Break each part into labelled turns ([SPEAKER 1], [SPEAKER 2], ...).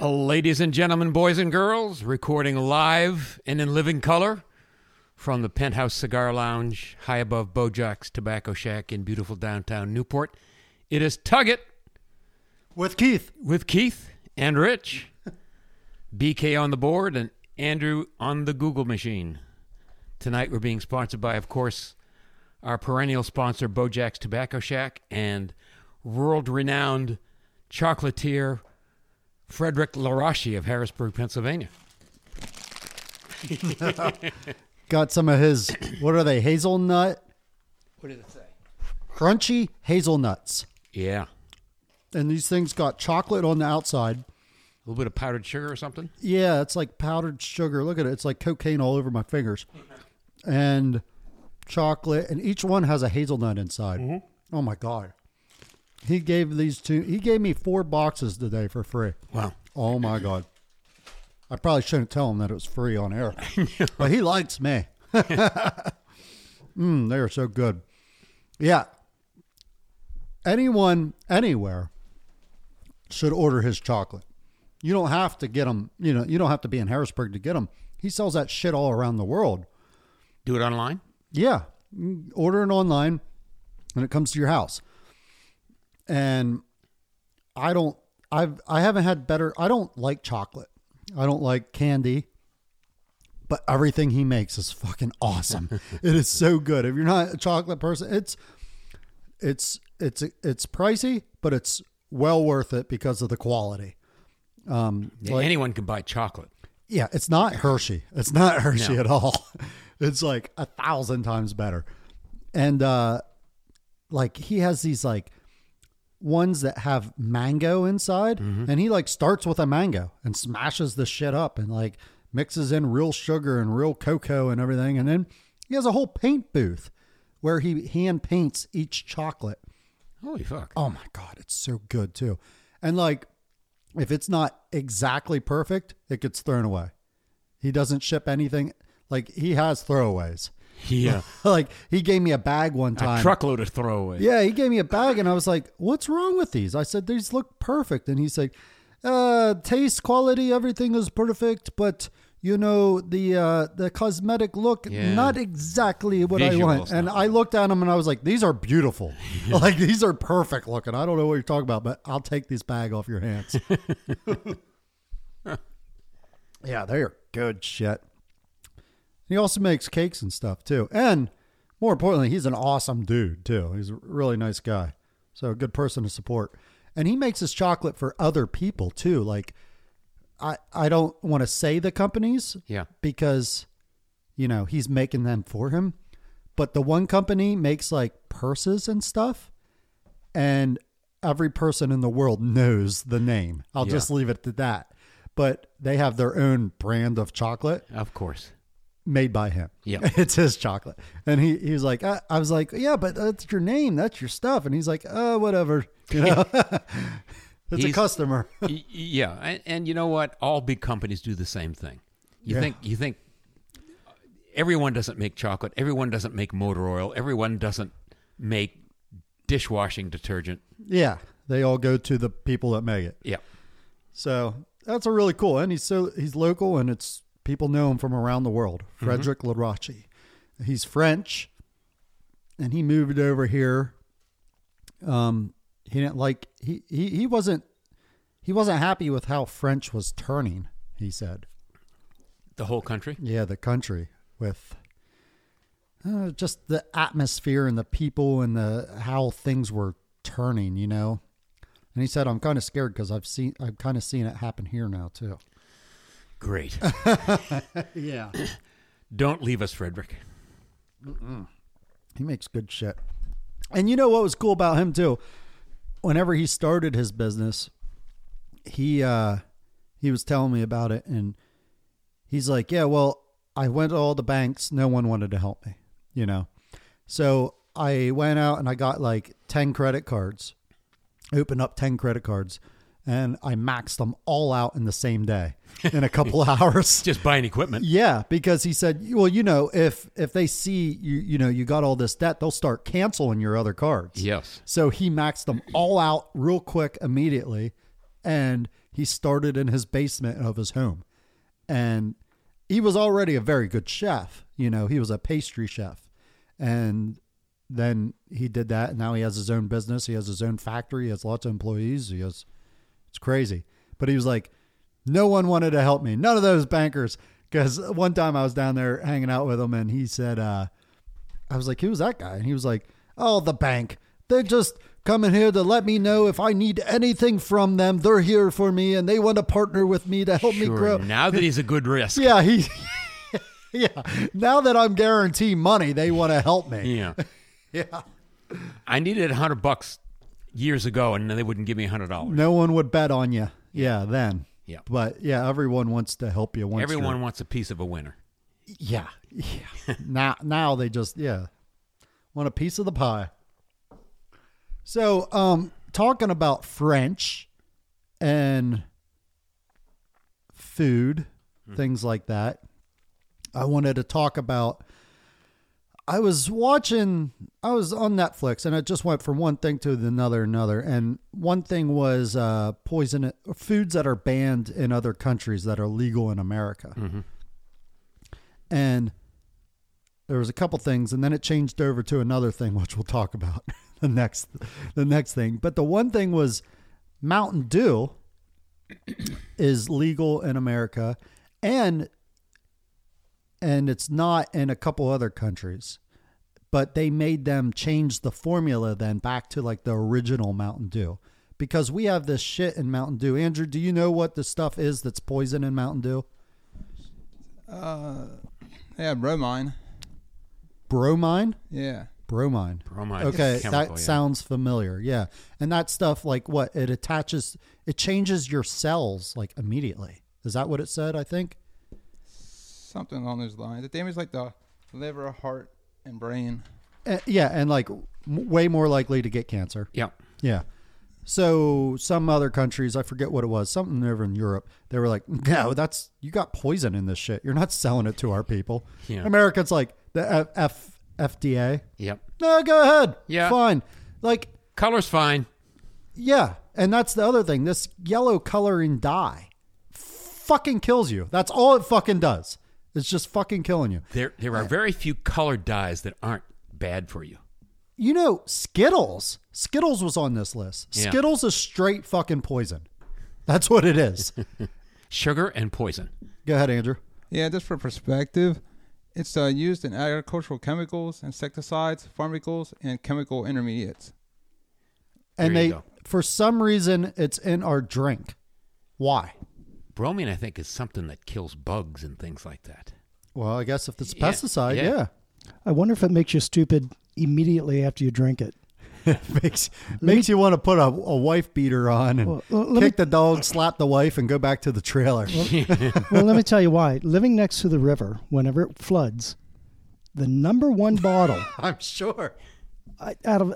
[SPEAKER 1] Oh, Ladies and gentlemen, boys and girls, recording live and in living color from the Penthouse Cigar Lounge high above Bojack's Tobacco Shack in beautiful downtown Newport. It is Tug It
[SPEAKER 2] with Keith.
[SPEAKER 1] with Keith and Rich. BK on the board and Andrew on the Google machine. Tonight we're being sponsored by, of course, our perennial sponsor, Bojack's Tobacco Shack, and world renowned chocolatier Frederick Larashi of Harrisburg, Pennsylvania.
[SPEAKER 2] Got some of his, what are they, hazelnut?
[SPEAKER 1] What did it say?
[SPEAKER 2] Crunchy hazelnuts.
[SPEAKER 1] Yeah. A
[SPEAKER 2] And these things got chocolate on the outside.
[SPEAKER 1] little bit of powdered sugar or something?
[SPEAKER 2] Yeah, it's like powdered sugar. Look at it. It's like cocaine all over my fingers. And chocolate. And each one has a hazelnut inside.
[SPEAKER 1] Mm-hmm.
[SPEAKER 2] Oh my God. He gave these two, he gave me four boxes today for free.
[SPEAKER 1] Wow.
[SPEAKER 2] Oh my God. I probably shouldn't tell him that it was free on air, but he likes me. mm, they are so good. Yeah. Anyone, anywhere should order his chocolate. You don't have to get them, you know, you don't have to be in Harrisburg to get them. He sells that shit all around the world.
[SPEAKER 1] Do it online?
[SPEAKER 2] Yeah. Mm, Order it online and it comes to your house. And I don't I've I haven't had better I don't like chocolate. I don't like candy. But everything he makes is fucking awesome. it is so good. If you're not a chocolate person, it's it's it's it's pricey, but it's well worth it because of the quality.
[SPEAKER 1] Yeah, Anyone can buy chocolate.
[SPEAKER 2] Yeah, it's not Hershey. It's not Hershey
[SPEAKER 1] No.
[SPEAKER 2] at all. It's like a thousand times better. And uh like he has these like ones that have mango inside and he like starts with a mango and smashes the shit up and like mixes in real sugar and real cocoa and everything and then he has a whole paint booth where he hand paints each chocolate
[SPEAKER 1] Holy fuck.
[SPEAKER 2] Oh my god, it's so good too. And like if it's not exactly perfect, it gets thrown away. He doesn't ship anything. Like he has throwaways.
[SPEAKER 1] Yeah.
[SPEAKER 2] like he gave me a bag one time.
[SPEAKER 1] A truckload of throwaways.
[SPEAKER 2] Yeah, he gave me a bag and I was like, "What's wrong with these?" I said, "These look perfect." And he's like, "Uh, taste, quality, everything is perfect, but you know the uh, the cosmetic look
[SPEAKER 1] Yeah.
[SPEAKER 2] not exactly what I
[SPEAKER 1] Visual
[SPEAKER 2] want."
[SPEAKER 1] stuff.
[SPEAKER 2] And I looked at them and I was like, "These are beautiful. like these are perfect looking. I don't know what you're talking about, but I'll take this bag off your hands." yeah, they are good shit. He also makes cakes and stuff too. And more importantly, he's an awesome dude too. He's a really nice guy. So a good person to support. And he makes his chocolate for other people too. Like I I don't want to say the companies
[SPEAKER 1] Yeah.
[SPEAKER 2] because you know, he's making them for him. But the one company makes like purses and stuff and every person in the world knows the name. I'll
[SPEAKER 1] Yeah.
[SPEAKER 2] just leave it to that. But they have their own brand of chocolate
[SPEAKER 1] Of course.
[SPEAKER 2] made by him.
[SPEAKER 1] Yeah.
[SPEAKER 2] it's his chocolate. And he, he was like, I, I was like, yeah, but that's your name, that's your stuff. And he's like, oh, whatever, you know, it's a
[SPEAKER 1] He's-
[SPEAKER 2] customer.
[SPEAKER 1] Y- yeah, and, and you know what? All big companies do the same thing. You
[SPEAKER 2] Yeah.
[SPEAKER 1] think you think everyone doesn't make chocolate, everyone doesn't make motor oil, everyone doesn't make dishwashing detergent.
[SPEAKER 2] yeah, they all go to the people that make it.
[SPEAKER 1] Yeah,
[SPEAKER 2] So that's a really cool. And he's so he's local, and it's people know him from around the world.
[SPEAKER 1] Mm-hmm.
[SPEAKER 2] Frederick Larachi, he's French, and he moved over here. Um, he didn't like he he he wasn't he wasn't happy with how French was turning. He said.
[SPEAKER 1] the whole country.
[SPEAKER 2] Yeah, the country with uh, just the atmosphere and the people and the how things were turning, you know. And he said, "I'm kind of scared because I've seen I've kind of seen it happen here now too."
[SPEAKER 1] Great.
[SPEAKER 2] Yeah,
[SPEAKER 1] Don't leave us, Frederick.
[SPEAKER 2] he makes good shit. And you know what was cool about him too? Whenever he started his business, he uh he was telling me about it and he's like, "Yeah, well, I went to all the banks, no one wanted to help me, you know." So, I went out and I got like 10 credit cards. Opened up 10 credit cards and I maxed them all out in the same day in a couple of hours.
[SPEAKER 1] Just buying equipment.
[SPEAKER 2] Yeah, because he said, well, you know, if if they see you, you know, you got all this debt, they'll start canceling your other cards.
[SPEAKER 1] Yes.
[SPEAKER 2] So he maxed them all out real quick immediately, and he started in his basement of his home. And he was already a very good chef. You know, he was a pastry chef. And then he did that. And now he has his own business. He has his own factory. He has lots of employees. He has, it's crazy. But he was like, no one wanted to help me. None of those bankers. Because one time I was down there hanging out with him and he said, uh, I was like, who's that guy? And he was like, oh, the bank. They're just coming here to let me know if I need anything from them. They're here for me and they want to partner with me to help me grow.
[SPEAKER 1] Sure. Now that he's a good risk.
[SPEAKER 2] Yeah, he. yeah. Now that I'm guaranteed money, they want to help me.
[SPEAKER 1] Yeah.
[SPEAKER 2] Yeah.
[SPEAKER 1] I needed a hundred bucks years ago, and they wouldn't give me a hundred dollars.
[SPEAKER 2] No one would bet on you. Yeah, then.
[SPEAKER 1] Yeah.
[SPEAKER 2] But yeah, everyone wants to help you. Once you're-
[SPEAKER 1] Everyone wants a piece of a winner.
[SPEAKER 2] Yeah. Yeah. now now they just yeah. Want a piece of the pie. So, um talking about French and food, things like that. I wanted to talk about I was watching I was on Netflix and I just went from one thing to another another and one thing was uh poison foods that are banned in other countries that are legal in America and there was a couple things and then it changed over to another thing which we'll talk about the next the next thing but the one thing was mountain dew is legal in america and and it's not in a couple other countries but they made them change the formula then back to like the original mountain dew because we have this shit in mountain dew andrew do you know what the stuff is that's poison in mountain dew
[SPEAKER 3] Yeah, bromine.
[SPEAKER 2] bromine
[SPEAKER 3] Yeah.
[SPEAKER 2] bromine
[SPEAKER 1] Bromide is
[SPEAKER 2] Okay,
[SPEAKER 1] a
[SPEAKER 2] that
[SPEAKER 1] Oh chemical, yeah.
[SPEAKER 2] sounds familiar. Yeah. And that stuff, like what? It attaches, it changes your cells like immediately. Is that what it said? I think.
[SPEAKER 3] Something along those lines. It damages like the liver, heart, and brain.
[SPEAKER 2] Uh, yeah. And like w- way more likely to get cancer.
[SPEAKER 1] Yeah.
[SPEAKER 2] Yeah. So some other countries, I forget what it was, something over in Europe, they were like, no, that's, you got poison in this shit. You're not selling it to our people.
[SPEAKER 1] Yeah.
[SPEAKER 2] Americans like the F- F- FDA.
[SPEAKER 1] Yep.
[SPEAKER 2] No, go ahead.
[SPEAKER 1] Yeah.
[SPEAKER 2] Fine. Like,
[SPEAKER 1] Color's fine.
[SPEAKER 2] Yeah, and that's the other thing. This yellow coloring dye fucking kills you. That's all it fucking does. It's just fucking killing you.
[SPEAKER 1] There, there are very few colored dyes that aren't bad for you.
[SPEAKER 2] You know, Skittles. Skittles was on this list.
[SPEAKER 1] Yeah.
[SPEAKER 2] Skittles is straight fucking poison. That's what it is.
[SPEAKER 1] Sugar and poison.
[SPEAKER 2] Go ahead, Andrew.
[SPEAKER 3] Yeah, just for perspective, it's uh, used in agricultural chemicals, insecticides, pharmaceuticals, and chemical intermediates.
[SPEAKER 2] And
[SPEAKER 1] There
[SPEAKER 2] they,
[SPEAKER 1] you go.
[SPEAKER 2] for some reason, it's in our drink. Why?
[SPEAKER 1] Bromine, I think, is something that kills bugs and things like that.
[SPEAKER 2] Well, I guess if it's a
[SPEAKER 1] Yeah,
[SPEAKER 2] pesticide,
[SPEAKER 1] yeah.
[SPEAKER 2] yeah.
[SPEAKER 4] I wonder if it makes you stupid immediately after you drink it.
[SPEAKER 2] makes makes you want to put a, a wife beater on and
[SPEAKER 4] Well, let me-
[SPEAKER 2] kick the dog, slap the wife, and go back to the trailer.
[SPEAKER 4] well, let me tell you why. Living next to the river, whenever it floods, the number one bottle
[SPEAKER 2] I'm sure.
[SPEAKER 4] I- out of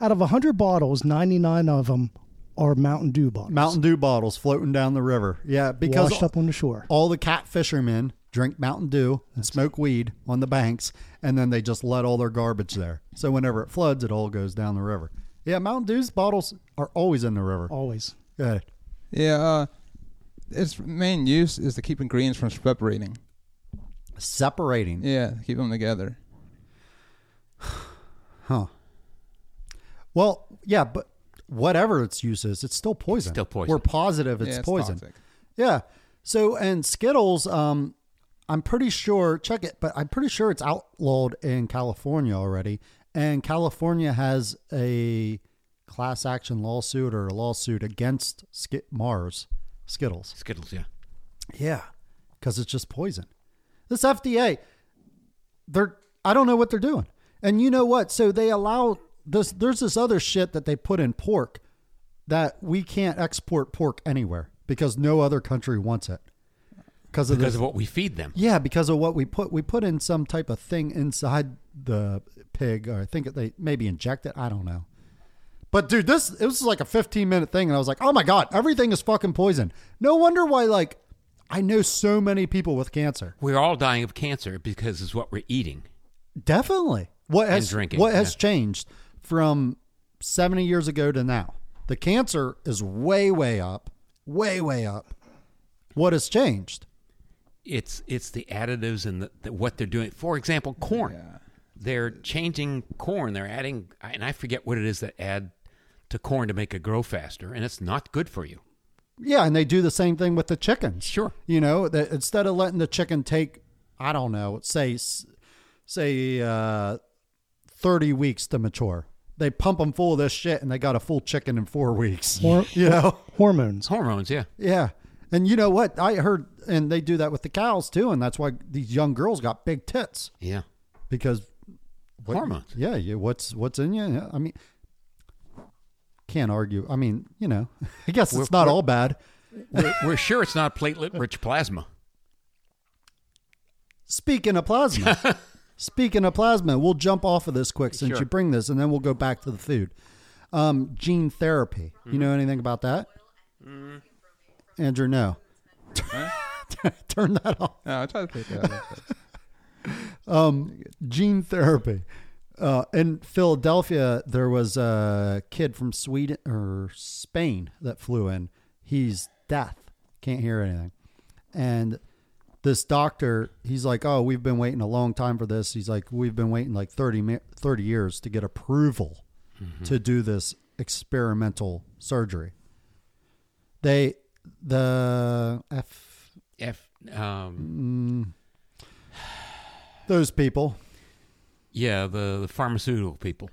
[SPEAKER 4] out of hundred bottles, ninety nine of them are Mountain Dew bottles,
[SPEAKER 2] Mountain Dew bottles floating down the river. Yeah, because
[SPEAKER 4] washed up on the shore.
[SPEAKER 2] all the cat fishermen drink Mountain Dew and smoke weed on the banks, and then they just let all their garbage there. So whenever it floods, it all goes down the river. Yeah, Mountain Dew's bottles are always in the river.
[SPEAKER 4] Always.
[SPEAKER 2] Yeah.
[SPEAKER 3] Yeah, uh, its main use is to keep ingredients from separating.
[SPEAKER 2] Separating.
[SPEAKER 3] Yeah, keep them together.
[SPEAKER 2] Huh. Well, yeah, but whatever its use is, it's still poison.
[SPEAKER 1] still poison.
[SPEAKER 2] We're positive it's,
[SPEAKER 3] Yeah, it's
[SPEAKER 2] poison.
[SPEAKER 3] toxic.
[SPEAKER 2] Yeah. So and Skittles, um, I'm pretty sure. Check it, but I'm pretty sure it's outlawed in California already. And California has a class action lawsuit or a lawsuit against Skit Mars Skittles.
[SPEAKER 1] Skittles, yeah.
[SPEAKER 2] Yeah, because it's just poison. This FDA, they're I don't know what they're doing. And you know what? So they allow this. There's this other shit that they put in pork that we can't export pork anywhere because no other country wants it because of
[SPEAKER 1] Because
[SPEAKER 2] this.
[SPEAKER 1] of what we feed them.
[SPEAKER 2] Yeah, because of what we put, we put in some type of thing inside the pig, or I think they maybe inject it. I don't know. But dude, this it was like a 15 minute thing, and I was like, oh my god, everything is fucking poison. No wonder why like I know so many people with cancer.
[SPEAKER 1] We're all dying of cancer because it's what we're eating.
[SPEAKER 2] Definitely. What has
[SPEAKER 1] drinking,
[SPEAKER 2] what has changed from 70 years ago to now? The cancer is way way up. way, way up. What has changed?
[SPEAKER 1] It's it's the additives and the, the, what they're doing. For example, corn.
[SPEAKER 3] Yeah.
[SPEAKER 1] They're changing corn. They're adding, and I forget what it is that add to corn to make it grow faster, and it's not good for you.
[SPEAKER 2] Yeah, and they do the same thing with the chickens.
[SPEAKER 1] Sure.
[SPEAKER 2] You know, that instead of letting the chicken take, I don't know, say, say, uh, 30 weeks to mature, they pump them full of this shit and they got a full chicken in four weeks.
[SPEAKER 4] Hor-
[SPEAKER 2] you know?
[SPEAKER 4] Hormones.
[SPEAKER 1] Hormones, yeah.
[SPEAKER 2] Yeah. And you know what? I heard, and they do that with the cows too, and that's why these young girls got big tits
[SPEAKER 1] Yeah.
[SPEAKER 2] because what-
[SPEAKER 1] Hormones.
[SPEAKER 2] Yeah, you, what's what's in you? Yeah, I mean, can't argue. I mean, you know, I guess it's not all bad.
[SPEAKER 1] we're, we're sure it's not platelet rich plasma.
[SPEAKER 2] Speaking of plasma, speaking of plasma, we'll jump off of this quick since
[SPEAKER 1] Sure.
[SPEAKER 2] you bring this, and then we'll go back to the food. Um, gene therapy. You know anything about that? Andrew, no. Turn that off.
[SPEAKER 3] No, Uh, I tried to pick that up.
[SPEAKER 2] gene therapy. Uh, in Philadelphia, there was a kid from Sweden or Spain that flew in. He's deaf, can't hear anything. And this doctor, he's like, Oh, we've been waiting a long time for this. He's like, We've been waiting like 30, mi- 30 years to get approval to do this experimental surgery. They, the F,
[SPEAKER 1] F, um,
[SPEAKER 2] those people,
[SPEAKER 1] yeah, the, the pharmaceutical people.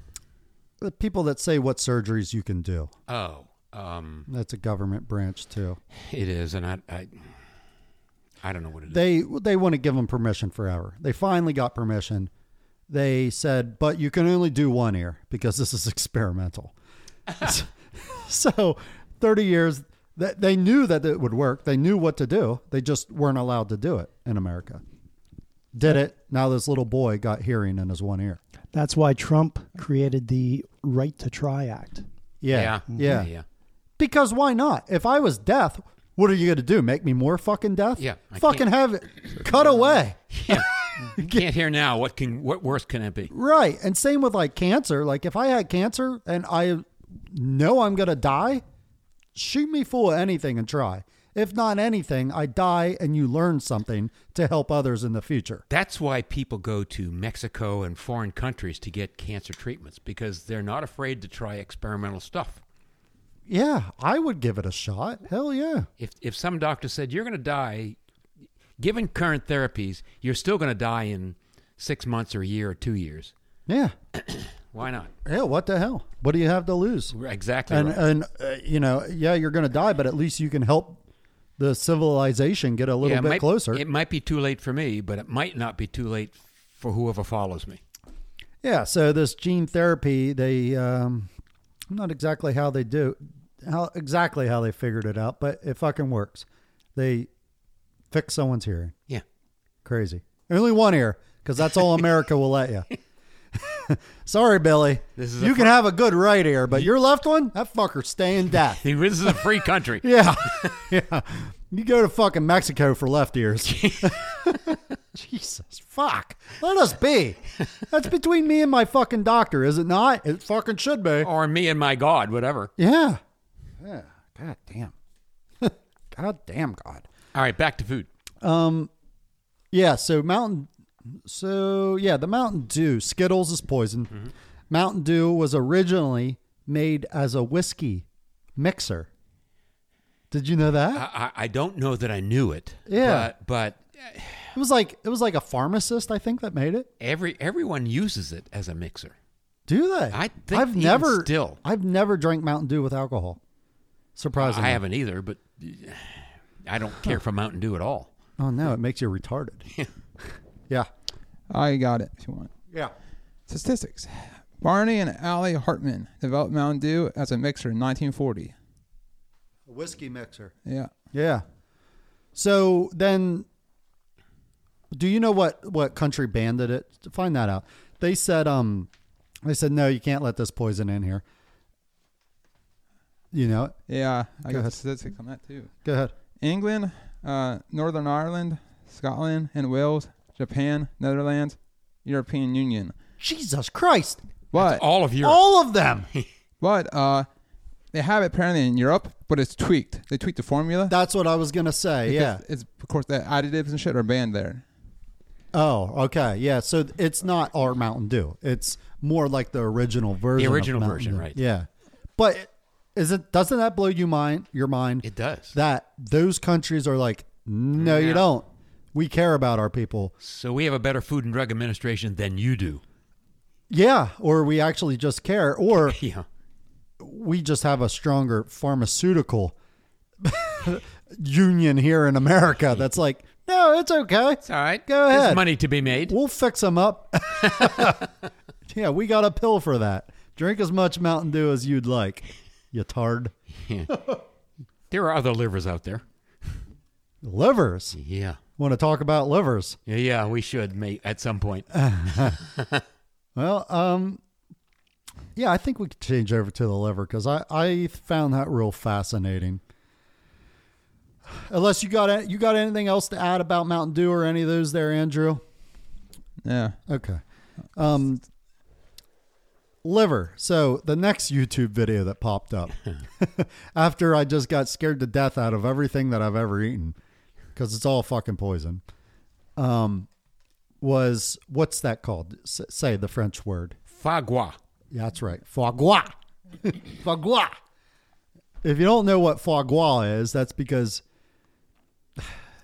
[SPEAKER 2] the people that say what surgeries you can do.
[SPEAKER 1] Oh, um,
[SPEAKER 2] That's a government branch too.
[SPEAKER 1] it is, and I, I, I don't know what it is.
[SPEAKER 2] They they want to give them permission forever. They finally got permission. They said, but you can only do one ear because this is experimental. so, thirty years. That they knew that it would work. They knew what to do. They just weren't allowed to do it in America. Did it. Now this little boy got hearing in his one ear.
[SPEAKER 4] That's why Trump created the Right to Try Act.
[SPEAKER 2] Yeah.
[SPEAKER 1] yeah,
[SPEAKER 2] Yeah.
[SPEAKER 1] yeah.
[SPEAKER 2] Because why not? If I was deaf, what are you going to do? Make me more fucking deaf?
[SPEAKER 1] Yeah, I
[SPEAKER 2] fucking have it cut away.
[SPEAKER 1] You can't hear now. What can? What worse can it be?
[SPEAKER 2] Right. And same with like cancer. Like if I had cancer and I know I'm going to die, shoot me full of anything and try. If not anything, I die and you learn something to help others in the future.
[SPEAKER 1] That's why people go to Mexico and foreign countries to get cancer treatments because they're not afraid to try experimental stuff.
[SPEAKER 2] Yeah, I would give it a shot. Hell yeah.
[SPEAKER 1] If if some doctor said you're going to die, given current therapies, you're still going to die in six months or a year or two years.
[SPEAKER 2] Yeah.
[SPEAKER 1] Why not?
[SPEAKER 2] Yeah, what the hell? What do you have to lose?
[SPEAKER 1] Exactly.
[SPEAKER 2] And
[SPEAKER 1] right.
[SPEAKER 2] and uh, you know, yeah, you're going to die, but at least you can help the civilization get a little
[SPEAKER 1] Yeah, it
[SPEAKER 2] bit
[SPEAKER 1] might-
[SPEAKER 2] closer.
[SPEAKER 1] It might be too late for me, but it might not be too late for whoever follows me.
[SPEAKER 2] Yeah, so this gene therapy, they um I'm not exactly how they do how exactly how they figured it out, but it fucking works. They fix someone's hearing.
[SPEAKER 1] Yeah.
[SPEAKER 2] Crazy. Only one ear, because that's all America will let you. Sorry, Billy.
[SPEAKER 1] This is a
[SPEAKER 2] you can have a good right ear, but your left one, that fucker's staying deaf.
[SPEAKER 1] This is a free country.
[SPEAKER 2] yeah. yeah. You go to fucking Mexico for left ears. Jesus fuck. Let us be. That's between me and my fucking doctor, is it not? It fucking should be.
[SPEAKER 1] or me and my God, whatever.
[SPEAKER 2] Yeah. Yeah. God damn. God damn God.
[SPEAKER 1] All right, back to food.
[SPEAKER 2] Um, Yeah, so Mountain so yeah, the Mountain Dew, Skittles is poison. Mountain Dew was originally made as a whiskey mixer. Did you know that?
[SPEAKER 1] I, I I don't know that I knew it.
[SPEAKER 2] Yeah.
[SPEAKER 1] But, but
[SPEAKER 2] it was like it was like a pharmacist, I think, that made it.
[SPEAKER 1] every everyone uses it as a mixer.
[SPEAKER 2] Do they?
[SPEAKER 1] I think
[SPEAKER 2] I've
[SPEAKER 1] even
[SPEAKER 2] never
[SPEAKER 1] still.
[SPEAKER 2] I've never drank Mountain Dew with alcohol. Surprisingly,
[SPEAKER 1] I haven't either, but I don't care for Mountain Dew at all.
[SPEAKER 2] Oh no, it makes you retarded. yeah.
[SPEAKER 3] I got it if you want.
[SPEAKER 2] Yeah.
[SPEAKER 3] Statistics. Barney and Allie Hartman developed Mountain Dew as a mixer in 1940.
[SPEAKER 2] A whiskey mixer.
[SPEAKER 3] Yeah.
[SPEAKER 2] Yeah. So then do you know what what country banned it? Find that out. They said um they said no, you can't let this poison in here. You know, it?
[SPEAKER 3] Yeah.
[SPEAKER 2] Go
[SPEAKER 3] I got the
[SPEAKER 2] ahead.
[SPEAKER 3] statistics on that too.
[SPEAKER 2] go ahead.
[SPEAKER 3] England, uh, Northern Ireland, Scotland, and Wales, Japan, Netherlands, European Union.
[SPEAKER 2] Jesus Christ.
[SPEAKER 3] But
[SPEAKER 1] All of Europe.
[SPEAKER 2] All of them.
[SPEAKER 3] but uh, They have it apparently in Europe, but it's tweaked. They tweaked the formula.
[SPEAKER 2] That's what I was gonna say. Yeah.
[SPEAKER 3] because It's of course the additives and shit are banned there.
[SPEAKER 2] Oh, okay. Yeah. So th- it's not our Mountain Dew. It's more like the original version. of
[SPEAKER 1] original
[SPEAKER 2] Mountain
[SPEAKER 1] version,
[SPEAKER 2] Dew.
[SPEAKER 1] right.
[SPEAKER 2] Yeah. But is it doesn't that blow you mind your mind
[SPEAKER 1] It does.
[SPEAKER 2] that those countries are like, no, you
[SPEAKER 1] No.
[SPEAKER 2] don't. We care about our people.
[SPEAKER 1] so we have a better Food and Drug Administration than you do.
[SPEAKER 2] Yeah, or we actually just care, or
[SPEAKER 1] Yeah.
[SPEAKER 2] we just have a stronger pharmaceutical union here in America that's like, no, it's okay.
[SPEAKER 1] It's all right.
[SPEAKER 2] Go
[SPEAKER 1] There's
[SPEAKER 2] ahead.
[SPEAKER 1] money to be made.
[SPEAKER 2] We'll fix them up. yeah, we got a pill for that. Drink as much Mountain Dew as you'd like, you tard.
[SPEAKER 1] There are other livers out there.
[SPEAKER 2] Livers.
[SPEAKER 1] Yeah.
[SPEAKER 2] Want to talk about livers?
[SPEAKER 1] Yeah, yeah, we should mate at some point.
[SPEAKER 2] Well, um, yeah, I think we could change over to the liver because I, I found that real fascinating. Unless you got a- you got anything else to add about Mountain Dew or any of those there, Andrew?
[SPEAKER 3] Yeah.
[SPEAKER 2] Okay. Um, liver. So the next YouTube video that popped up after I just got scared to death out of everything that I've ever eaten because it's all fucking poison. Um, was what's that called? S- say the French word.
[SPEAKER 1] Fagua.
[SPEAKER 2] Yeah, that's right. Foie gras. foie gras. If you don't know what foie gras is, that's because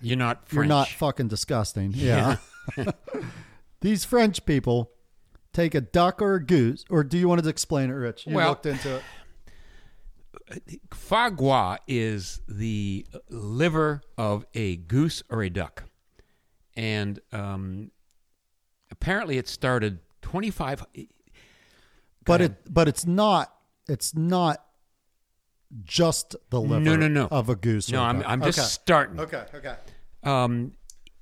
[SPEAKER 1] You're not
[SPEAKER 2] you're
[SPEAKER 1] French.
[SPEAKER 2] not fucking disgusting. Yeah. These French people take a duck or a goose, or do you want to explain it, Rich? You
[SPEAKER 1] Well-
[SPEAKER 2] looked into it.
[SPEAKER 1] Foie gras is the liver of a goose or a duck. And um, apparently it started 25.
[SPEAKER 2] But it but it's not it's not just the liver
[SPEAKER 1] No, no, no.
[SPEAKER 2] of a goose.
[SPEAKER 1] No,
[SPEAKER 2] or a
[SPEAKER 1] I'm,
[SPEAKER 2] duck.
[SPEAKER 1] I'm just starting.
[SPEAKER 2] okay. okay, okay.
[SPEAKER 1] Um,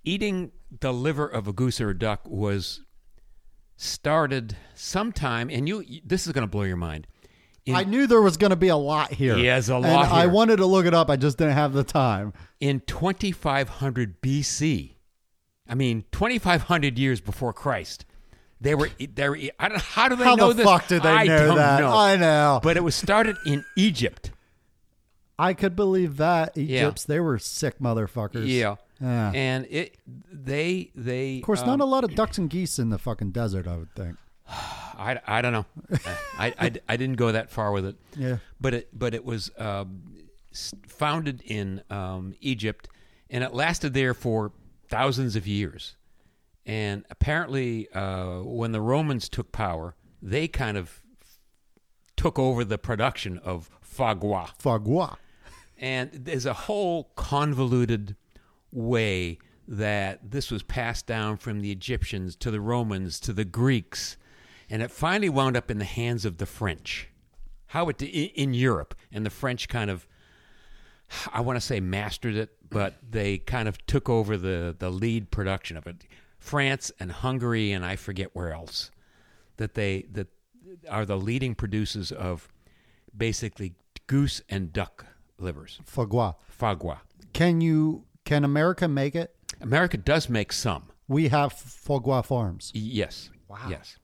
[SPEAKER 1] eating the liver of a goose or a duck was started sometime, and you this is going to blow your mind. In,
[SPEAKER 2] I knew there was going to be a lot here.
[SPEAKER 1] Yeah, there's a
[SPEAKER 2] And
[SPEAKER 1] lot
[SPEAKER 2] I
[SPEAKER 1] here.
[SPEAKER 2] wanted to look it up. I just didn't have the time.
[SPEAKER 1] in 2500 BC, I mean 2500 years before Christ, they were they were. I don't, how do they
[SPEAKER 2] How
[SPEAKER 1] know
[SPEAKER 2] the
[SPEAKER 1] this?
[SPEAKER 2] fuck did they
[SPEAKER 1] I
[SPEAKER 2] know
[SPEAKER 1] don't
[SPEAKER 2] that?
[SPEAKER 1] Know.
[SPEAKER 2] I know.
[SPEAKER 1] but it was started in Egypt.
[SPEAKER 2] I could believe that Egypt's they were sick motherfuckers.
[SPEAKER 1] Yeah.
[SPEAKER 2] Yeah.
[SPEAKER 1] and it they they
[SPEAKER 2] Of course, not a lot of ducks and geese in the fucking desert. I would think.
[SPEAKER 1] I, I don't know. I, I, I didn't go that far with it.
[SPEAKER 2] Yeah.
[SPEAKER 1] But it but it was um, s- founded in um, Egypt, and it lasted there for thousands of years. And apparently, uh, when the Romans took power, they kind of took over the production of fagua.
[SPEAKER 2] Fagua.
[SPEAKER 1] And there's a whole convoluted way that this was passed down from the Egyptians to the Romans to the Greeks. And it finally wound up in the hands of the French. How it i- in Europe, and the French kind of, I want to say mastered it, but they kind of took over the the lead production of it. France and Hungary, and I forget where else, that they that are the leading producers of basically goose and duck livers.
[SPEAKER 2] Fagua.
[SPEAKER 1] Fagua.
[SPEAKER 2] Can you? Can America make it?
[SPEAKER 1] America does make some.
[SPEAKER 2] We have Fagua farms.
[SPEAKER 1] Y- Yes. Wow. Yes.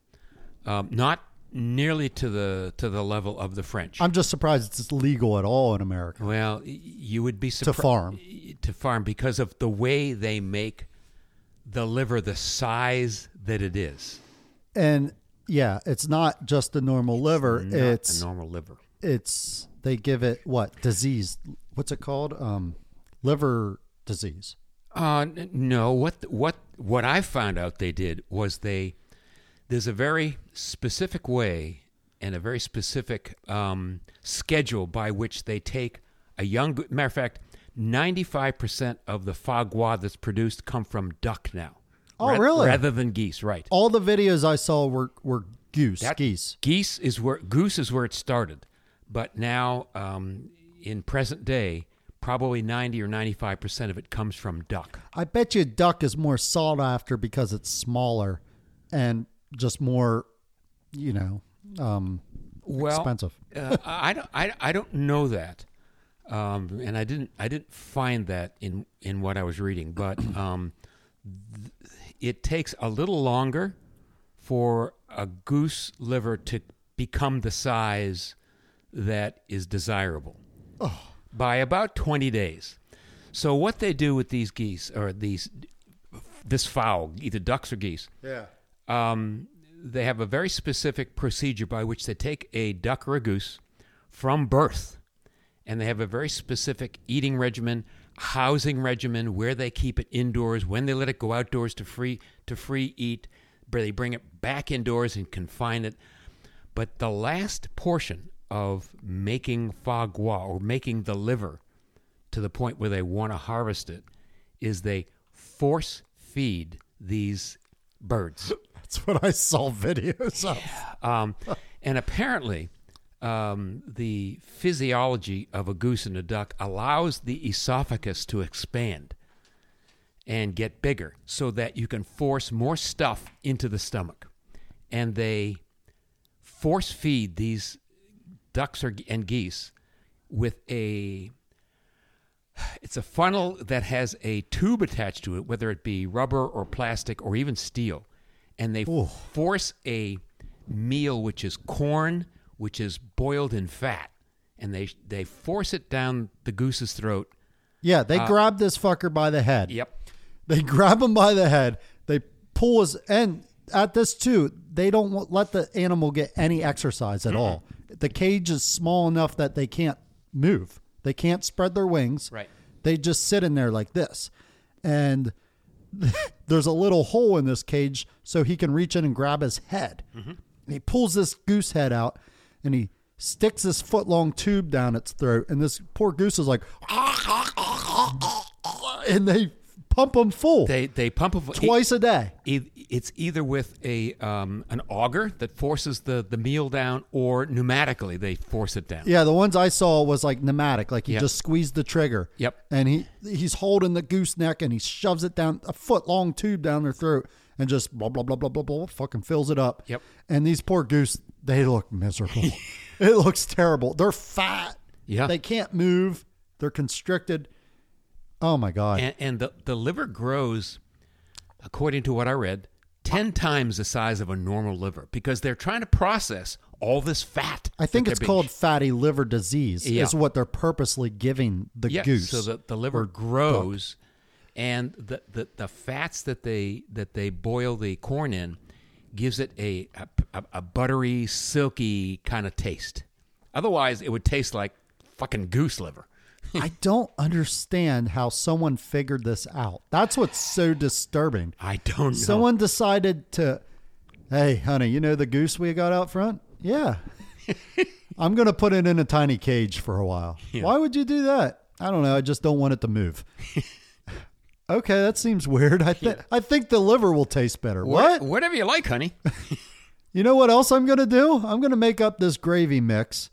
[SPEAKER 1] Um, not nearly to the to the level of the French.
[SPEAKER 2] I'm just surprised it's legal at all in America.
[SPEAKER 1] well, y- you would be surprised
[SPEAKER 2] farm.
[SPEAKER 1] to farm because of the way they make the liver, the size that it is.
[SPEAKER 2] And yeah, it's not just the normal liver.
[SPEAKER 1] Not
[SPEAKER 2] it's
[SPEAKER 1] a normal liver.
[SPEAKER 2] it's they give it what disease? What's it called? Um, liver disease.
[SPEAKER 1] Uh, n- no. What what what I found out they did was they there's a very specific way and a very specific um, schedule by which they take a young. go- Matter of fact, 95 percent of the fagua that's produced come from duck now.
[SPEAKER 2] Oh,
[SPEAKER 1] Ra-
[SPEAKER 2] really?
[SPEAKER 1] Rather than geese, right?
[SPEAKER 2] All the videos I saw were were goose,
[SPEAKER 1] That-
[SPEAKER 2] geese.
[SPEAKER 1] Geese is where goose is where it started, but now um, in present day, probably 90 or 95 percent of it comes from duck.
[SPEAKER 2] I bet you duck is more sought after because it's smaller and just more, you know, um,
[SPEAKER 1] well,
[SPEAKER 2] expensive.
[SPEAKER 1] uh, I don't. I, I don't know that, um, and I didn't. I didn't find that in in what I was reading. But um, th- it takes a little longer for a goose liver to become the size that is desirable by about 20 days. So what they do with these geese or these this fowl, either ducks or geese,
[SPEAKER 2] Yeah.
[SPEAKER 1] um, they have a very specific procedure by which they take a duck or a goose from birth, and they have a very specific eating regimen, housing regimen, where they keep it indoors, when they let it go outdoors to free to free eat, where they bring it back indoors and confine it. But the last portion of making foie gras or making the liver to the point where they want to harvest it is they force feed these birds.
[SPEAKER 2] That's what I saw videos of.
[SPEAKER 1] Um, and apparently, um, the physiology of a goose and a duck allows the esophagus to expand and get bigger so that you can force more stuff into the stomach. And they force feed these ducks or, and geese with a it's a funnel that has a tube attached to it, whether it be rubber or plastic or even steel. And they force a meal which is corn, which is boiled in fat, and they they force it down the goose's throat.
[SPEAKER 2] Yeah, they grab this fucker by the head.
[SPEAKER 1] Yep.
[SPEAKER 2] They grab him by the head. They pull his and at this too, they don't want, let the animal get any exercise at all. The cage is small enough that they can't move. They can't spread their wings.
[SPEAKER 1] Right.
[SPEAKER 2] They just sit in there like this. And there's a little hole in this cage so he can reach in and grab his head. And he pulls this goose head out and he sticks this foot long tube down its throat. And this poor goose is like, and they pump him full
[SPEAKER 1] They they pump a
[SPEAKER 2] twice a day.
[SPEAKER 1] e- it's either with a um, an auger that forces the, the meal down, or pneumatically they force it down.
[SPEAKER 2] Yeah, the ones I saw was like pneumatic, like he
[SPEAKER 1] Yeah.
[SPEAKER 2] just squeezed the trigger.
[SPEAKER 1] Yep.
[SPEAKER 2] And he he's holding the gooseneck and he shoves it down a foot long tube down their throat and just blah blah blah blah blah blah fucking fills it up.
[SPEAKER 1] Yep.
[SPEAKER 2] And these poor goose, they look miserable. it looks terrible. They're fat.
[SPEAKER 1] Yeah.
[SPEAKER 2] They can't move. They're constricted. Oh my god.
[SPEAKER 1] And, and the, the liver grows, according to what I read, 10 times the size of a normal liver because they're trying to process all this fat.
[SPEAKER 2] I think
[SPEAKER 1] that
[SPEAKER 2] it's
[SPEAKER 1] they're being-
[SPEAKER 2] called fatty liver disease.
[SPEAKER 1] Yeah.
[SPEAKER 2] Is what they're purposely giving the
[SPEAKER 1] yeah,
[SPEAKER 2] goose.
[SPEAKER 1] So the, the liver grows, and the, the, the fats that they that they boil the corn in gives it a a, a- a buttery, silky kind of taste. Otherwise, it would taste like fucking goose liver.
[SPEAKER 2] I don't understand how someone figured this out. That's what's so disturbing.
[SPEAKER 1] I don't know.
[SPEAKER 2] Someone decided to, hey, honey, you know the goose we got out front? Yeah. I'm going to put it in a tiny cage for a while. Why would you do that? I don't know. I just don't want it to move. okay, that seems weird. I, think I think the liver will taste better. What?
[SPEAKER 1] Whatever you like, honey.
[SPEAKER 2] You know what else I'm going to do? I'm going to make up this gravy mix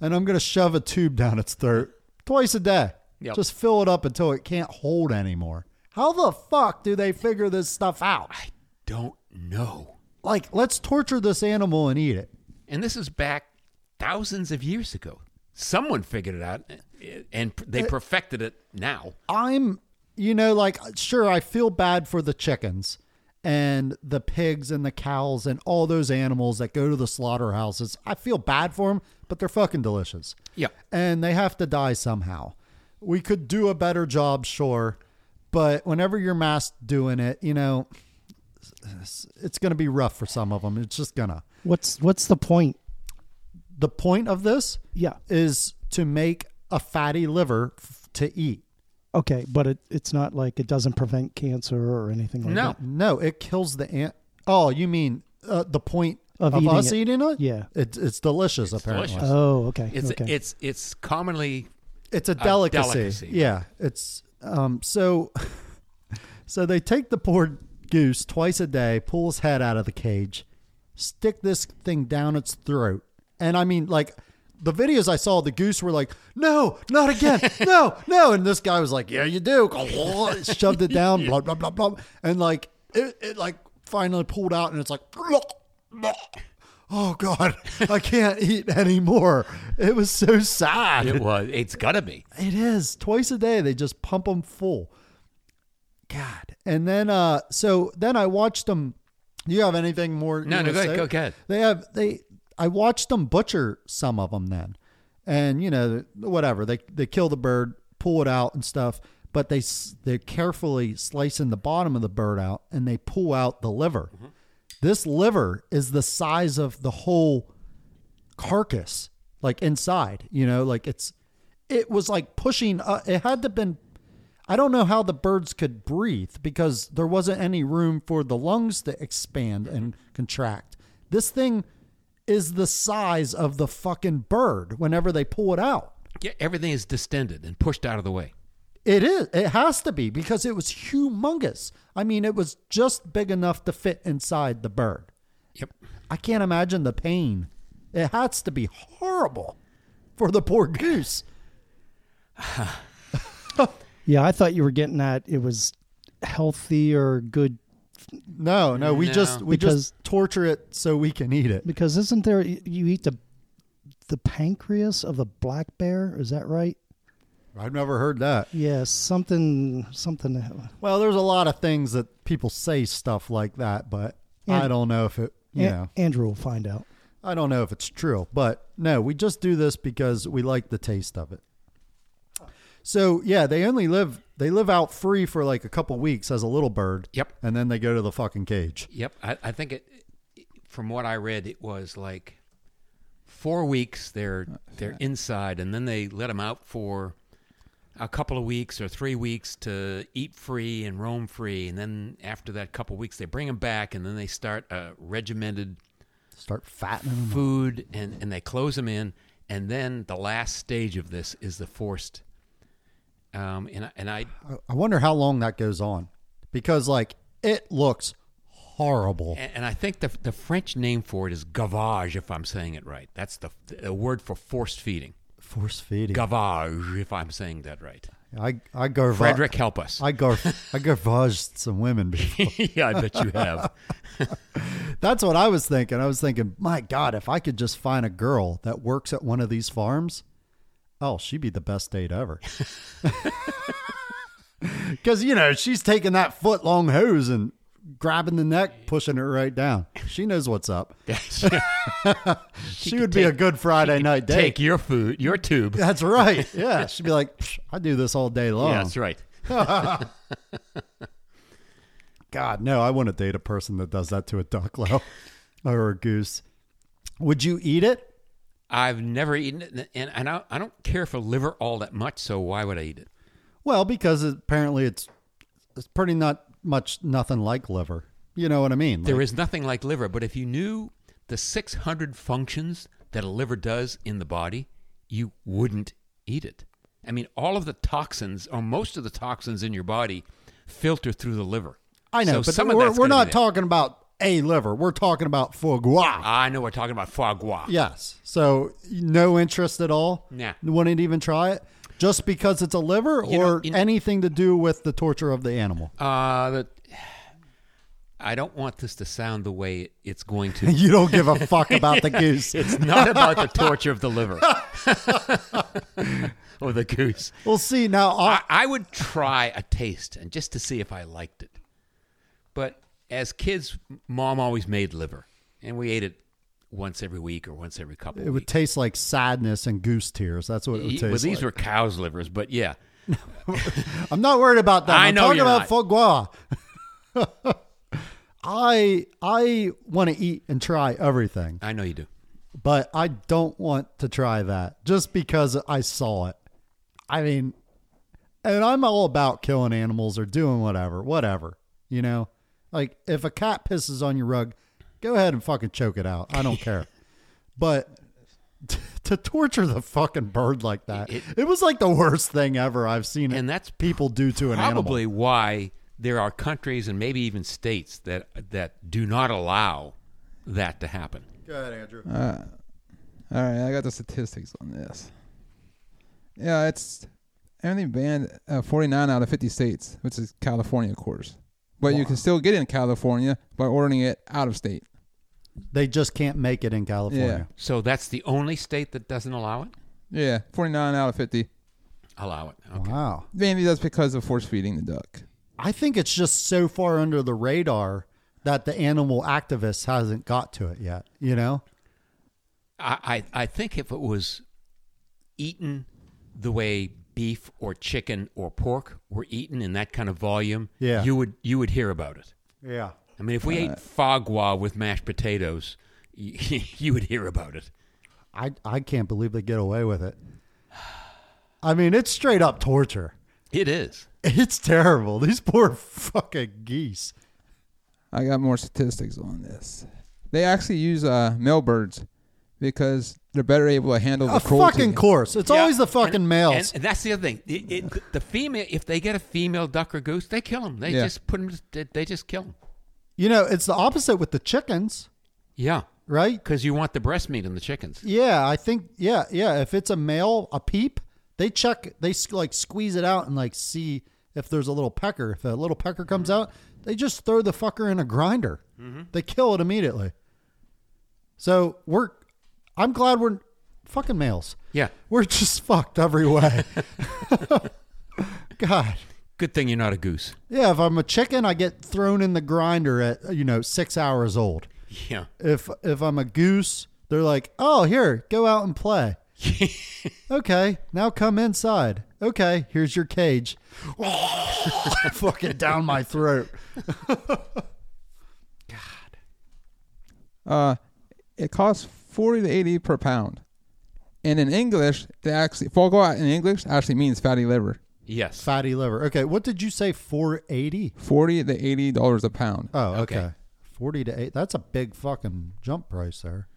[SPEAKER 2] and I'm going to shove a tube down its throat twice a day.
[SPEAKER 1] Yep.
[SPEAKER 2] Just fill it up until it can't hold anymore. How the fuck do they figure this stuff out?
[SPEAKER 1] I don't know.
[SPEAKER 2] Like, let's torture this animal and eat it.
[SPEAKER 1] and this is back thousands of years ago. Someone figured it out, and they perfected it now.
[SPEAKER 2] I'm, you know, like, sure, I feel bad for the chickens and the pigs and the cows and all those animals that go to the slaughterhouses. I feel bad for them, but they're fucking delicious.
[SPEAKER 1] Yeah.
[SPEAKER 2] And they have to die somehow. We could do a better job, sure, but whenever you're mass doing it, you know, it's, it's going to be rough for some of them. It's just going to.
[SPEAKER 4] What's what's the point?
[SPEAKER 2] The point of this
[SPEAKER 4] Yeah.
[SPEAKER 2] is to make a fatty liver f- to eat.
[SPEAKER 4] Okay, but it, it's not like it doesn't prevent cancer or anything like
[SPEAKER 1] No,
[SPEAKER 4] that.
[SPEAKER 2] No, it kills the ant. Oh, you mean uh, the point of,
[SPEAKER 4] Of eating
[SPEAKER 2] us
[SPEAKER 4] it.
[SPEAKER 2] eating it?
[SPEAKER 4] Yeah.
[SPEAKER 2] It, it's delicious, apparently.
[SPEAKER 1] delicious.
[SPEAKER 4] Oh, okay.
[SPEAKER 1] it's
[SPEAKER 4] okay.
[SPEAKER 1] it's it's commonly
[SPEAKER 2] It's a delicacy.
[SPEAKER 1] delicacy.
[SPEAKER 2] Yeah. It's um so so they take the poor goose twice a day, pull his head out of the cage, stick this thing down its throat. And I mean like the videos I saw, the goose were like, "No, not again! No, no!" And this guy was like, "Yeah, you do." Shoved it down, blah blah blah blah, and like it, it like finally pulled out, and it's like, "Oh God, I can't eat anymore." It was so sad.
[SPEAKER 1] it was. It's gotta be.
[SPEAKER 2] It is twice a day. They just pump them full. God. And then, uh, so then I watched them. Do you have anything more? you
[SPEAKER 1] No, no,
[SPEAKER 2] wanna
[SPEAKER 1] go ahead,
[SPEAKER 2] say?
[SPEAKER 1] go ahead.
[SPEAKER 2] They have they. I watched them butcher some of them then, and you know whatever they they kill the bird, pull it out and stuff. But they s- they're carefully slicing the bottom of the bird out, and they pull out the liver.
[SPEAKER 1] Mm-hmm.
[SPEAKER 2] This liver is the size of the whole carcass, like inside. You know, like it's it was like pushing. Uh, it had to been. I don't know how the birds could breathe because there wasn't any room for the lungs to expand and contract. This thing is the size of the fucking bird whenever they pull it out.
[SPEAKER 1] Yeah, everything is distended and pushed out of the way.
[SPEAKER 2] It is. It has to be because it was humongous. I mean, it was just big enough to fit inside the bird.
[SPEAKER 1] Yep.
[SPEAKER 2] I can't imagine the pain. It has to be horrible for the poor goose.
[SPEAKER 4] Yeah, I thought you were getting at it was healthy or good
[SPEAKER 2] No, no, we
[SPEAKER 1] No.
[SPEAKER 2] just we
[SPEAKER 4] Because-
[SPEAKER 2] just torture it so we can eat it.
[SPEAKER 4] because isn't there you you eat the the pancreas of the black bear? Is that right?
[SPEAKER 2] I've never heard that.
[SPEAKER 4] Yeah, something something. uh, to-
[SPEAKER 2] Well, there's a lot of things that people say stuff like that, but I
[SPEAKER 4] And-
[SPEAKER 2] don't know if it, you
[SPEAKER 4] An-
[SPEAKER 2] know,
[SPEAKER 4] Andrew will find out.
[SPEAKER 2] I don't know if it's true. But no, we just do this because we like the taste of it. So yeah, they only live they live out free for like a couple weeks as a little bird.
[SPEAKER 1] Yep.
[SPEAKER 2] and then they go to the fucking cage.
[SPEAKER 1] Yep. I, I think it, from what I read, it was like four weeks they're
[SPEAKER 2] Uh,
[SPEAKER 1] they're inside, and then they let them out for a couple of weeks or three weeks to eat free and roam free, and then after that couple of weeks they bring them back, and then they start a regimented
[SPEAKER 2] Start fattening them.
[SPEAKER 1] food, and and they close them in, and then the last stage of this is the forced. Um, and I- and I
[SPEAKER 2] I- I wonder how long that goes on, because like it looks horrible.
[SPEAKER 1] And, and I think the the French name for it is gavage, if I'm saying it right. That's the, the word for forced feeding.
[SPEAKER 2] Force feeding.
[SPEAKER 1] Gavage, if I'm saying that right.
[SPEAKER 2] I I garva-
[SPEAKER 1] Frederick, help us.
[SPEAKER 2] I gar I garvaged some women. before.
[SPEAKER 1] yeah, I bet you have.
[SPEAKER 2] That's what I was thinking. I was thinking, my God, if I could just find a girl that works at one of these farms, oh, she'd be the best date ever. Because you know she's taking that foot long hose and grabbing the neck, pushing it right down. She knows what's up. She, would be a good Friday night date.
[SPEAKER 1] Take your food, your tube. Yeah,
[SPEAKER 2] That's right. Yeah. She'd be like, "Psh, I do this all day long.
[SPEAKER 1] that's right.
[SPEAKER 2] God, no, I want to date a person that does that to a duck, Lo, or a goose. Would you eat it?
[SPEAKER 1] I've never eaten it, and, and I, I don't care for liver all that much, so why would I eat it?
[SPEAKER 2] Well, because it- apparently it's it's pretty not much nothing like liver. You know what I mean?
[SPEAKER 1] There is nothing like liver, but if you knew the 600 functions that a liver does in the body, you wouldn't eat it. I mean, all of the toxins, or most of the toxins in your body, filter through the liver.
[SPEAKER 2] I know,
[SPEAKER 1] So
[SPEAKER 2] but
[SPEAKER 1] some of
[SPEAKER 2] we're,
[SPEAKER 1] that's
[SPEAKER 2] we're
[SPEAKER 1] gonna
[SPEAKER 2] not
[SPEAKER 1] be Ah. there.
[SPEAKER 2] talking about a liver. We're talking about foie gras.
[SPEAKER 1] I know we're talking about foie gras.
[SPEAKER 2] Yes. So no interest at all.
[SPEAKER 1] Nah.
[SPEAKER 2] Wouldn't even try it just because it's a liver
[SPEAKER 1] You know-
[SPEAKER 2] or
[SPEAKER 1] you know-
[SPEAKER 2] anything to do with the torture of the animal.
[SPEAKER 1] Uh, the, I don't want this to sound the way it's going to.
[SPEAKER 2] You don't give a fuck about the goose.
[SPEAKER 1] it's not about the torture of the liver or the goose.
[SPEAKER 2] We'll see. Now, I,
[SPEAKER 1] I, I would try a taste and just to see if I liked it. But as kids, mom always made liver, and we ate it once every week or once every couple.
[SPEAKER 2] it would
[SPEAKER 1] weeks.
[SPEAKER 2] taste like sadness and goose tears. That's what it would taste
[SPEAKER 1] well, these
[SPEAKER 2] like.
[SPEAKER 1] were cows' livers, but yeah,
[SPEAKER 2] I'm not worried about that.
[SPEAKER 1] I
[SPEAKER 2] I'm
[SPEAKER 1] know
[SPEAKER 2] talking
[SPEAKER 1] you're
[SPEAKER 2] about
[SPEAKER 1] not.
[SPEAKER 2] foie gras. I I want to eat and try everything,
[SPEAKER 1] I know you do.
[SPEAKER 2] but I don't want to try that just because I saw it. I mean, and I'm all about killing animals or doing whatever, whatever. You know, like if a cat pisses on your rug, go ahead and fucking choke it out. I don't care. But t- to torture the fucking bird like that, it,
[SPEAKER 1] It-
[SPEAKER 2] was like the worst thing ever I've seen.
[SPEAKER 1] And that's
[SPEAKER 2] people do to an animal.
[SPEAKER 1] Probably why there are countries and maybe even states that that do not allow that to happen.
[SPEAKER 2] Go ahead, Andrew.
[SPEAKER 3] Uh, all right, I got the statistics on this. Yeah, it's everything banned uh, 49 out of 50 states, which is California, of course. But you can still get it in California by ordering it out of state.
[SPEAKER 2] They just can't make it in California.
[SPEAKER 1] So that's the only state that doesn't allow it.
[SPEAKER 3] Yeah, 49 out of 50.
[SPEAKER 1] Allow it. Okay.
[SPEAKER 2] Wow.
[SPEAKER 3] Maybe that's because of force feeding the duck.
[SPEAKER 2] I think it's just so far under the radar that the animal activist hasn't got to it yet, you know?
[SPEAKER 1] I, I I think if it was eaten the way beef or chicken or pork were eaten in that kind of volume,
[SPEAKER 2] Yeah. Uh,
[SPEAKER 1] you would you would hear about it.
[SPEAKER 2] Yeah.
[SPEAKER 1] I mean, if we ate foie gras with mashed potatoes, you, you would hear about it.
[SPEAKER 2] I I can't believe they get away with it. I mean, it's straight up torture.
[SPEAKER 1] It is.
[SPEAKER 2] It's terrible. These poor fucking geese.
[SPEAKER 3] I got more statistics on this. They actually use uh, male birds because they're better able to handle the
[SPEAKER 2] A
[SPEAKER 3] cruelty.
[SPEAKER 2] fucking course. It's always the fucking
[SPEAKER 1] and,
[SPEAKER 2] males.
[SPEAKER 1] And that's the other thing. It- it- the female, if they get a female duck or goose, they kill them. They
[SPEAKER 3] Yeah.
[SPEAKER 1] just put them. They just kill them.
[SPEAKER 2] you know, it's the opposite with the chickens,
[SPEAKER 1] Yeah,
[SPEAKER 2] right?
[SPEAKER 1] because you want the breast meat in the chickens.
[SPEAKER 2] Yeah, I think yeah, yeah. If it's a male, a peep, they check, they s- like squeeze it out and like see if there's a little pecker. If a little pecker comes out, they just throw the fucker in a grinder. They kill it immediately. So we're, I'm glad we're fucking males.
[SPEAKER 1] Yeah.
[SPEAKER 2] we're just fucked every way. God.
[SPEAKER 1] Good thing you're not a goose.
[SPEAKER 2] Yeah, if I'm a chicken, I get thrown in the grinder at you know six hours old.
[SPEAKER 1] Yeah.
[SPEAKER 2] If if I'm a goose, they're like, oh here, go out and play. Okay, now come inside. Okay, here's your cage. Fucking down my throat.
[SPEAKER 3] Uh, it costs forty to eighty per pound, and in English, they actually foie gras in English actually means fatty liver.
[SPEAKER 1] yes.
[SPEAKER 2] Fatty liver. Okay, what did you say? Four eighty.
[SPEAKER 3] Forty to eighty dollars a pound.
[SPEAKER 2] Oh, okay.
[SPEAKER 1] Okay.
[SPEAKER 2] Forty to eight. That's a big fucking jump price there.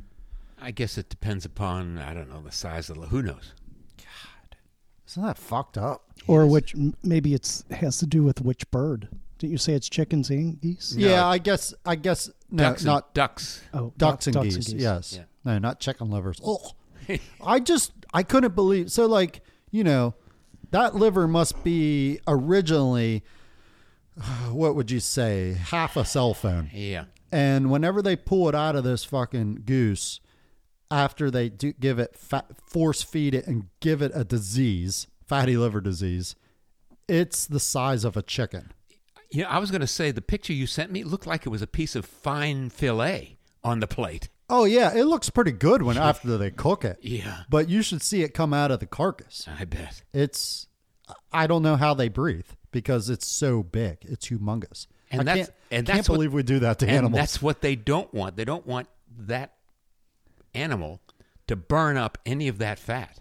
[SPEAKER 1] I guess it depends upon I don't know the size of the who knows.
[SPEAKER 2] Isn't that fucked up?
[SPEAKER 4] Or which m- maybe it's has to do with which bird. Didn't you say it's chickens and geese?
[SPEAKER 2] Yeah, I guess. I guess no,
[SPEAKER 1] Ducks and-
[SPEAKER 2] not
[SPEAKER 1] ducks.
[SPEAKER 4] Oh,
[SPEAKER 2] ducks,
[SPEAKER 4] duck-
[SPEAKER 2] and, geese, Yes.
[SPEAKER 1] Yeah.
[SPEAKER 2] No, not chicken livers. Oh, I just I couldn't believe. So like you know, that liver must be originally what would you say half a cell phone.
[SPEAKER 1] Yeah.
[SPEAKER 2] And whenever they pull it out of this fucking goose, after they do give it fat, force feed it and give it a disease, fatty liver disease, it's the size of a chicken.
[SPEAKER 1] You know, I was going to say the picture you sent me looked like it was a piece of fine fillet on the plate.
[SPEAKER 2] Oh yeah, it looks pretty good when after they cook it.
[SPEAKER 1] Yeah.
[SPEAKER 2] But you should see it come out of the carcass.
[SPEAKER 1] I bet.
[SPEAKER 2] It's I don't know how they breathe because it's so big. It's humongous.
[SPEAKER 1] And
[SPEAKER 2] I
[SPEAKER 1] that's-
[SPEAKER 2] can't,
[SPEAKER 1] and
[SPEAKER 2] can't
[SPEAKER 1] that's what-
[SPEAKER 2] believe we do that to
[SPEAKER 1] And
[SPEAKER 2] animals.
[SPEAKER 1] that's what they don't want. They don't want that animal to burn up any of that fat.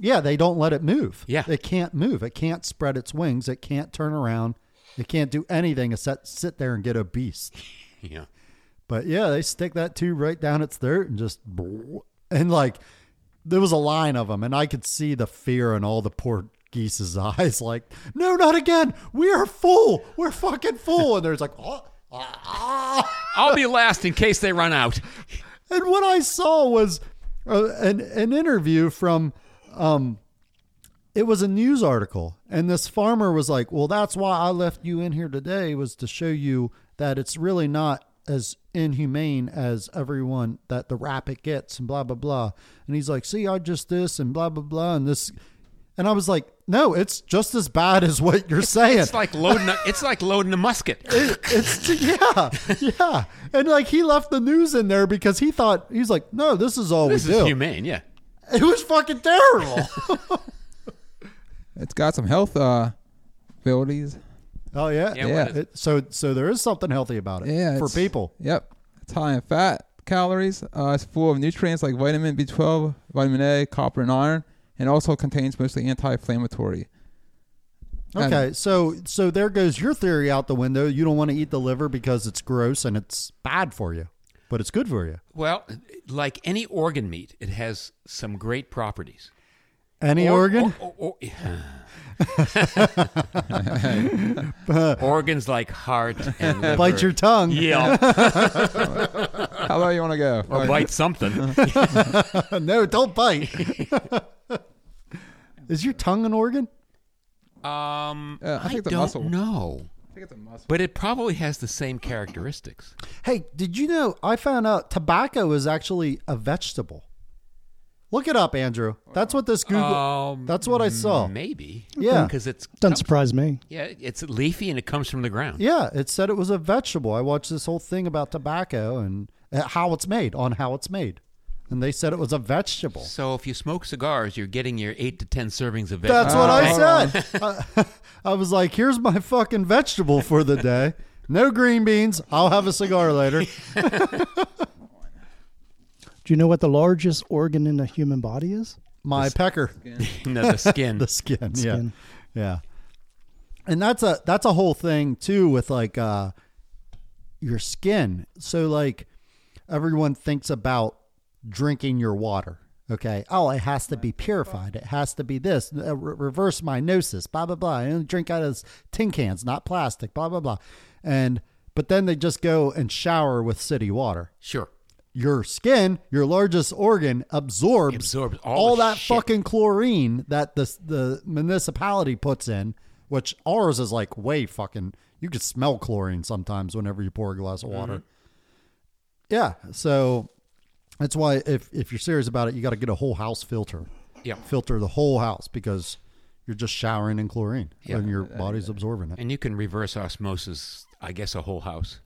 [SPEAKER 2] yeah, they don't let it move.
[SPEAKER 1] Yeah.
[SPEAKER 2] it can't move. It can't spread its wings. It can't turn around. It can't do anything except sit there and get obese.
[SPEAKER 1] Yeah.
[SPEAKER 2] But yeah, they stick that tube right down its throat and just and like there was a line of them, and I could see the fear in all the poor geese's eyes. Like, no, not again. We are full. We're fucking full. And there's like, oh, ah, ah.
[SPEAKER 1] I'll be last in case they run out.
[SPEAKER 2] And what I saw was uh, an an interview from um it was a news article and this farmer was like, "Well, that's why I left you in here today was to show you that it's really not as inhumane as everyone that the rap it gets and blah blah blah." And he's like, "See, I just this and blah blah blah and this." And I was like, "No, it's just as bad as what you're saying."
[SPEAKER 1] It's like loading. A, it's like loading a musket.
[SPEAKER 2] it's yeah, yeah. And like he left the news in there because he thought he's like, no, this is all
[SPEAKER 1] This
[SPEAKER 2] we
[SPEAKER 1] is
[SPEAKER 2] do.
[SPEAKER 1] humane. Yeah.
[SPEAKER 2] It was fucking terrible.
[SPEAKER 3] It's got some health uh, abilities.
[SPEAKER 2] oh yeah,
[SPEAKER 1] Yeah,
[SPEAKER 3] Yeah.
[SPEAKER 1] what is-
[SPEAKER 2] It- so so there is something healthy about it
[SPEAKER 3] Yeah,
[SPEAKER 2] for
[SPEAKER 3] it's-
[SPEAKER 2] people.
[SPEAKER 3] Yep. It's high in fat, calories. Uh, it's full of nutrients like vitamin B12, vitamin A, copper, and iron, and also contains mostly anti-inflammatory. And-
[SPEAKER 2] Okay, so so there goes your theory out the window. You don't want to eat the liver because it's gross and it's bad for you, but it's good for you.
[SPEAKER 1] Well, like any organ meat, it has some great properties.
[SPEAKER 2] Any
[SPEAKER 1] Or-
[SPEAKER 2] organ?
[SPEAKER 1] or- or- or- Organs like heart and liver.
[SPEAKER 2] Bite your tongue.
[SPEAKER 1] yeah,
[SPEAKER 3] How low you want to go?
[SPEAKER 1] or bite something.
[SPEAKER 2] no, don't bite. is your tongue an organ?
[SPEAKER 1] Um,
[SPEAKER 3] Uh, I
[SPEAKER 1] I,
[SPEAKER 3] think the
[SPEAKER 1] don't
[SPEAKER 3] muscle.
[SPEAKER 1] know,
[SPEAKER 3] I think it's a muscle.
[SPEAKER 1] but it probably has the same characteristics.
[SPEAKER 2] Hey, did you know I found out tobacco is actually a vegetable? Look it up, Andrew. That's what this Google.
[SPEAKER 1] Um,
[SPEAKER 2] that's what I saw.
[SPEAKER 1] Maybe,
[SPEAKER 2] Yeah.
[SPEAKER 1] because it's
[SPEAKER 4] Doesn't surprise me.
[SPEAKER 1] yeah, it's leafy and it comes from the ground.
[SPEAKER 2] Yeah, it said it was a vegetable. I watched this whole thing about tobacco and uh, how it's made, on how it's made. and they said it was a vegetable.
[SPEAKER 1] So if you smoke cigars, you're getting your eight to ten servings of vegetables.
[SPEAKER 2] That's what I
[SPEAKER 3] Oh.
[SPEAKER 2] said. I, I was like, here's my fucking vegetable for the day. No green beans. I'll have a cigar later.
[SPEAKER 4] Do you know what the largest organ in the human body is?
[SPEAKER 2] My pecker.
[SPEAKER 1] no, uh, the skin.
[SPEAKER 2] the skin.
[SPEAKER 4] Skin.
[SPEAKER 2] Yeah. Yeah. And that's a that's a whole thing too with like uh your skin. So like everyone thinks about drinking your water. Okay. Oh, it has to be purified. It has to be this uh, re- reverse meiosis. Blah blah blah. And drink out of tin cans, not plastic. Blah blah blah. And but then they just go and shower with city water.
[SPEAKER 1] sure.
[SPEAKER 2] Your skin, your largest organ, absorbs,
[SPEAKER 1] Absorbs all the
[SPEAKER 2] that
[SPEAKER 1] shit.
[SPEAKER 2] fucking chlorine that the the municipality puts in, which ours is like way fucking. You could smell chlorine sometimes whenever you pour a glass of water.
[SPEAKER 1] Mm-hmm.
[SPEAKER 2] Yeah, so that's why if if you're serious about it, you got to get a whole house filter.
[SPEAKER 1] Yeah.
[SPEAKER 2] filter the whole house because you're just showering in chlorine
[SPEAKER 1] Yeah. Uh,
[SPEAKER 2] and your body's absorbing it.
[SPEAKER 1] And you can reverse osmosis, I guess, a whole house.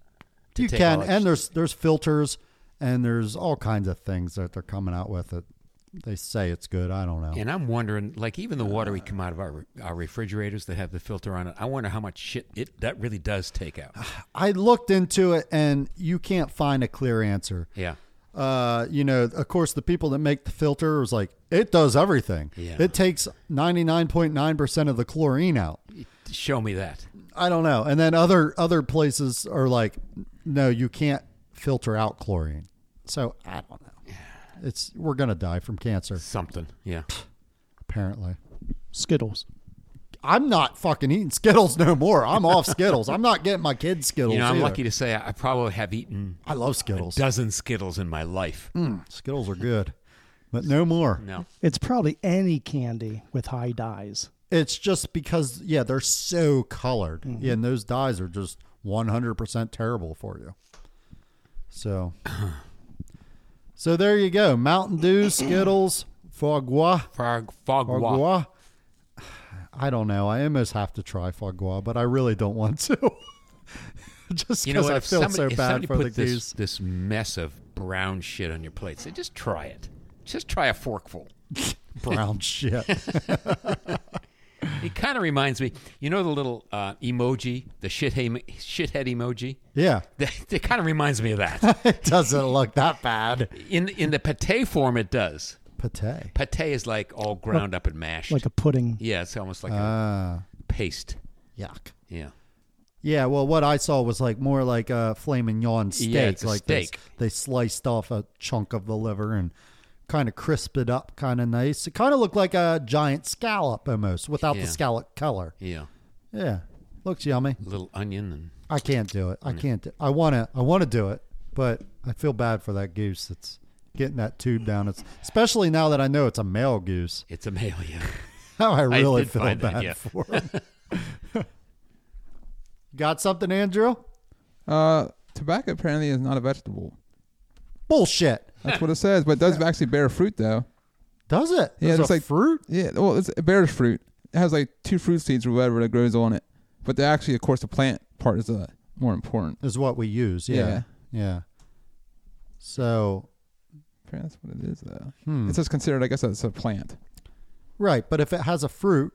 [SPEAKER 1] to
[SPEAKER 2] You
[SPEAKER 1] take
[SPEAKER 2] can,
[SPEAKER 1] all that
[SPEAKER 2] and there's there's filters and there's all kinds of things that they're coming out with that they say it's good. I don't know.
[SPEAKER 1] And I'm wondering, like even the water
[SPEAKER 2] Uh.
[SPEAKER 1] we come out of our our refrigerators that have the filter on it, I wonder how much shit it that really does take out.
[SPEAKER 2] I looked into it and you can't find a clear answer.
[SPEAKER 1] Yeah,
[SPEAKER 2] Uh, you know, of course, the people that make the filter was like, it does everything.
[SPEAKER 1] Yeah.
[SPEAKER 2] It takes 99.9% of the chlorine out.
[SPEAKER 1] show me that.
[SPEAKER 2] I don't know. And then other other places are like, no, you can't filter out chlorine. So I don't know. It's we're gonna die from cancer
[SPEAKER 1] Something. Yeah.
[SPEAKER 2] apparently.
[SPEAKER 4] Skittles.
[SPEAKER 2] I'm not fucking eating Skittles no more. I'm off Skittles. I'm not getting my kids Skittles.
[SPEAKER 1] You know, I'm
[SPEAKER 2] either.
[SPEAKER 1] lucky to say I I probably have eaten
[SPEAKER 2] I love Skittles. Hmm,
[SPEAKER 1] dozen Skittles in my life.
[SPEAKER 2] Mm. Skittles are good, but no more.
[SPEAKER 1] No.
[SPEAKER 4] It's probably any candy with high dyes.
[SPEAKER 2] It's just because yeah, they're so colored,
[SPEAKER 1] Mm-hmm.
[SPEAKER 2] yeah, and those dyes are just 100% terrible for you. So, so there you go. Mountain Dew, Skittles, foie gras,
[SPEAKER 1] Fog, fog
[SPEAKER 2] foie
[SPEAKER 1] wa-
[SPEAKER 2] gras. I don't know. I almost have to try foie gras, but I really don't want to. just because
[SPEAKER 1] You know what?
[SPEAKER 2] I
[SPEAKER 1] If
[SPEAKER 2] feel
[SPEAKER 1] somebody,
[SPEAKER 2] so
[SPEAKER 1] if
[SPEAKER 2] bad
[SPEAKER 1] somebody
[SPEAKER 2] for the
[SPEAKER 1] put this
[SPEAKER 2] goose.
[SPEAKER 1] this mess of brown shit on your plate, say just try it. Just try a forkful.
[SPEAKER 2] brown shit.
[SPEAKER 1] It kind of reminds me, you know, the little uh, emoji, the shithead shithead emoji.
[SPEAKER 2] Yeah,
[SPEAKER 1] That, that kind of reminds me of that.
[SPEAKER 2] it doesn't look that bad.
[SPEAKER 1] in in the pate form, it does.
[SPEAKER 2] Pate.
[SPEAKER 1] Pate is like all ground up and mashed.
[SPEAKER 4] like a pudding.
[SPEAKER 1] yeah, it's almost like
[SPEAKER 2] Ah,
[SPEAKER 1] a paste.
[SPEAKER 2] yuck.
[SPEAKER 1] Yeah.
[SPEAKER 2] Yeah, well, what I saw was like more like a flame and yawn steak.
[SPEAKER 1] Yeah, it's a
[SPEAKER 2] like this-
[SPEAKER 1] steak.
[SPEAKER 2] They, sliced off a chunk of the liver and kind of crisped it up, kind of nice. It kind of looked like a giant scallop almost, without
[SPEAKER 1] Yeah.
[SPEAKER 2] the scallop color.
[SPEAKER 1] Yeah.
[SPEAKER 2] Yeah, looks yummy.
[SPEAKER 1] little onion and
[SPEAKER 2] I can't do it. I can't. Do, I want to. I want to do it, but I feel bad for that goose that's getting that tube down. It's especially now that I know it's a male goose.
[SPEAKER 1] it's a male. Yeah.
[SPEAKER 2] How I really
[SPEAKER 1] did
[SPEAKER 2] feel
[SPEAKER 1] find
[SPEAKER 2] bad
[SPEAKER 1] that, yeah.
[SPEAKER 2] for him. Got something, Andrew?
[SPEAKER 3] Uh, tobacco apparently is not a vegetable.
[SPEAKER 2] Bullshit.
[SPEAKER 3] That's what it says, but it does actually bear fruit though.
[SPEAKER 2] Does it?
[SPEAKER 3] Yeah,
[SPEAKER 2] There's
[SPEAKER 3] it's
[SPEAKER 2] a
[SPEAKER 3] like-
[SPEAKER 2] fruit.
[SPEAKER 3] Yeah, well, it's, it bears fruit. It has like two fruit seeds or whatever that grows on it. But the, actually, of course, the plant part is uh, more important.
[SPEAKER 2] Is what we use. Yeah. Yeah.
[SPEAKER 3] Yeah.
[SPEAKER 2] So
[SPEAKER 3] Apparently, that's what it is though.
[SPEAKER 2] hmm.
[SPEAKER 3] It's just considered, I guess, it's a plant.
[SPEAKER 2] right, but if it has a fruit,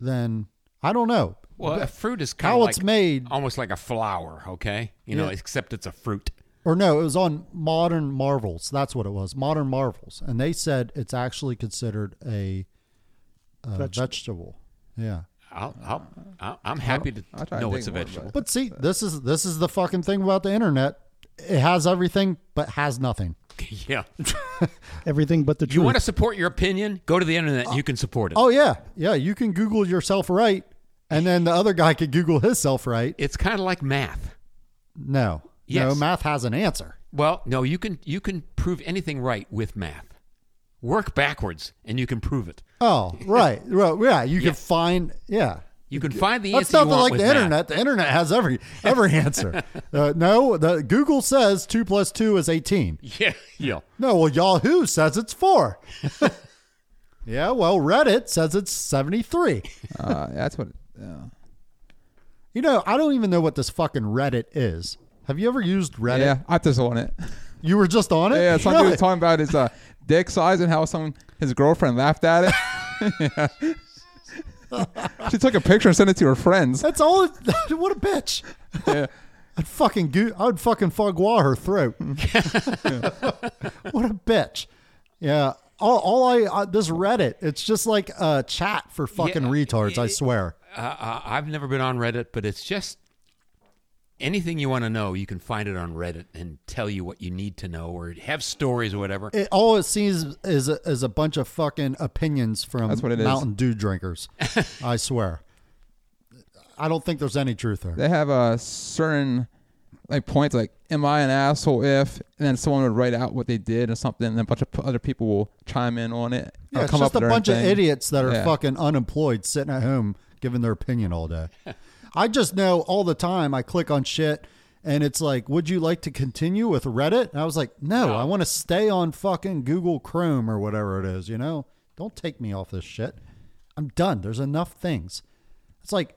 [SPEAKER 2] then I don't know
[SPEAKER 1] Well, a fruit is kind
[SPEAKER 2] how
[SPEAKER 1] of like,
[SPEAKER 2] it's made.
[SPEAKER 1] almost like a flower. Okay. You know,
[SPEAKER 2] Yeah.
[SPEAKER 1] except it's a fruit.
[SPEAKER 2] Or no, it was on Modern Marvels. That's what it was. Modern Marvels, and they said it's actually considered a, uh
[SPEAKER 4] Vegetable.
[SPEAKER 2] vegetable. Yeah.
[SPEAKER 1] I'll, I'll, I'll, I'm happy to
[SPEAKER 3] I'll try to
[SPEAKER 1] know
[SPEAKER 3] dig
[SPEAKER 1] it's a
[SPEAKER 3] more about
[SPEAKER 1] vegetable.
[SPEAKER 3] it.
[SPEAKER 2] But see, this is this is the fucking thing about the internet. It has everything, but has nothing.
[SPEAKER 1] yeah.
[SPEAKER 4] Everything but the
[SPEAKER 1] You
[SPEAKER 4] truth.
[SPEAKER 1] want to support your opinion? Go to the internet. you can support it.
[SPEAKER 2] Oh yeah, yeah. You can Google yourself right, and then the other guy could Google his self right.
[SPEAKER 1] It's kind of like math.
[SPEAKER 2] No, no.
[SPEAKER 1] Yes.
[SPEAKER 2] Math has an answer.
[SPEAKER 1] Well, no, you can you can prove anything right with math. Work backwards, and you can prove it.
[SPEAKER 2] Oh, right, right. Yeah, you
[SPEAKER 1] Yeah.
[SPEAKER 2] can find. Yeah,
[SPEAKER 1] You can find the
[SPEAKER 2] that's
[SPEAKER 1] answer you
[SPEAKER 2] nothing
[SPEAKER 1] want
[SPEAKER 2] like
[SPEAKER 1] with
[SPEAKER 2] the
[SPEAKER 1] math.
[SPEAKER 2] internet. The internet has every every answer. uh, no, the Google says two plus two is eighteen.
[SPEAKER 1] Yeah, yeah.
[SPEAKER 2] No, well Yahoo says it's four. yeah, well Reddit says it's seventy three.
[SPEAKER 3] uh, that's what. Uh,
[SPEAKER 2] You know, I don't even know what this fucking Reddit is. Have you ever used Reddit?
[SPEAKER 3] yeah, I just want it.
[SPEAKER 2] You were just on it?
[SPEAKER 3] Yeah, some dude
[SPEAKER 2] Really?
[SPEAKER 3] was talking about his uh, dick size and how some his girlfriend laughed at it. Yeah. she took a picture and sent it to her friends.
[SPEAKER 2] That's all. It, what a bitch.
[SPEAKER 3] Yeah.
[SPEAKER 2] I'd fucking go- I'd fucking fogwa her throat. what a bitch. Yeah. All, all I, I this Reddit, it's just like a chat for fucking
[SPEAKER 1] Yeah,
[SPEAKER 2] retards. I
[SPEAKER 1] it-
[SPEAKER 2] swear.
[SPEAKER 1] Uh, I- I've never been on Reddit, but it's just anything you want to know, you can find it on Reddit and tell you what you need to know or have stories or whatever.
[SPEAKER 2] It, all it sees is a, is a bunch of fucking opinions from
[SPEAKER 3] That's what it is.
[SPEAKER 2] Mountain Dew drinkers. I swear. I don't think there's any truth there.
[SPEAKER 3] They have a certain like points like, "Am I an asshole?" If and then someone would write out what they did or something, and a bunch of p- other people will chime in on it. or
[SPEAKER 2] Yeah, it's
[SPEAKER 3] come
[SPEAKER 2] just a
[SPEAKER 3] up with their own
[SPEAKER 2] bunch of
[SPEAKER 3] thing.
[SPEAKER 2] idiots that are
[SPEAKER 3] Yeah.
[SPEAKER 2] fucking unemployed sitting at home giving their opinion all day. I just know all the time I click on shit and it's like, would you like to continue with Reddit? And I was like, no, I want to stay on fucking Google Chrome or whatever it is, you know? Don't take me off this shit. I'm done. There's enough things. It's like,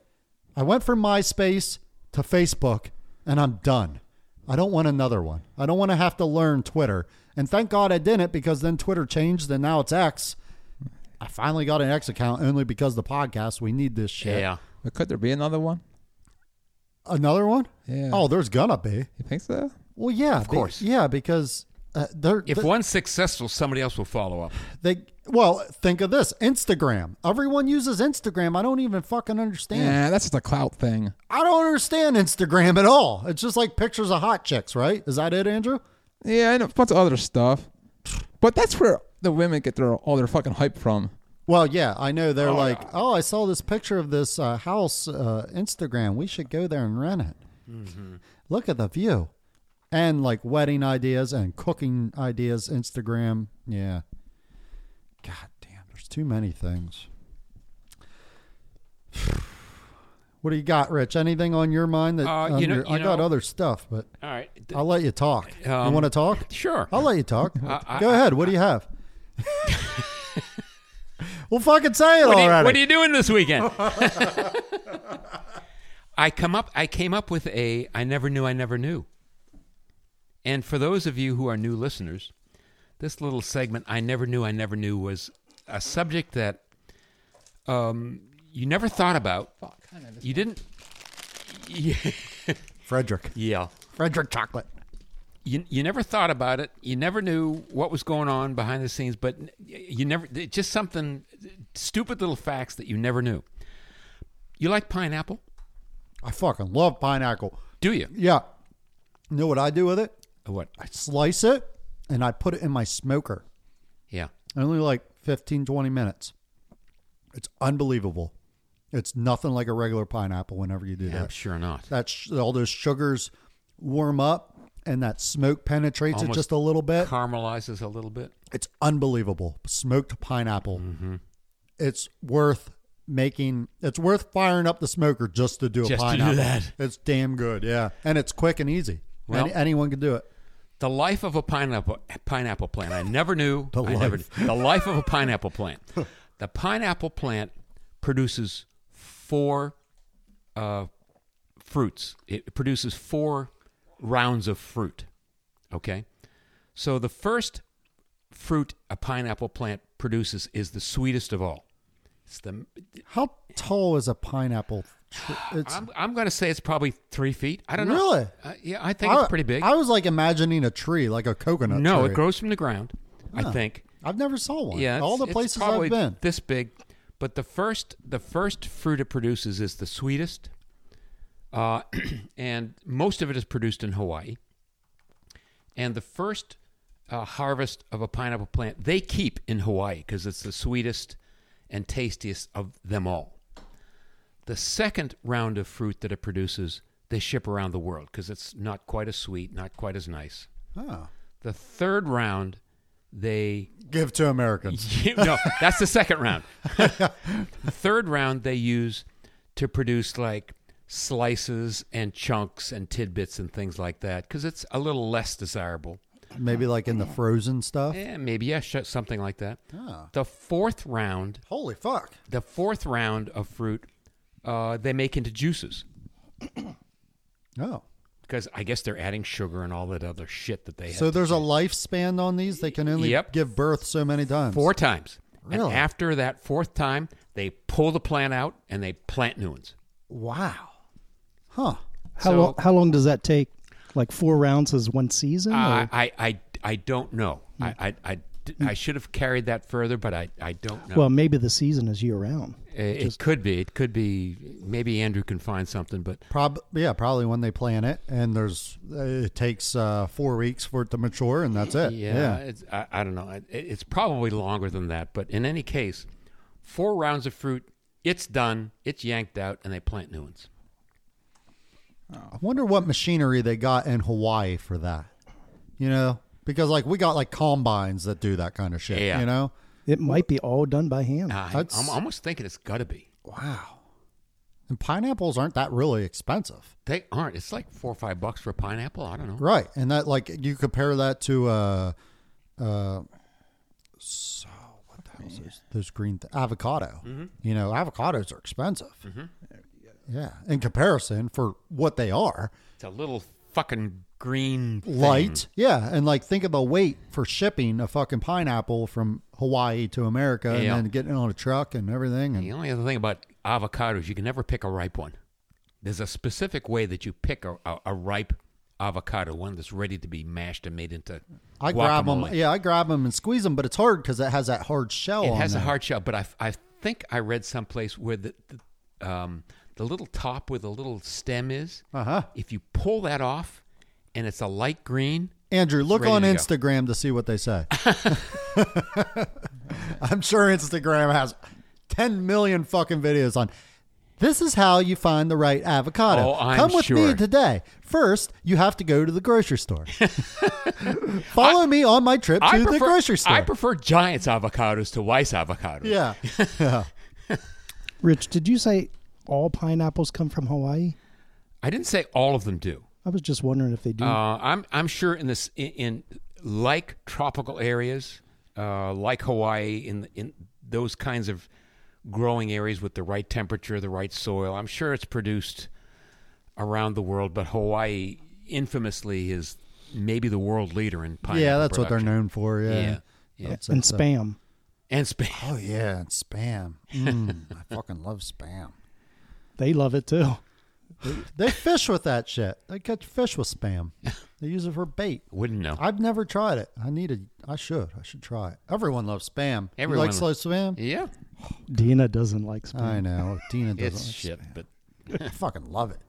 [SPEAKER 2] I went from MySpace to Facebook and I'm done. I don't want another one. I don't want to have to learn Twitter. And thank God I didn't because then Twitter changed and now it's X. I finally got an X account only because the podcast. We need this shit.
[SPEAKER 1] yeah.
[SPEAKER 3] But could there be another one?
[SPEAKER 2] Another one?
[SPEAKER 3] Yeah.
[SPEAKER 2] Oh, there's gonna be.
[SPEAKER 3] You think so?
[SPEAKER 2] Well, yeah, of
[SPEAKER 1] course.
[SPEAKER 2] yeah, because uh, they're
[SPEAKER 1] If
[SPEAKER 2] they-
[SPEAKER 1] one's successful, somebody else will follow up.
[SPEAKER 2] they. Well, think of this: Instagram. Everyone uses Instagram. I don't even fucking understand.
[SPEAKER 3] Yeah, that's just a clout thing.
[SPEAKER 2] I don't understand Instagram at all. It's just like pictures of hot chicks, right? Is that it, Andrew?
[SPEAKER 3] Yeah, and a bunch of other stuff. But that's where the women get their all their fucking hype from.
[SPEAKER 2] Well, yeah, I know they're like, oh, I saw this picture of this uh, house uh, Instagram. We should go there and rent it.
[SPEAKER 1] Mm-hmm.
[SPEAKER 2] Look at the view, and like wedding ideas and cooking ideas. Instagram, yeah. God damn, there's too many things. What do you got, Rich? Anything on your mind that
[SPEAKER 1] Uh,
[SPEAKER 2] on
[SPEAKER 1] you know-
[SPEAKER 2] your-
[SPEAKER 1] you
[SPEAKER 2] I got
[SPEAKER 1] know-
[SPEAKER 2] other stuff, but
[SPEAKER 1] All right. D-
[SPEAKER 2] I'll let you talk. you
[SPEAKER 1] Um,
[SPEAKER 2] want to talk?
[SPEAKER 1] Sure.
[SPEAKER 2] I'll let you talk.
[SPEAKER 1] I-
[SPEAKER 2] Go ahead. What do you have? well, fucking say it
[SPEAKER 1] what, are you,
[SPEAKER 2] already.
[SPEAKER 1] what are you doing this weekend? I come up. I came up with a. I never knew. I never knew. And for those of you who are new listeners, this little segment, "I never knew. I never knew," was a subject that um, you never thought about. You didn't. Yeah.
[SPEAKER 2] Frederick.
[SPEAKER 1] yeah.
[SPEAKER 2] Frederick Chocolate.
[SPEAKER 1] You, you never thought about it. You never knew what was going on behind the scenes, but you never it's just something stupid little facts that you never knew. You like pineapple?
[SPEAKER 2] I fucking love pineapple.
[SPEAKER 1] Do you?
[SPEAKER 2] Yeah. You know what I do with it?
[SPEAKER 1] What?
[SPEAKER 2] I slice it and I put it in my smoker.
[SPEAKER 1] Yeah.
[SPEAKER 2] Only like 15, 20 minutes. It's unbelievable. It's nothing like a regular pineapple whenever you do
[SPEAKER 1] I'm
[SPEAKER 2] that.
[SPEAKER 1] sure not.
[SPEAKER 2] That's all those sugars warm up and that smoke penetrates it
[SPEAKER 1] Almost
[SPEAKER 2] just a little bit.
[SPEAKER 1] Caramelizes a little bit.
[SPEAKER 2] It's unbelievable. Smoked pineapple.
[SPEAKER 1] Mm-hmm.
[SPEAKER 2] It's worth making. It's worth firing up the smoker just to do a
[SPEAKER 1] Just to do
[SPEAKER 2] pineapple.
[SPEAKER 1] that.
[SPEAKER 2] It's damn good. Yeah, and it's quick and easy.
[SPEAKER 1] Well-
[SPEAKER 2] Any, anyone can do it.
[SPEAKER 1] The life of a pineapple pineapple plant. I never knew.
[SPEAKER 2] The
[SPEAKER 1] I never
[SPEAKER 2] life.
[SPEAKER 1] the life of a pineapple plant. The pineapple plant produces four uh, fruits. It produces four rounds of fruit. Okay, so the first fruit a pineapple plant produces is the sweetest of all. It's the
[SPEAKER 2] How tall is a pineapple? tr- It's
[SPEAKER 1] I'm, I'm going to say it's probably three feet. I don't know.
[SPEAKER 2] Really?
[SPEAKER 1] Uh, yeah, I think it's pretty big.
[SPEAKER 2] I was like imagining a tree, like a coconut.
[SPEAKER 1] no,
[SPEAKER 2] tree.
[SPEAKER 1] it grows from the ground. I think.
[SPEAKER 2] I've never saw one.
[SPEAKER 1] Yeah,
[SPEAKER 2] all
[SPEAKER 1] it's-
[SPEAKER 2] the
[SPEAKER 1] it's
[SPEAKER 2] places
[SPEAKER 1] probably
[SPEAKER 2] I've been.
[SPEAKER 1] this big, but the first the first fruit it produces is the sweetest, uh, and most of it is produced in Hawaii. And the first uh, harvest of a pineapple plant they keep in Hawaii because it's the sweetest and tastiest of them all. The second round of fruit that it produces they ship around the world because it's not quite as sweet, not quite as nice.
[SPEAKER 2] Oh.
[SPEAKER 1] The third round they
[SPEAKER 2] Give to Americans.
[SPEAKER 1] you- no, that's the second round. the third round they use to produce like slices and chunks and tidbits and things like that because it's a little less desirable.
[SPEAKER 2] Maybe like in the frozen stuff.
[SPEAKER 1] Eh, maybe yeah, sh- something like that.
[SPEAKER 2] Ah.
[SPEAKER 1] The fourth round,
[SPEAKER 2] Holy fuck!
[SPEAKER 1] the fourth round of fruit, uh, they make into juices.
[SPEAKER 2] Oh,
[SPEAKER 1] because I guess they're adding sugar and all that other shit that they have
[SPEAKER 2] So
[SPEAKER 1] to
[SPEAKER 2] there's a
[SPEAKER 1] do.
[SPEAKER 2] lifespan on these. They can only
[SPEAKER 1] Yep.
[SPEAKER 2] give birth so many times.
[SPEAKER 1] four times.
[SPEAKER 2] Really?
[SPEAKER 1] And after that fourth time, they pull the plant out and they plant new ones.
[SPEAKER 2] Wow. Huh.
[SPEAKER 4] How
[SPEAKER 1] So-
[SPEAKER 4] long? How long does that take? Like four rounds is one season. or-
[SPEAKER 1] I Uh, I, I, I don't know. I, I, I, I should have carried that further, but I, I don't know.
[SPEAKER 4] Well, maybe the season is year round.
[SPEAKER 1] it, it could be. It could be. Maybe Andrew can find something, but
[SPEAKER 2] Prob- yeah, probably when they plant it, and there's it takes uh, four weeks for it to mature, and that's it.
[SPEAKER 1] yeah, It's, I, I don't know. It, it's probably longer than that. But in any case, four rounds of fruit, it's done, it's yanked out, and they plant new ones.
[SPEAKER 2] I wonder what machinery they got in Hawaii for that. You know, because like we got like combines that do that kind of shit.
[SPEAKER 1] Yeah.
[SPEAKER 2] You know.
[SPEAKER 4] It might be all done by hand.
[SPEAKER 1] I,
[SPEAKER 2] That's-
[SPEAKER 1] I'm almost thinking it's got to be.
[SPEAKER 2] Wow. And pineapples aren't that really expensive,
[SPEAKER 1] They aren't. It's like four or five bucks for a pineapple. I don't know.
[SPEAKER 2] right? And that like you compare that to uh, uh, so what the hell is those, those green th- avocado?
[SPEAKER 1] Mm-hmm.
[SPEAKER 2] You know, avocados are expensive. Yeah, in comparison for what they are,
[SPEAKER 1] It's a little fucking green thing.
[SPEAKER 2] light. Yeah, and like think of the weight for shipping a fucking pineapple from Hawaii to America, and
[SPEAKER 1] Yeah.
[SPEAKER 2] then getting it on a truck and everything. And
[SPEAKER 1] The only other thing about avocados, you can never pick a ripe one. There's a specific way that you pick a, a, a ripe avocado, one that's ready to be mashed and made into.
[SPEAKER 2] I grab them.
[SPEAKER 1] guacamole.
[SPEAKER 2] Yeah, I grab them and squeeze them, but it's hard because it has that hard shell.
[SPEAKER 1] It
[SPEAKER 2] on
[SPEAKER 1] has a
[SPEAKER 2] there.
[SPEAKER 1] hard shell, but I, I think I read someplace where the, the, um, the little top where the little stem is,
[SPEAKER 2] Uh-huh.
[SPEAKER 1] if you pull that off and it's a light green,
[SPEAKER 2] Andrew, look
[SPEAKER 1] ready
[SPEAKER 2] on
[SPEAKER 1] to go.
[SPEAKER 2] Instagram to see what they say. I'm sure Instagram has 10 million fucking videos on. This is how you find the right avocado.
[SPEAKER 1] Oh, I'm
[SPEAKER 2] Come with me
[SPEAKER 1] sure.
[SPEAKER 2] today. First, you have to go to the grocery store. Follow me on my trip to
[SPEAKER 1] I
[SPEAKER 2] the
[SPEAKER 1] prefer,
[SPEAKER 2] grocery store.
[SPEAKER 1] I prefer Giants avocados to Weiss avocados.
[SPEAKER 2] yeah.
[SPEAKER 4] Rich, did you say all pineapples come from Hawaii?
[SPEAKER 1] I didn't say all of them do.
[SPEAKER 4] I was just wondering if they do.
[SPEAKER 1] Uh, I'm I'm sure in this in, in like tropical areas, uh, like Hawaii, in in those kinds of growing areas with the right temperature, the right soil. I'm sure it's produced around the world, but Hawaii infamously is maybe the world leader in pineapple.
[SPEAKER 2] Yeah, that's what they're
[SPEAKER 1] production.
[SPEAKER 2] known for. Yeah.
[SPEAKER 1] Yeah, yeah.
[SPEAKER 2] That's-
[SPEAKER 4] and
[SPEAKER 2] that's a-
[SPEAKER 4] spam.
[SPEAKER 1] And Spain.
[SPEAKER 2] Oh, yeah. And spam. Mm, I fucking love spam.
[SPEAKER 4] They love it too.
[SPEAKER 2] They fish with that shit. They catch fish with spam, they use it for bait.
[SPEAKER 1] Wouldn't know.
[SPEAKER 2] I've never tried it. I need a. I should. I should try it. Everyone loves spam.
[SPEAKER 1] Everyone
[SPEAKER 2] you like slow spam.
[SPEAKER 1] yeah,
[SPEAKER 4] Dina doesn't like spam.
[SPEAKER 2] I know. Dina doesn't.
[SPEAKER 1] it's
[SPEAKER 2] like
[SPEAKER 1] shit. But
[SPEAKER 2] spam. I fucking love it.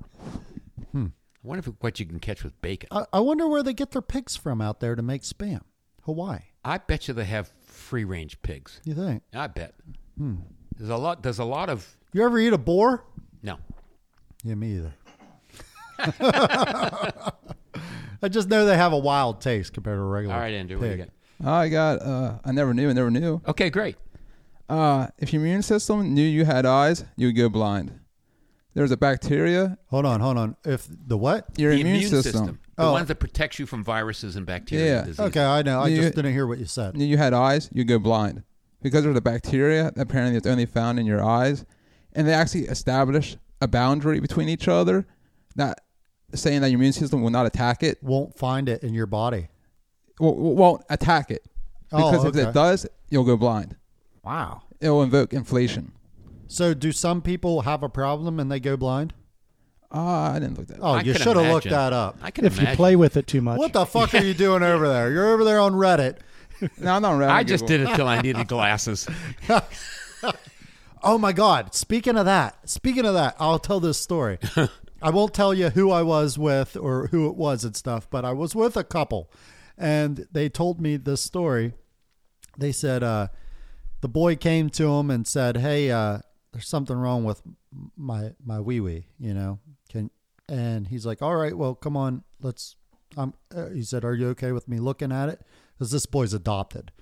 [SPEAKER 1] I wonder if, what you can catch with bacon.
[SPEAKER 2] I, I wonder where they get their pigs from out there to make spam. Hawaii.
[SPEAKER 1] I bet you they have free range pigs.
[SPEAKER 2] You think?
[SPEAKER 1] I bet.
[SPEAKER 2] Hmm.
[SPEAKER 1] There's a lot. There's a lot of
[SPEAKER 2] You ever eat a boar?
[SPEAKER 1] no.
[SPEAKER 2] Yeah, me either. I just know they have a wild taste compared to a regular.
[SPEAKER 1] All right, Andrew, what do you
[SPEAKER 2] pig.
[SPEAKER 1] got?
[SPEAKER 3] I got. Uh, I never knew. I never knew.
[SPEAKER 1] Okay, great.
[SPEAKER 3] Uh, if your immune system knew you had eyes, you would go blind. There's a bacteria.
[SPEAKER 2] Hold on, hold on. If the what?
[SPEAKER 3] Your
[SPEAKER 1] the
[SPEAKER 3] immune, system.
[SPEAKER 1] The
[SPEAKER 2] Oh.
[SPEAKER 1] ones that protect you from viruses and bacteria
[SPEAKER 3] Yeah.
[SPEAKER 1] and disease.
[SPEAKER 2] Okay, I know. I
[SPEAKER 3] You-
[SPEAKER 2] just didn't hear what you said.
[SPEAKER 3] Knew you had eyes, you would go blind because there's a bacteria that apparently it's only found in your eyes, and they actually establish a boundary between each other, not saying that your immune system will not attack it.
[SPEAKER 2] Won't find it in your body.
[SPEAKER 3] Well, won't attack it
[SPEAKER 2] Oh,
[SPEAKER 3] because if
[SPEAKER 2] okay.
[SPEAKER 3] it does, you'll go blind.
[SPEAKER 2] Wow.
[SPEAKER 3] It will invoke inflation.
[SPEAKER 2] So, do some people have a problem and they go blind?
[SPEAKER 3] Ah, I didn't look that. up.
[SPEAKER 2] Oh,
[SPEAKER 1] I
[SPEAKER 2] you
[SPEAKER 1] can
[SPEAKER 2] should have looked
[SPEAKER 1] imagine.
[SPEAKER 2] that up.
[SPEAKER 1] I can
[SPEAKER 4] If
[SPEAKER 1] imagine.
[SPEAKER 4] you play with it too much,
[SPEAKER 2] What the fuck are you doing over there? You're over there on Reddit.
[SPEAKER 3] No, I'm not.
[SPEAKER 1] I just did it till I needed glasses.
[SPEAKER 2] Oh my God. Speaking of that, speaking of that, I'll tell this story. I won't tell you who I was with or who it was and stuff, but I was with a couple and they told me this story. They said, uh, the boy came to him and said, Hey, uh, there's something wrong with my, my wee wee, you know, can, and he's like, all right, well, come on, let's, um, uh, he said, are you okay with me looking at it? Cause this boy's adopted.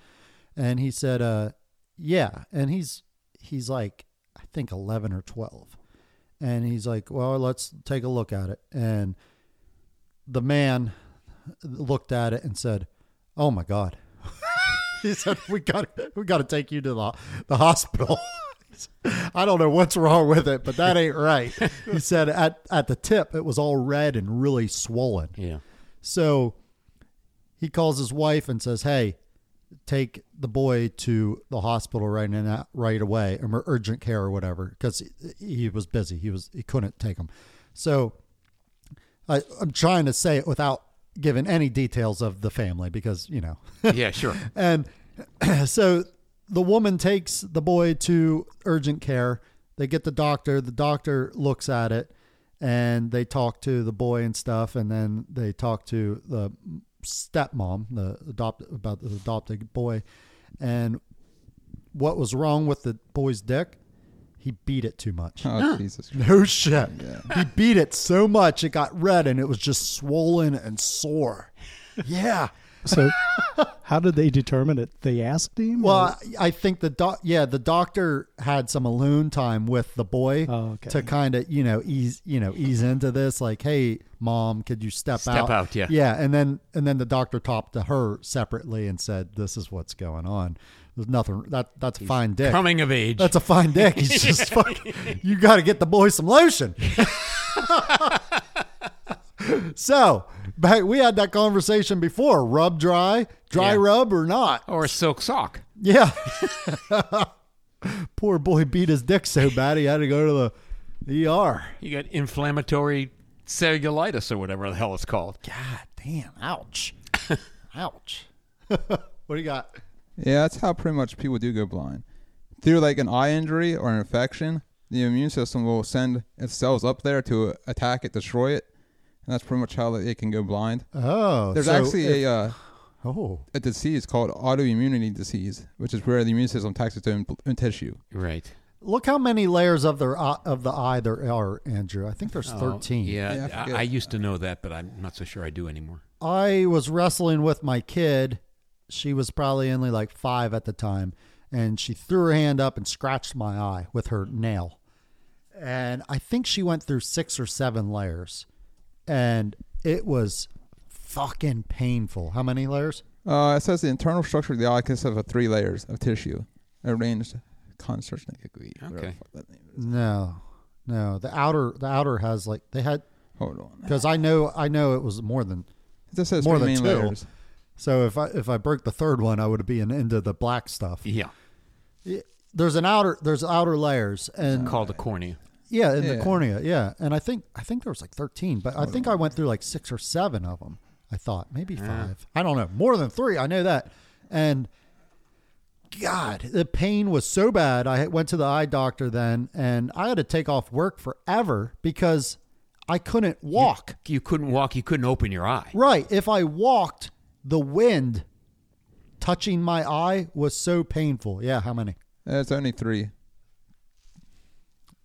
[SPEAKER 2] And he said, uh, yeah. And he's, he's like, I think 11 or 12. And he's like, well, let's take a look at it. And the man looked at it and said, oh my God. he said, we got, we got to take you to the, the hospital. I don't know what's wrong with it, but that ain't right. He said at, at the tip, it was all red and really swollen.
[SPEAKER 1] Yeah.
[SPEAKER 2] So he calls his wife and says, Hey, take the boy to the hospital right now, right away, or urgent care or whatever, because he, he was busy. He was he couldn't take him. So I, I'm trying to say it without giving any details of the family because you know
[SPEAKER 1] Yeah, sure.
[SPEAKER 2] and so the woman takes the boy to urgent care. They get the doctor. The doctor looks at it and they talk to the boy and stuff. And then they talk to the stepmom, the adopt about the adopted boy, and what was wrong with the boy's dick? He beat it too much.
[SPEAKER 3] Oh Jesus! Christ.
[SPEAKER 2] No shit. He beat it so much it got red and it was just swollen and sore. Yeah.
[SPEAKER 4] So, how did they determine it? They asked him. or-
[SPEAKER 2] Well, I I think the doc, yeah, the doctor had some alone time with the boy
[SPEAKER 4] Oh, okay.
[SPEAKER 2] to kind of, you know, ease, you know, ease into this. Like, hey, mom, could you step,
[SPEAKER 1] Step
[SPEAKER 2] out?
[SPEAKER 1] out, yeah.
[SPEAKER 2] yeah. And then, and then the doctor talked to her separately and said, "This is what's going on. There's nothing. That that's a fine dick.
[SPEAKER 1] Coming of age.
[SPEAKER 2] That's a fine dick. He's just fucking. You got to get the boy some lotion. so, but we had that conversation before. Rub dry, dry
[SPEAKER 1] Yeah.
[SPEAKER 2] rub or not.
[SPEAKER 1] or a silk sock.
[SPEAKER 2] Yeah. Poor boy beat his dick so bad he had to go to the ER.
[SPEAKER 1] You got inflammatory cellulitis or whatever the hell it's called.
[SPEAKER 2] God damn. Ouch. Ouch. what do you got?
[SPEAKER 3] Yeah, that's how pretty much people do go blind. Through like an eye injury or an infection, the immune system will send its cells up there to attack it, destroy it, and that's pretty much how it can go blind.
[SPEAKER 2] Oh,
[SPEAKER 3] There's
[SPEAKER 2] so
[SPEAKER 3] actually
[SPEAKER 2] if-
[SPEAKER 3] a uh,
[SPEAKER 2] oh,
[SPEAKER 3] a disease called autoimmunity disease, which is where the immune system attacks its own, own tissue.
[SPEAKER 1] Right.
[SPEAKER 2] look how many layers of their eye, of the eye there are, Andrew. I think there's thirteen.
[SPEAKER 1] Yeah,
[SPEAKER 3] Yeah, I
[SPEAKER 1] I,
[SPEAKER 3] forget.
[SPEAKER 1] I used to know that, but I'm not so sure I do anymore.
[SPEAKER 2] I was wrestling with my kid. She was probably only like five at the time. And she threw her hand up and scratched my eye with her nail. And I think she went through six or seven layers. And it was fucking painful. How many layers?
[SPEAKER 3] Uh, it says the internal structure of the eye consists of three layers of tissue arranged concentrically. whatever
[SPEAKER 1] Okay.
[SPEAKER 3] the fuck that name is.
[SPEAKER 2] No. No. The outer the outer has like they had
[SPEAKER 3] Hold on.
[SPEAKER 2] because I know I know it was more than
[SPEAKER 3] It just says
[SPEAKER 2] More
[SPEAKER 3] three
[SPEAKER 2] than
[SPEAKER 3] main
[SPEAKER 2] two.
[SPEAKER 3] layers.
[SPEAKER 2] so if I if I broke the third one I would be in, into the black stuff.
[SPEAKER 1] Yeah.
[SPEAKER 2] There's an outer there's outer layers and
[SPEAKER 1] Called a cornea.
[SPEAKER 2] Yeah, in the
[SPEAKER 3] Yeah.
[SPEAKER 2] cornea. Yeah, and I think I think there was like thirteen, but I think I went through like six or seven of them. I thought maybe five. I don't know, more than three. I know that. And God, the pain was so bad. I went to the eye doctor then, and I had to take off work forever because I couldn't walk.
[SPEAKER 1] You couldn't walk. You couldn't open your eye.
[SPEAKER 2] Right. If I walked, the wind touching my eye was so painful. Yeah. How many?
[SPEAKER 3] Uh, It's only three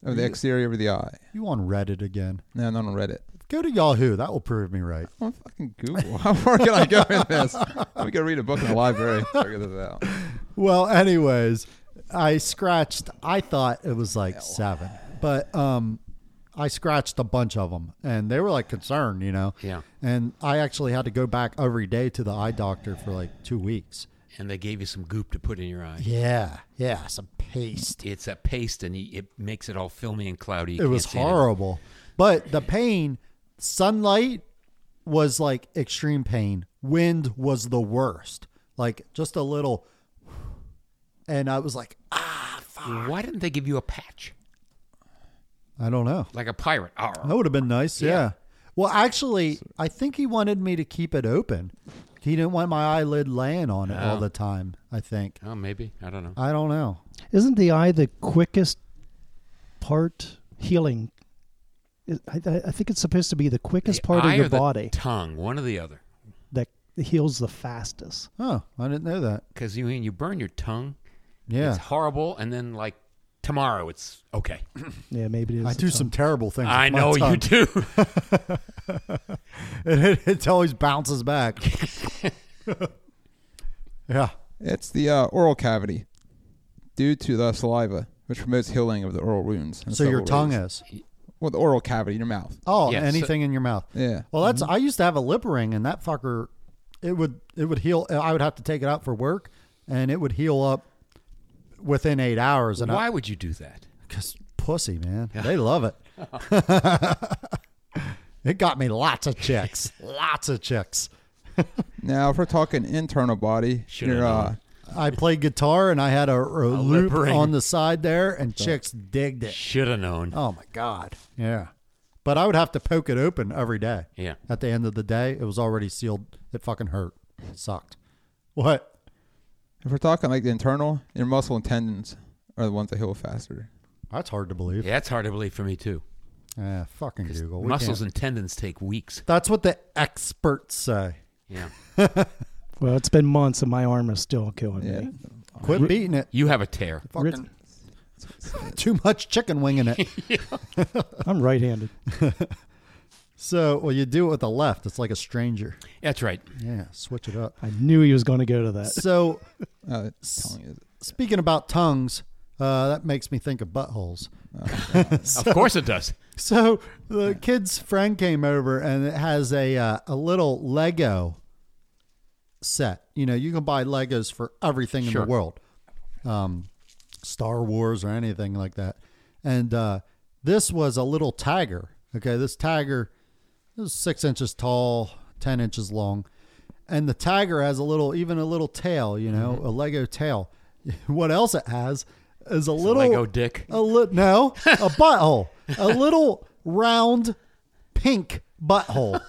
[SPEAKER 3] of the exterior of the eye.
[SPEAKER 2] You on Reddit again?
[SPEAKER 3] No, not on Reddit.
[SPEAKER 2] Go to Yahoo. That will prove me right.
[SPEAKER 3] On fucking Google. How far can I go in this? Let me go read a book in the library. Figure this out.
[SPEAKER 2] well, anyways, I scratched. I thought it was like seven, but um, I scratched a bunch of them, and they were like concerned, you know.
[SPEAKER 1] Yeah.
[SPEAKER 2] And I actually had to go back every day to the eye doctor for like two weeks.
[SPEAKER 1] And they gave you some goop to put in your eye.
[SPEAKER 2] Yeah, yeah, some paste.
[SPEAKER 1] It's a paste, and you, it makes it all filmy and cloudy. You
[SPEAKER 2] it
[SPEAKER 1] can't
[SPEAKER 2] was
[SPEAKER 1] see
[SPEAKER 2] horrible, but the pain, sunlight was like extreme pain. Wind was the worst. Like just a little, and I was like, ah, fuck.
[SPEAKER 1] Why didn't they give you a patch
[SPEAKER 2] I don't know.
[SPEAKER 1] like a pirate? Arr.
[SPEAKER 2] That would have been nice. Yeah. Well, actually, I think he wanted me to keep it open. He didn't want my eyelid laying on it all
[SPEAKER 1] Oh.
[SPEAKER 2] the time. I think.
[SPEAKER 1] Oh, maybe I don't know.
[SPEAKER 2] I don't know.
[SPEAKER 4] Isn't the eye the quickest part healing? It- I, I- I think it's supposed to be the quickest part
[SPEAKER 1] eye
[SPEAKER 4] of your
[SPEAKER 1] or the
[SPEAKER 4] body
[SPEAKER 1] tongue, one or the other.
[SPEAKER 4] that heals the fastest.
[SPEAKER 2] Oh, I didn't know that.
[SPEAKER 1] Because you mean you burn your tongue.
[SPEAKER 2] Yeah.
[SPEAKER 1] It's horrible, and then like tomorrow, it's okay.
[SPEAKER 4] Yeah, maybe it is.
[SPEAKER 2] I
[SPEAKER 4] the
[SPEAKER 2] do
[SPEAKER 4] tongue.
[SPEAKER 2] some terrible things.
[SPEAKER 1] I
[SPEAKER 2] with my
[SPEAKER 1] know you
[SPEAKER 2] tongue.
[SPEAKER 1] do.
[SPEAKER 2] It, it always bounces back. yeah.
[SPEAKER 3] It's the uh, oral cavity due to the saliva, which promotes healing of the oral wounds. in
[SPEAKER 2] So your
[SPEAKER 3] several
[SPEAKER 2] tongue
[SPEAKER 3] ways.
[SPEAKER 2] is.
[SPEAKER 3] Well, the oral cavity in your mouth.
[SPEAKER 2] Oh,
[SPEAKER 1] Yeah, so-
[SPEAKER 2] anything in your mouth.
[SPEAKER 3] Yeah.
[SPEAKER 2] Well, that's. I used to have a lip ring, and that fucker, it would it would heal. I would have to take it out for work, and it would heal up within eight hours. And I-
[SPEAKER 1] Why would you do that?
[SPEAKER 2] Cause pussy, man, they love it. it got me lots of chicks, lots of chicks.
[SPEAKER 3] Now, if we're talking internal body,
[SPEAKER 1] Shoulda
[SPEAKER 3] your uh,
[SPEAKER 1] known.
[SPEAKER 2] I played guitar and I had a, a loop
[SPEAKER 1] lip ring.
[SPEAKER 2] on the side there, and chicks digged it.
[SPEAKER 1] Should have known.
[SPEAKER 2] Oh my god, yeah. But I would have to poke it open every day.
[SPEAKER 1] Yeah.
[SPEAKER 2] At the end of the day, it was already sealed. It fucking hurt. It sucked. What?
[SPEAKER 3] if we're talking like the internal, your muscle and tendons are the ones that heal faster.
[SPEAKER 2] That's hard to believe.
[SPEAKER 1] Yeah, that's hard to believe for me too.
[SPEAKER 2] Ah, fucking Google. We
[SPEAKER 1] Muscles
[SPEAKER 2] can't-
[SPEAKER 1] and tendons take weeks.
[SPEAKER 2] That's what the experts say.
[SPEAKER 1] Yeah.
[SPEAKER 4] Well, it's been months and my arm is still killing
[SPEAKER 3] Yeah,
[SPEAKER 4] me.
[SPEAKER 2] Quit beating it.
[SPEAKER 1] You have a tear.
[SPEAKER 4] Rit-
[SPEAKER 2] Fucking too much chicken winging it.
[SPEAKER 4] I'm right-handed.
[SPEAKER 2] So, well, you do it with the left. It's like a stranger.
[SPEAKER 1] That's right.
[SPEAKER 2] Yeah, switch it up.
[SPEAKER 4] I knew he was going to go to that.
[SPEAKER 2] So,
[SPEAKER 3] uh, telling you,
[SPEAKER 2] speaking about tongues, uh, that makes me think of buttholes.
[SPEAKER 1] of course it does.
[SPEAKER 2] So, the kid's friend came over and it has a uh, a little Lego set. You know, you can buy Legos for everything
[SPEAKER 1] Sure.
[SPEAKER 2] in the world, um, Star Wars or anything like that. And uh, this was a little tiger. Okay, this tiger is six inches tall, ten inches long, and the tiger has a little, even a little tail. You know,
[SPEAKER 1] Mm-hmm.
[SPEAKER 2] a Lego tail. What else it has is a little
[SPEAKER 1] Lego dick.
[SPEAKER 2] A little no, a butthole. a little round pink butthole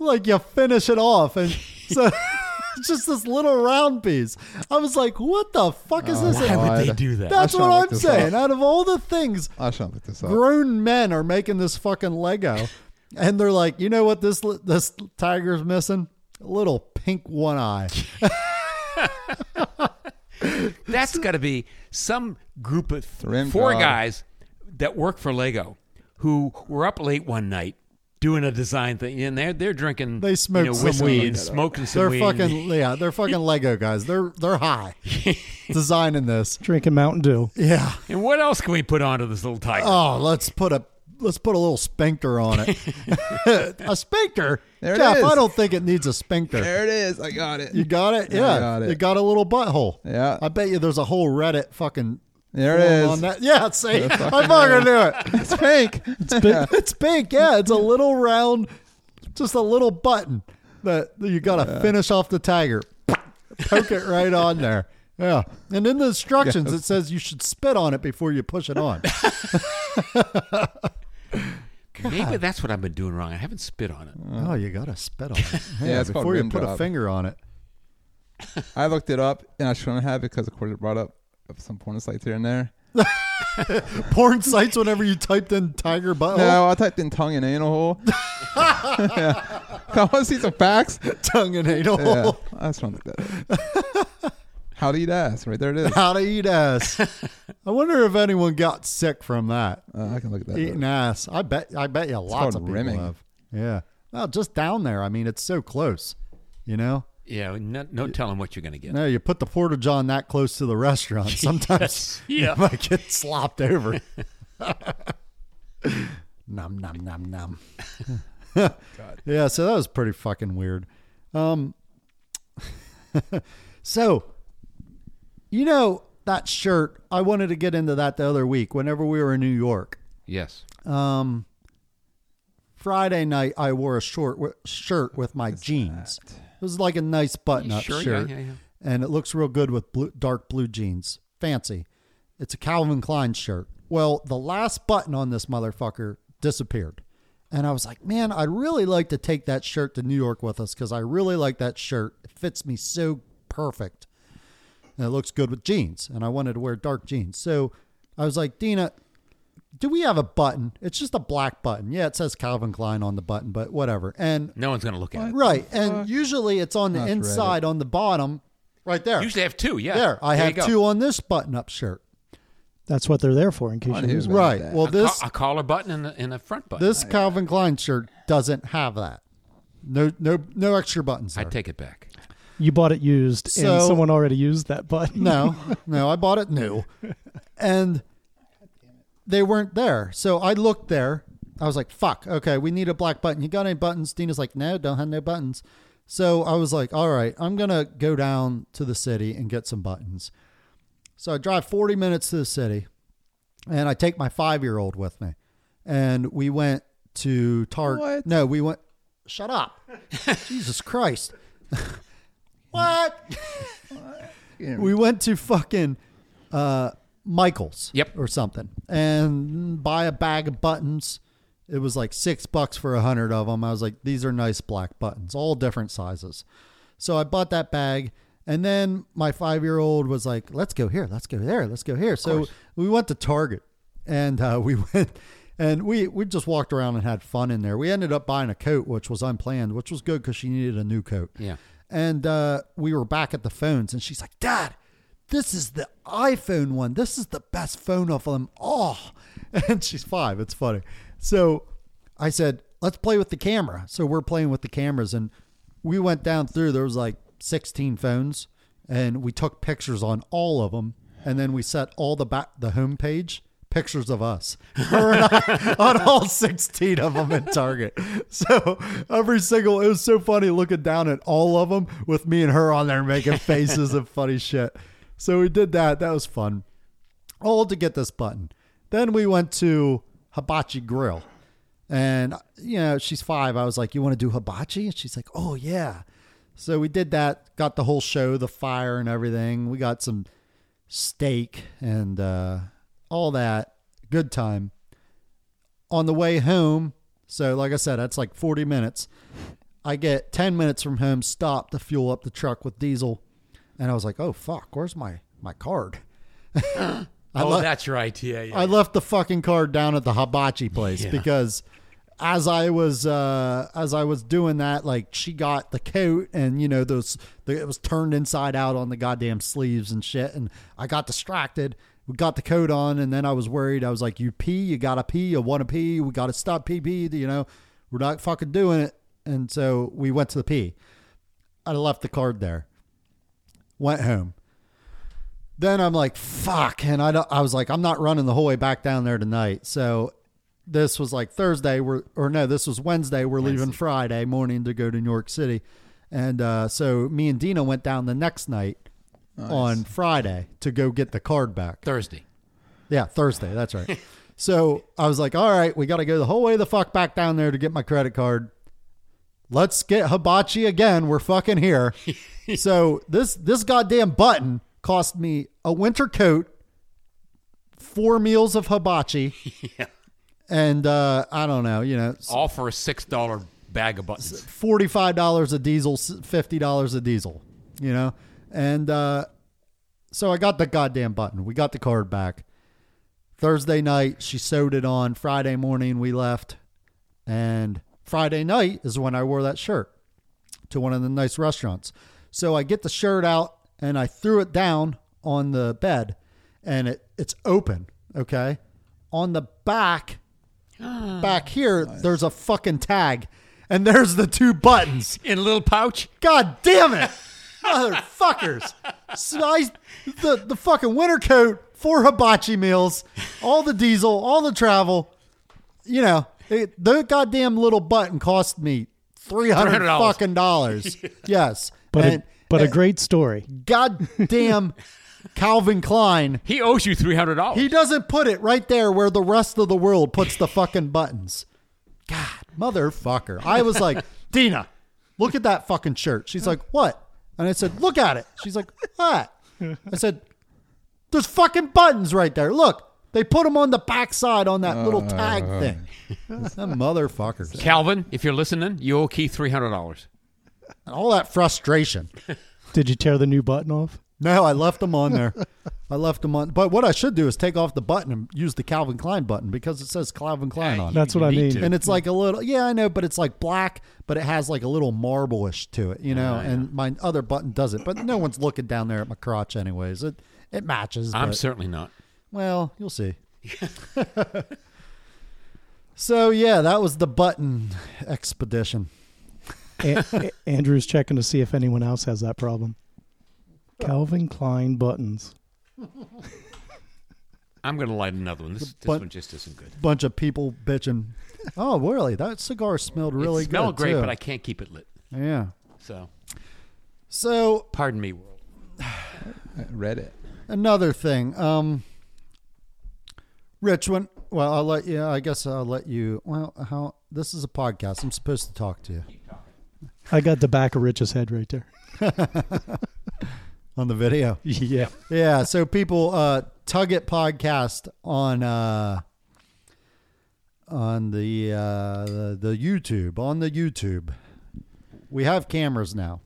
[SPEAKER 2] like you finish it off and so it's just this little round piece i was like what the fuck is this
[SPEAKER 1] Why would they
[SPEAKER 3] God.
[SPEAKER 1] do that?
[SPEAKER 2] Oh, that's
[SPEAKER 3] I
[SPEAKER 2] what
[SPEAKER 3] should've
[SPEAKER 2] i'm
[SPEAKER 3] looked this
[SPEAKER 2] saying
[SPEAKER 3] up.
[SPEAKER 2] out of all the things
[SPEAKER 3] I should look this up.
[SPEAKER 2] grown men are making this fucking lego and they're like you know what this li- this tiger's missing a little pink one eye
[SPEAKER 1] That's got to be some group of
[SPEAKER 3] Rim
[SPEAKER 1] four
[SPEAKER 3] God.
[SPEAKER 1] guys that work for Lego who were up late one night doing a design thing, and they're they're drinking.
[SPEAKER 2] They smoked
[SPEAKER 1] you know,
[SPEAKER 2] some
[SPEAKER 1] whiskey
[SPEAKER 2] weed.
[SPEAKER 1] and smoking some
[SPEAKER 2] they're
[SPEAKER 1] weed.
[SPEAKER 2] fucking yeah they're fucking lego guys they're they're high designing this
[SPEAKER 4] Drinking Mountain Dew.
[SPEAKER 2] yeah
[SPEAKER 1] And what else can we put onto this little tiger?
[SPEAKER 2] Oh, let's put a let's put a little sphincter on it. a sphincter.
[SPEAKER 3] There it
[SPEAKER 2] Jeff,
[SPEAKER 3] is.
[SPEAKER 2] I don't think it needs a sphincter.
[SPEAKER 3] There it is. I got it.
[SPEAKER 2] You got it? Yeah.
[SPEAKER 3] got it.
[SPEAKER 2] You got a little butthole.
[SPEAKER 3] Yeah.
[SPEAKER 2] I bet you there's a whole Reddit fucking
[SPEAKER 3] There it
[SPEAKER 2] forum
[SPEAKER 3] is.
[SPEAKER 2] on that. Yeah, see. I fucking knew it.
[SPEAKER 3] It's pink. It's pink.
[SPEAKER 2] It's pink, yeah. It's a little round just a little button that that you gotta finish off the tiger. Poke it right on there. Yeah. And in the instructions it says you should spit on it before you push it on.
[SPEAKER 1] Maybe that's what I've been doing wrong. I haven't spit on it.
[SPEAKER 2] Oh, you gotta spit on it. Yeah,
[SPEAKER 3] it's called
[SPEAKER 2] before you
[SPEAKER 3] rim
[SPEAKER 2] put a
[SPEAKER 3] job.
[SPEAKER 2] finger on it.
[SPEAKER 3] I looked it up, and I shouldn't have it because, of course, it brought up some porn sites here and there.
[SPEAKER 2] Porn sites whenever you typed in tiger butthole.
[SPEAKER 1] Oh.
[SPEAKER 3] No, I typed in tongue and anal hole. yeah. I want to see some facts.
[SPEAKER 2] Tongue and anal.
[SPEAKER 3] Yeah, I just want to look that up. How do you ask? Right there it is.
[SPEAKER 2] How to eat ass. I wonder if anyone got sick from that.
[SPEAKER 3] Uh, I can look that up.
[SPEAKER 2] Eating ass. I bet I bet you lots
[SPEAKER 3] called
[SPEAKER 2] of people
[SPEAKER 3] rimming.
[SPEAKER 2] have. Yeah. Well, just down there. I mean, it's so close. You know?
[SPEAKER 1] Yeah, no, no telling what you're going to get.
[SPEAKER 2] No, you put the porta john that close to the restaurant. Sometimes
[SPEAKER 1] Yeah.
[SPEAKER 2] you might get slopped over. num num num num. yeah, so that was pretty fucking weird. Um, so you know that shirt? I wanted to get into that the other week. Whenever we were in New York,
[SPEAKER 1] Yes.
[SPEAKER 2] um, Friday night, I wore a short w- shirt with my jeans. It was like a nice button-up
[SPEAKER 1] Sure, yeah,
[SPEAKER 2] shirt,
[SPEAKER 1] yeah, yeah.
[SPEAKER 2] and it looks real good with blue, dark blue jeans. Fancy. It's a Calvin Klein shirt. Well, the last button on this motherfucker disappeared, and I was like, man, I'd really like to take that shirt to New York with us because I really like that shirt. It fits me so perfect and it looks good with jeans. And I wanted to wear dark jeans. So I was like, Dina, do we have a button? It's just a black button. Yeah, it says Calvin Klein on the button, but whatever. And
[SPEAKER 1] No one's going to look at it.
[SPEAKER 2] right. And usually it's on the
[SPEAKER 3] That's
[SPEAKER 2] inside, on the bottom, right there.
[SPEAKER 1] Usually I have two, yeah.
[SPEAKER 2] there. I
[SPEAKER 1] There you
[SPEAKER 2] have
[SPEAKER 1] go.
[SPEAKER 2] two on this button up shirt.
[SPEAKER 4] That's what they're there for in case
[SPEAKER 3] who?
[SPEAKER 4] you lose one.
[SPEAKER 2] Right.
[SPEAKER 3] that.
[SPEAKER 2] Well,
[SPEAKER 1] A, co-
[SPEAKER 2] this
[SPEAKER 1] a collar button and a, and a front button.
[SPEAKER 2] this Calvin Klein shirt doesn't have that. No, no, no extra buttons.
[SPEAKER 1] I
[SPEAKER 2] there.
[SPEAKER 1] take it back.
[SPEAKER 4] You bought it used, and
[SPEAKER 2] So-
[SPEAKER 4] someone already used that button.
[SPEAKER 2] No, no, I bought it new, and they weren't there. So I looked there. I was like, "Fuck, okay, we need a black button. You got any buttons?" Dina's like, "No, don't have no buttons." So I was like, "All right, I'm gonna go down to the city and get some buttons." So I drive 40 minutes to the city and I take my five year old with me. And we went to Target.
[SPEAKER 3] What?
[SPEAKER 2] No, we went. Shut up. Jesus Christ. what? we went to fucking uh, Michael's.
[SPEAKER 1] Yep.
[SPEAKER 2] Or something. And buy a bag of buttons. It was like six bucks for a hundred of them. I was like, these are nice black buttons, all different sizes. So I bought that bag. And then my five year old was like, let's go here. Let's go there. Let's go here. So we went to Target and uh, we went. And we, we just walked around and had fun in there. We ended up buying a coat, which was unplanned, which was good because she needed a new coat.
[SPEAKER 1] Yeah.
[SPEAKER 2] And uh, we were back at the phones, and she's like, Dad, this is the iPhone one. This is the best phone of them all. And she's five. It's funny. So I said, Let's play with the camera. So we're playing with the cameras, and we went down through. There was like 16 phones, and we took pictures on all of them. And then we set all the back, the homepage pictures of us Her and I, on all 16 of them at Target. So every single, it was so funny looking down at all of them with me and her on there making faces and funny shit. So we did that. That was fun. All to get this button. Then we went to Hibachi Grill. And, you know, she's five. I was like, You want to do hibachi? And she's like, Oh, yeah. So we did that, got the whole show, the fire and everything. We got some steak and uh, all that. Good time. On the way home, so like I said, that's like 40 minutes. I get 10 minutes from home, stop to fuel up the truck with diesel. And I was like, Oh, fuck, where's my, my card? I
[SPEAKER 1] oh,
[SPEAKER 2] left-
[SPEAKER 1] that's right. Yeah, yeah.
[SPEAKER 2] I left the fucking card down at the hibachi place
[SPEAKER 1] Yeah.
[SPEAKER 2] because as I was uh, as I was doing that, like she got the coat and you know those the, it was turned inside out on the goddamn sleeves and shit, and I got distracted. We got the coat on, and then I was worried. I was like, "You pee, you gotta pee, you wanna pee, we gotta stop pee pee." You know, we're not fucking doing it. And so we went to the pee. I left the card there. Went home then I'm like, fuck. And I, don't, I was like, I'm not running the whole way back down there tonight. So this was like Thursday. We're, or no, this was Wednesday. We're leaving Friday morning to go to New York City. And uh, so me and Dina went down the next night on Friday to go get the card back.
[SPEAKER 1] Thursday.
[SPEAKER 2] Yeah, Thursday. That's right. so I was like, all right, we got to go the whole way the fuck back down there to get my credit card. Let's get hibachi again. We're fucking here. so this this goddamn button cost me a winter coat, four meals of hibachi, and uh, I don't know, you know,
[SPEAKER 1] All for a six dollar bag of buttons.
[SPEAKER 2] forty five dollars a diesel, fifty dollars a diesel. You know, and uh, so I got the goddamn button. We got the card back. Thursday night, she sewed it on. Friday morning, we left, and Friday night is when I wore that shirt to one of the nice restaurants. So I get the shirt out and I threw it down on the bed, and it it's open. Okay, on the back back here, there's a fucking tag, and there's the two buttons.
[SPEAKER 1] In a little pouch.
[SPEAKER 2] God damn it, motherfuckers! So I, the the fucking winter coat, four hibachi meals, all the diesel, all the travel. You know, it, the goddamn little button cost me three hundred
[SPEAKER 1] $300.
[SPEAKER 2] fucking dollars. yes,
[SPEAKER 4] But
[SPEAKER 2] and,
[SPEAKER 4] a, but a
[SPEAKER 2] and
[SPEAKER 4] great story.
[SPEAKER 2] goddamn Calvin Klein
[SPEAKER 1] He owes you three hundred dollars.
[SPEAKER 2] he doesn't put it right there where the rest of the world puts the fucking buttons. God, motherfucker. I was like, Dina, look at that fucking shirt. She's like, what? And I said, look at it. She's like, what? I said, there's fucking buttons right there. Look, they put them on the backside on that little tag thing. That motherfucker.
[SPEAKER 1] Calvin, if you're listening, you owe Keith three hundred dollars.
[SPEAKER 2] And all that frustration.
[SPEAKER 4] Did you tear the new button off?
[SPEAKER 2] No, I left them on there. I left them on. But what I should do is take off the button and use the Calvin Klein button because it says Calvin Klein on it.
[SPEAKER 4] That's what I
[SPEAKER 1] need
[SPEAKER 4] mean.
[SPEAKER 1] to.
[SPEAKER 2] and it's like a little yeah i know but it's like black but it has like a little marbleish to it you know and my other button does it but no one's looking down there at my crotch anyways it it matches
[SPEAKER 1] I'm
[SPEAKER 2] but-
[SPEAKER 1] certainly not.
[SPEAKER 2] well you'll see so yeah that was the button expedition
[SPEAKER 4] A- A- Andrew's checking to see if anyone else has that problem. Calvin Klein buttons.
[SPEAKER 1] I'm going to light another one. This, this
[SPEAKER 2] but-
[SPEAKER 1] one just isn't good.
[SPEAKER 2] bunch of people bitching oh really that cigar smelled really
[SPEAKER 1] it smelled
[SPEAKER 2] good
[SPEAKER 1] great,
[SPEAKER 2] too.
[SPEAKER 1] but I can't keep it lit.
[SPEAKER 2] yeah
[SPEAKER 1] So,
[SPEAKER 2] so
[SPEAKER 1] pardon me, world.
[SPEAKER 3] Uh, Reddit.
[SPEAKER 2] another thing. Um, Rich, when well, I'll let you. I guess I'll let you. Well, how this is a podcast. I'm supposed to talk to you
[SPEAKER 4] I got the back of Rich's head right there.
[SPEAKER 2] on the video.
[SPEAKER 4] yeah.
[SPEAKER 2] Yeah. So people, uh, Tug It podcast on uh, on the, uh, the the YouTube on the YouTube. We have cameras now.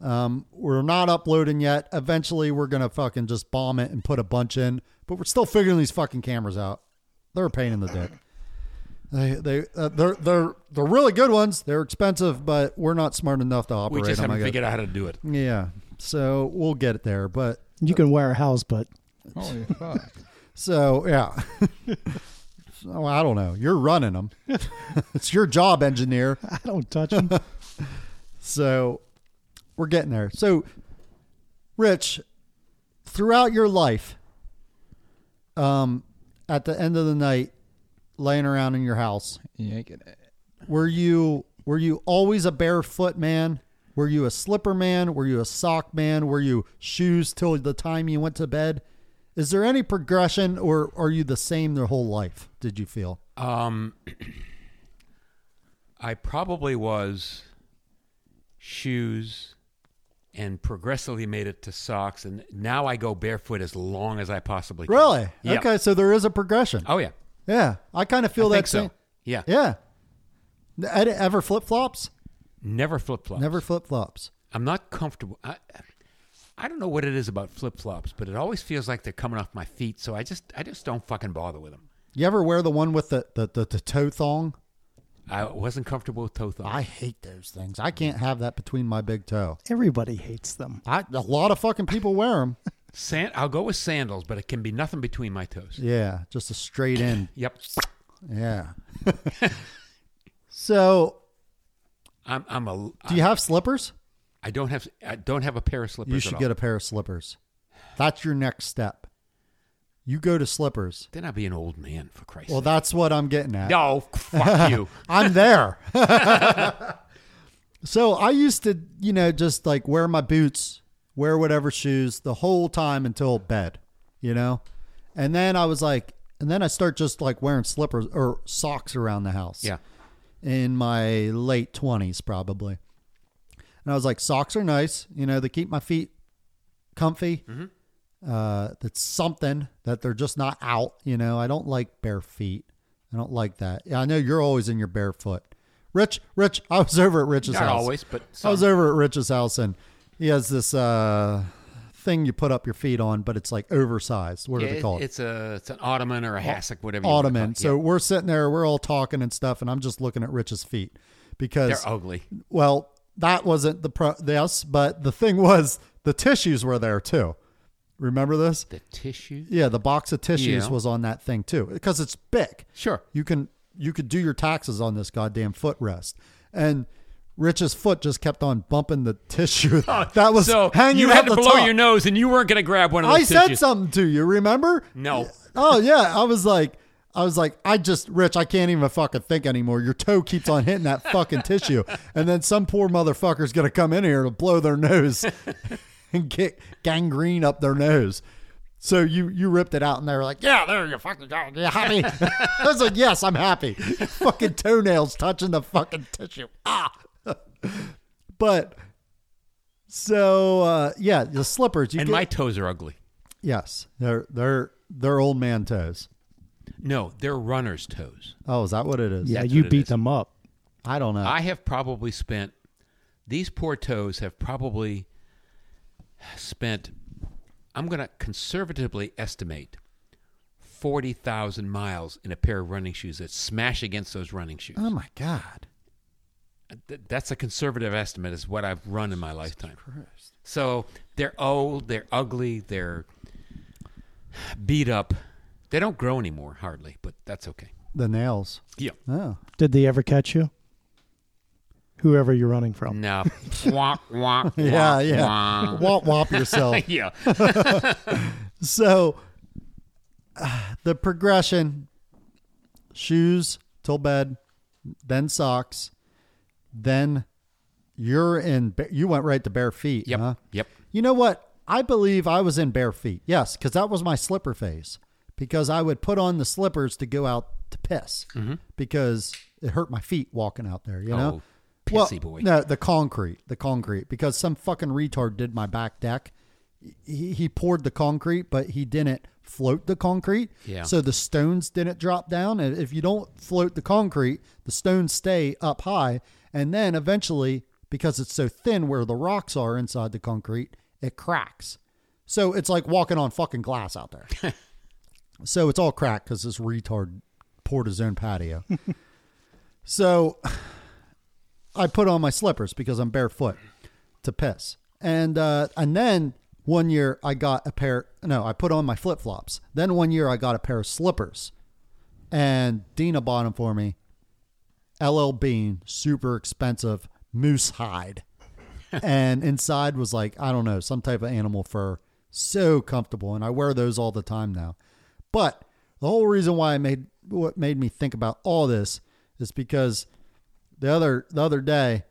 [SPEAKER 2] Um, we're not uploading yet. Eventually, we're gonna fucking just bomb it and put a bunch in. But we're still figuring these fucking cameras out. They're a pain in the dick. They they uh, they're they're they're really good ones. They're expensive, but we're not smart enough to
[SPEAKER 1] We
[SPEAKER 2] operate
[SPEAKER 1] just
[SPEAKER 2] them. I
[SPEAKER 1] haven't
[SPEAKER 2] guess.
[SPEAKER 1] figured out how to do it.
[SPEAKER 2] Yeah. So we'll get it there. But
[SPEAKER 4] You can wear a house, but
[SPEAKER 3] Holy fuck!
[SPEAKER 2] so, yeah. so, I don't know. You're running them, it's your job, engineer.
[SPEAKER 4] I don't touch them.
[SPEAKER 2] So we're getting there. So, Rich, throughout your life, um, at the end of the night, laying around in your house,
[SPEAKER 3] Yanking it.
[SPEAKER 2] were you were you always a barefoot man? Were you a slipper man? Were you a sock man? Were you shoes till the time you went to bed? Is there any progression or are you the same their whole life? Did you feel?
[SPEAKER 1] Um, I probably was shoes and progressively made it to socks. And now I go barefoot as long as I possibly can.
[SPEAKER 2] Really?
[SPEAKER 1] Yeah.
[SPEAKER 2] Okay, so there is a progression.
[SPEAKER 1] Oh, yeah.
[SPEAKER 2] Yeah. Uh, I kind of feel
[SPEAKER 1] I
[SPEAKER 2] that
[SPEAKER 1] think so.
[SPEAKER 2] same.
[SPEAKER 1] Yeah.
[SPEAKER 2] Yeah. N- ed- Ever flip flops?
[SPEAKER 1] Never flip flops.
[SPEAKER 2] Never flip flops.
[SPEAKER 1] I'm not comfortable. I, I don't know what it is about flip flops, but it always feels like they're coming off my feet. So I just, I just don't fucking bother with them.
[SPEAKER 2] You ever wear the one with the, the, the, the toe thong?
[SPEAKER 1] I wasn't comfortable with toe thong.
[SPEAKER 2] I hate those things. I can't have that between my big toe.
[SPEAKER 4] Everybody hates them.
[SPEAKER 2] I, a lot of fucking people wear them.
[SPEAKER 1] Sand, I'll go with sandals, but it can be nothing between my toes.
[SPEAKER 2] Yeah, just a straight in
[SPEAKER 1] Yep.
[SPEAKER 2] Yeah. so,
[SPEAKER 1] I'm, I'm a,
[SPEAKER 2] do you have slippers?
[SPEAKER 1] I don't have I don't have a pair of slippers.
[SPEAKER 2] You should get a pair of slippers. That's your next step. You go to slippers.
[SPEAKER 1] Then I'll be an old man for Christ's
[SPEAKER 2] Well,
[SPEAKER 1] sake.
[SPEAKER 2] that's what I'm getting at.
[SPEAKER 1] No, fuck you.
[SPEAKER 2] I'm there. so, I used to, you know, just like wear my boots, wear whatever shoes the whole time until bed, you know? And then I was like, and then I start just like wearing slippers or socks around the house.
[SPEAKER 1] Yeah.
[SPEAKER 2] in my late 20s probably and i was like socks are nice you know they keep my feet comfy
[SPEAKER 1] Mm-hmm.
[SPEAKER 2] uh, that's something that they're just not out you know i don't like bare feet i don't like that yeah, i know you're always in your barefoot rich rich i was over at rich's
[SPEAKER 1] Not
[SPEAKER 2] house
[SPEAKER 1] always, but
[SPEAKER 2] i was
[SPEAKER 1] some.
[SPEAKER 2] over at rich's house and he has this uh, thing you put up your feet on but it's like oversized what
[SPEAKER 1] Yeah,
[SPEAKER 2] are they
[SPEAKER 1] it-
[SPEAKER 2] called
[SPEAKER 1] it's a it's an ottoman or a hassock, whatever. you wanna
[SPEAKER 2] ottoman
[SPEAKER 1] call
[SPEAKER 2] so
[SPEAKER 1] it.
[SPEAKER 2] we're sitting there we're all talking and stuff and i'm just looking at rich's feet because
[SPEAKER 1] Yeah, they're ugly.
[SPEAKER 2] well, that wasn't the pro- this, but the thing was the tissues were there too. Remember this?
[SPEAKER 1] The tissue.
[SPEAKER 2] Yeah, the box of tissues
[SPEAKER 1] Yeah.
[SPEAKER 2] was on that thing too because it's big.
[SPEAKER 1] Sure.
[SPEAKER 2] You can you could do your taxes on this goddamn footrest. And Rich's foot just kept on bumping the tissue that was
[SPEAKER 1] Oh, so
[SPEAKER 2] hanging
[SPEAKER 1] you
[SPEAKER 2] out
[SPEAKER 1] had to
[SPEAKER 2] the
[SPEAKER 1] blow
[SPEAKER 2] top.
[SPEAKER 1] your nose, and you weren't going to grab one of
[SPEAKER 2] I
[SPEAKER 1] those.
[SPEAKER 2] said
[SPEAKER 1] tissues.
[SPEAKER 2] something to you, remember?
[SPEAKER 1] No.
[SPEAKER 2] Oh yeah, I was like I was like I just Rich, I can't even fucking think anymore. Your toe keeps on hitting that fucking tissue. And then some poor motherfucker's going to come in here and blow their nose and get gangrene up their nose. So you you ripped it out and they were like, "Yeah, there you fucking go. You happy?" I was like, "Yes, I'm happy." fucking toenails touching the fucking tissue. Ah. but so uh, yeah, the slippers. You
[SPEAKER 1] And
[SPEAKER 2] get-
[SPEAKER 1] my toes are ugly.
[SPEAKER 2] Yes, they're they're they're old man toes.
[SPEAKER 1] No, they're runner's toes.
[SPEAKER 2] Oh, is that what it is?
[SPEAKER 4] Yeah,
[SPEAKER 1] That's
[SPEAKER 4] you
[SPEAKER 1] what it
[SPEAKER 4] beat
[SPEAKER 1] is.
[SPEAKER 4] them up.
[SPEAKER 2] I don't know.
[SPEAKER 1] I have probably spent these poor toes have probably spent I'm going to conservatively estimate 40,000 miles in a pair of running shoes that smash against those running shoes.
[SPEAKER 2] oh my god.
[SPEAKER 1] Th- That's a conservative estimate is what I've run in my lifetime. So they're old, they're ugly, they're beat up. They don't grow anymore hardly, but that's okay.
[SPEAKER 2] The nails.
[SPEAKER 1] Yeah.
[SPEAKER 2] Oh.
[SPEAKER 4] Did they ever catch you? Whoever you're running from.
[SPEAKER 1] No. womp, womp,
[SPEAKER 2] Yeah, Uh-huh.
[SPEAKER 1] womp,
[SPEAKER 2] yeah.
[SPEAKER 1] womp.
[SPEAKER 2] Womp womp yourself.
[SPEAKER 1] yeah.
[SPEAKER 2] so uh, the progression shoes till bed, then socks, then you're in ba- you went right to bare feet,
[SPEAKER 1] Yep.
[SPEAKER 2] huh?
[SPEAKER 1] Yep.
[SPEAKER 2] You know what? I believe I was in bare feet. Yes, because that was my slipper phase. Because I would put on the slippers to go out to piss because it hurt my feet walking out there. You know,
[SPEAKER 1] Mm-hmm. Oh, pissy boy.
[SPEAKER 2] No, the concrete, the concrete. Because some fucking retard did my back deck. He, he poured the concrete, but he didn't float the concrete.
[SPEAKER 1] Yeah.
[SPEAKER 2] So the stones didn't drop down. And if you don't float the concrete, the stones stay up high. And then eventually, because it's so thin where the rocks are inside the concrete, it cracks. So it's like walking on fucking glass out there. so it's all cracked because this retard poured his own patio. so I put on my slippers because I'm barefoot to piss. And uh, and then one year I got a pair. No, I put on my flip flops. Then one year I got a pair of slippers, and Dina bought them for me. LL Bean, super expensive moose hide, and inside was like I don't know some type of animal fur. So comfortable, and I wear those all the time now. But the whole reason why I made what made me think about all this is because the other the other day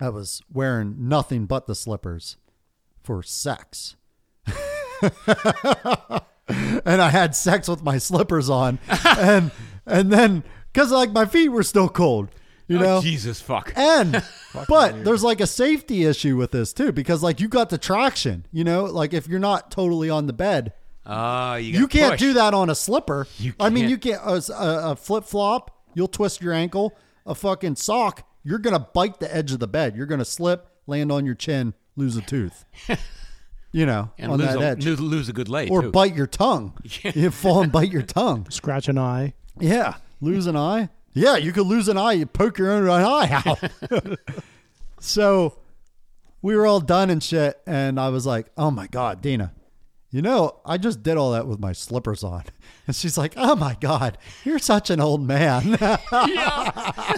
[SPEAKER 2] I was wearing nothing but the slippers for sex. and I had sex with my slippers on and and then cuz like my feet were still cold, you
[SPEAKER 1] Oh,
[SPEAKER 2] know.
[SPEAKER 1] Jesus fuck.
[SPEAKER 2] And but there's like a safety issue with this too because like you got the traction, you know, like if you're not totally on the bed,
[SPEAKER 1] Ah, you,
[SPEAKER 2] you
[SPEAKER 1] gotta
[SPEAKER 2] can't
[SPEAKER 1] push.
[SPEAKER 2] do that on a slipper.
[SPEAKER 1] You
[SPEAKER 2] I mean,
[SPEAKER 1] can't.
[SPEAKER 2] you can't uh, a, flip flop. You'll twist your ankle. A fucking sock. You're gonna bite the edge of the bed. You're gonna slip, land on your chin, lose a tooth. you know,
[SPEAKER 1] and
[SPEAKER 2] on
[SPEAKER 1] lose
[SPEAKER 2] that
[SPEAKER 1] a,
[SPEAKER 2] edge,
[SPEAKER 1] lose- lose a good leg
[SPEAKER 2] or
[SPEAKER 1] too.
[SPEAKER 2] bite your tongue. you fall and bite your tongue.
[SPEAKER 4] Scratch an eye.
[SPEAKER 2] Yeah, lose an eye. Yeah, you could lose an eye. You poke your own eye out. so we were all done and shit, and I was like, "Oh my god, Dina, you know, I just did all that with my slippers on." And she's like, "Oh my god, you're such an old man." and I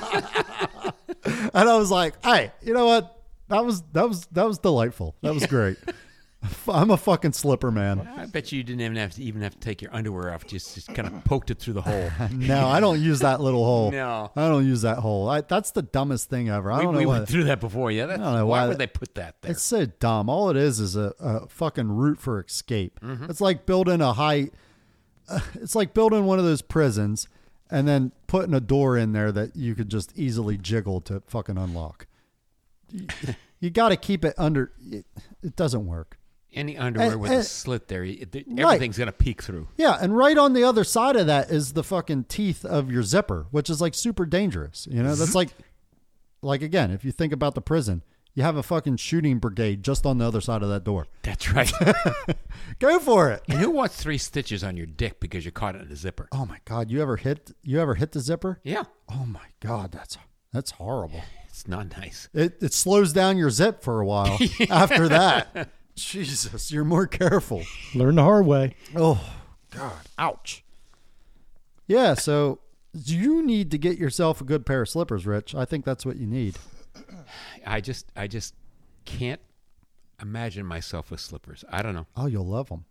[SPEAKER 2] was like, "Hey, you know what? That was that was that was delightful. That was great. I'm a fucking slipper man."
[SPEAKER 1] I bet you didn't even have to even have to take your underwear off. Just, just kind of poked it through the hole.
[SPEAKER 2] No, I don't use that little hole.
[SPEAKER 1] No.
[SPEAKER 2] I don't use that hole. I, that's the dumbest thing ever. I
[SPEAKER 1] We,
[SPEAKER 2] don't
[SPEAKER 1] we
[SPEAKER 2] know why.
[SPEAKER 1] went through that before. Yeah, that's,
[SPEAKER 2] don't know
[SPEAKER 1] why,
[SPEAKER 2] why
[SPEAKER 1] would
[SPEAKER 2] that-
[SPEAKER 1] they put that there?
[SPEAKER 2] It's so dumb. All it is is a, a fucking route for escape.
[SPEAKER 1] Mm-hmm.
[SPEAKER 2] It's like building a high. uh, it's like building one of those prisons and then putting a door in there that you could just easily jiggle to fucking unlock. You, got to keep it under. It, it doesn't work.
[SPEAKER 1] Any underwear
[SPEAKER 2] and-
[SPEAKER 1] with a
[SPEAKER 2] and-
[SPEAKER 1] slit there, it, it- everything's gonna peek through.
[SPEAKER 2] Yeah, and right on the other side of that is the fucking teeth of your zipper, which is like super dangerous. You know, that's like, like again, if you think about the prison, you have a fucking shooting brigade just on the other side of that door.
[SPEAKER 1] That's right.
[SPEAKER 2] Go for it.
[SPEAKER 1] and who wants three stitches on your dick because you caught it in a zipper?
[SPEAKER 2] Oh my god, you ever hit you ever hit the zipper?
[SPEAKER 1] Yeah,
[SPEAKER 2] Oh my god, that's that's horrible.
[SPEAKER 1] it's not nice.
[SPEAKER 2] It it slows down your zip for a while after that. Jesus, you're more careful.
[SPEAKER 4] Learn the hard way.
[SPEAKER 2] Oh god, ouch. Yeah, so you need to get yourself a good pair of slippers, Rich. I think that's what you need.
[SPEAKER 1] I just, I just can't imagine myself with slippers. I don't know.
[SPEAKER 2] Oh, you'll love them.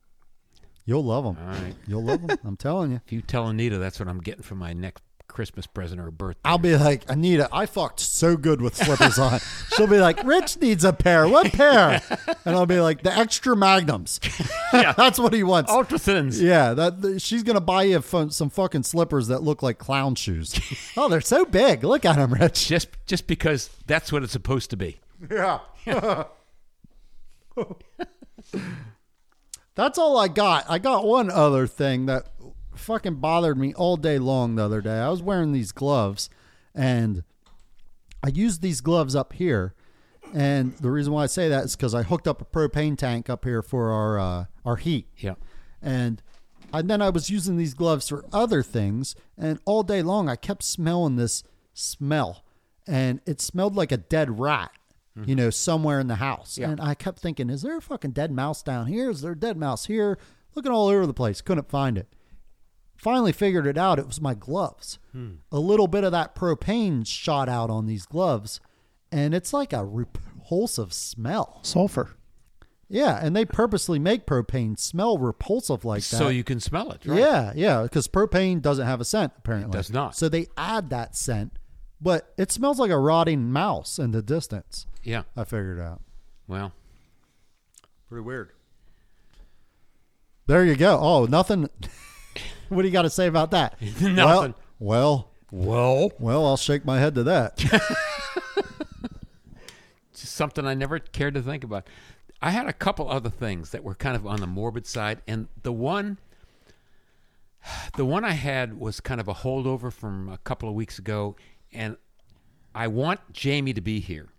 [SPEAKER 2] You'll love them.
[SPEAKER 1] All right.
[SPEAKER 2] You'll love them. I'm telling you.
[SPEAKER 1] If you tell Anita that's what I'm getting for my next Christmas present or birthday,
[SPEAKER 2] I'll be like, Anita, I fucked so good with slippers on. She'll be like, Rich needs a pair. What pair? And I'll be like, the extra magnums. That's what he wants.
[SPEAKER 1] ultra thins.
[SPEAKER 2] Yeah, that th- she's gonna buy you fun, some fucking slippers that look like clown shoes. oh, they're so big. Look at them, Rich.
[SPEAKER 1] Just, just because that's what it's supposed to be.
[SPEAKER 2] Yeah. That's all I got. I got one other thing that fucking bothered me all day long the other day. I was wearing these gloves and I used these gloves up here. And the reason why I say that is because I hooked up a propane tank up here for our uh, our heat.
[SPEAKER 1] Yeah.
[SPEAKER 2] and and then I was using these gloves for other things, and all day long I kept smelling this smell, and it smelled like a dead rat, you know, somewhere in the house. And I kept thinking, is there a fucking dead mouse down here? Is there a dead mouse here? Looking all over the place, couldn't find it. Finally figured it out. It was my gloves. A little bit of that propane shot out on these gloves, and it's like a repulsive smell.
[SPEAKER 4] Sulfur.
[SPEAKER 2] Yeah, and they purposely make propane smell repulsive like that.
[SPEAKER 1] So you can smell it, right?
[SPEAKER 2] Yeah, yeah, because propane doesn't have a scent apparently.
[SPEAKER 1] does not.
[SPEAKER 2] So they add that scent, but it smells like a rotting mouse in the distance.
[SPEAKER 1] Yeah.
[SPEAKER 2] I figured out.
[SPEAKER 1] Well,
[SPEAKER 2] Pretty weird. There you go. Oh, nothing. what do you got to say about that?
[SPEAKER 1] Nothing.
[SPEAKER 2] Well, well,
[SPEAKER 1] Well,
[SPEAKER 2] well, I'll shake my head to that.
[SPEAKER 1] just something I never cared to think about. I had a couple other things that were kind of on the morbid side, and the one, the one I had was kind of a holdover from a couple of weeks ago, and I want Jamie to be here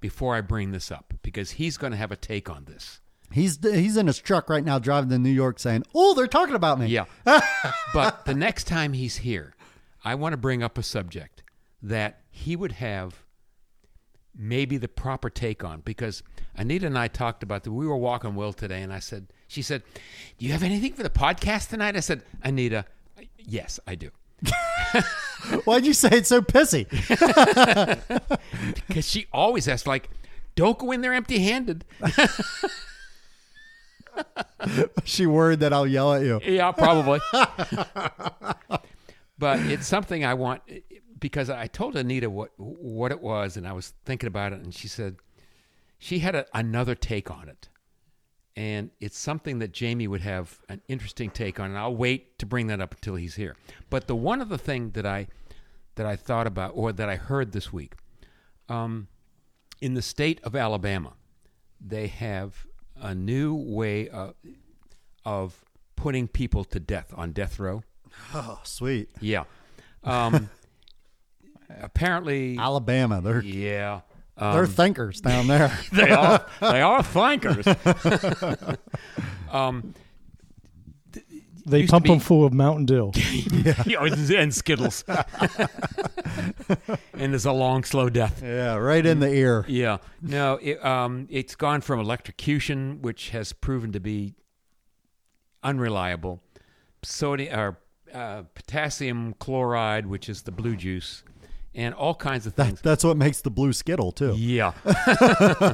[SPEAKER 1] before I bring this up because he's going to have a take on this.
[SPEAKER 2] He's he's in his truck right now driving to New York saying, "Oh, they're talking about me."
[SPEAKER 1] Yeah. but the next time he's here, I want to bring up a subject that he would have maybe the proper take on because Anita and I talked about that. We were walking Will today, and I said, She said, Do you have anything for the podcast tonight? I said, Anita, yes, I do.
[SPEAKER 2] Why'd you say it's so pissy?
[SPEAKER 1] Because she always asks, like, don't go in there empty handed.
[SPEAKER 2] she worried that I'll yell at you.
[SPEAKER 1] Yeah, probably. but it's something I want because I told Anita what what it was, and I was thinking about it, and she said she had a, another take on it, and it's something that Jamie would have an interesting take on, and I'll wait to bring that up until he's here. But the one other thing that I that I thought about or that I heard this week, um, in the state of Alabama, they have a new way of, of putting people to death on death row.
[SPEAKER 2] Oh, sweet.
[SPEAKER 1] Yeah. Um, apparently,
[SPEAKER 2] Alabama, they're
[SPEAKER 1] yeah. Um,
[SPEAKER 2] they're thinkers down there.
[SPEAKER 1] they are they are thinkers. um,
[SPEAKER 4] They
[SPEAKER 1] Used to
[SPEAKER 4] pump them
[SPEAKER 1] be-
[SPEAKER 4] full of Mountain Dew.
[SPEAKER 1] you know, and Skittles, and it's a long, slow death.
[SPEAKER 2] yeah, right in the ear.
[SPEAKER 1] Yeah. No, it, um, it's gone from electrocution, which has proven to be unreliable, sodium or uh, potassium chloride, which is the blue juice, and all kinds of
[SPEAKER 2] That,
[SPEAKER 1] things.
[SPEAKER 2] that's what makes the blue skittle too.
[SPEAKER 1] Yeah.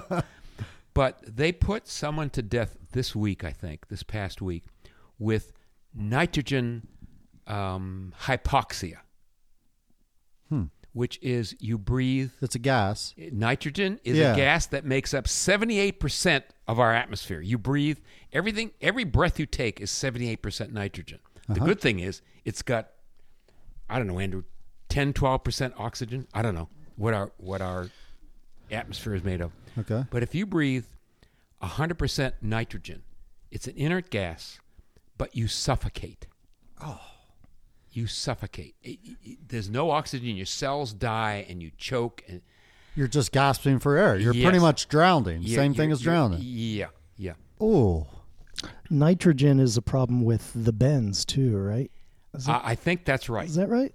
[SPEAKER 1] but they put someone to death this week, I think, this past week, with nitrogen um, hypoxia, which is you breathe
[SPEAKER 2] It's a gas.
[SPEAKER 1] Nitrogen is
[SPEAKER 2] Yeah.
[SPEAKER 1] a gas that makes up 78% of our atmosphere. You breathe, everything, every breath you take is 78% nitrogen. The
[SPEAKER 2] Uh-huh.
[SPEAKER 1] good thing is, it's got, I don't know, Andrew, 10, 12% oxygen. I don't know what our, what our atmosphere is made of.
[SPEAKER 2] Okay.
[SPEAKER 1] But if you breathe 100% nitrogen, it's an inert gas, but you suffocate. Oh. You suffocate. It- it- it- there's no oxygen. Your cells die and you choke. And,
[SPEAKER 2] You're just gasping for air. You're
[SPEAKER 1] Yes.
[SPEAKER 2] pretty much drowning.
[SPEAKER 1] yeah,
[SPEAKER 2] Same
[SPEAKER 1] you-
[SPEAKER 2] thing as
[SPEAKER 1] you-
[SPEAKER 2] drowning.
[SPEAKER 1] Yeah, yeah.
[SPEAKER 2] Ooh.
[SPEAKER 4] Nitrogen is a problem with the bends too, right?
[SPEAKER 1] I, I think that's right.
[SPEAKER 4] Is that right?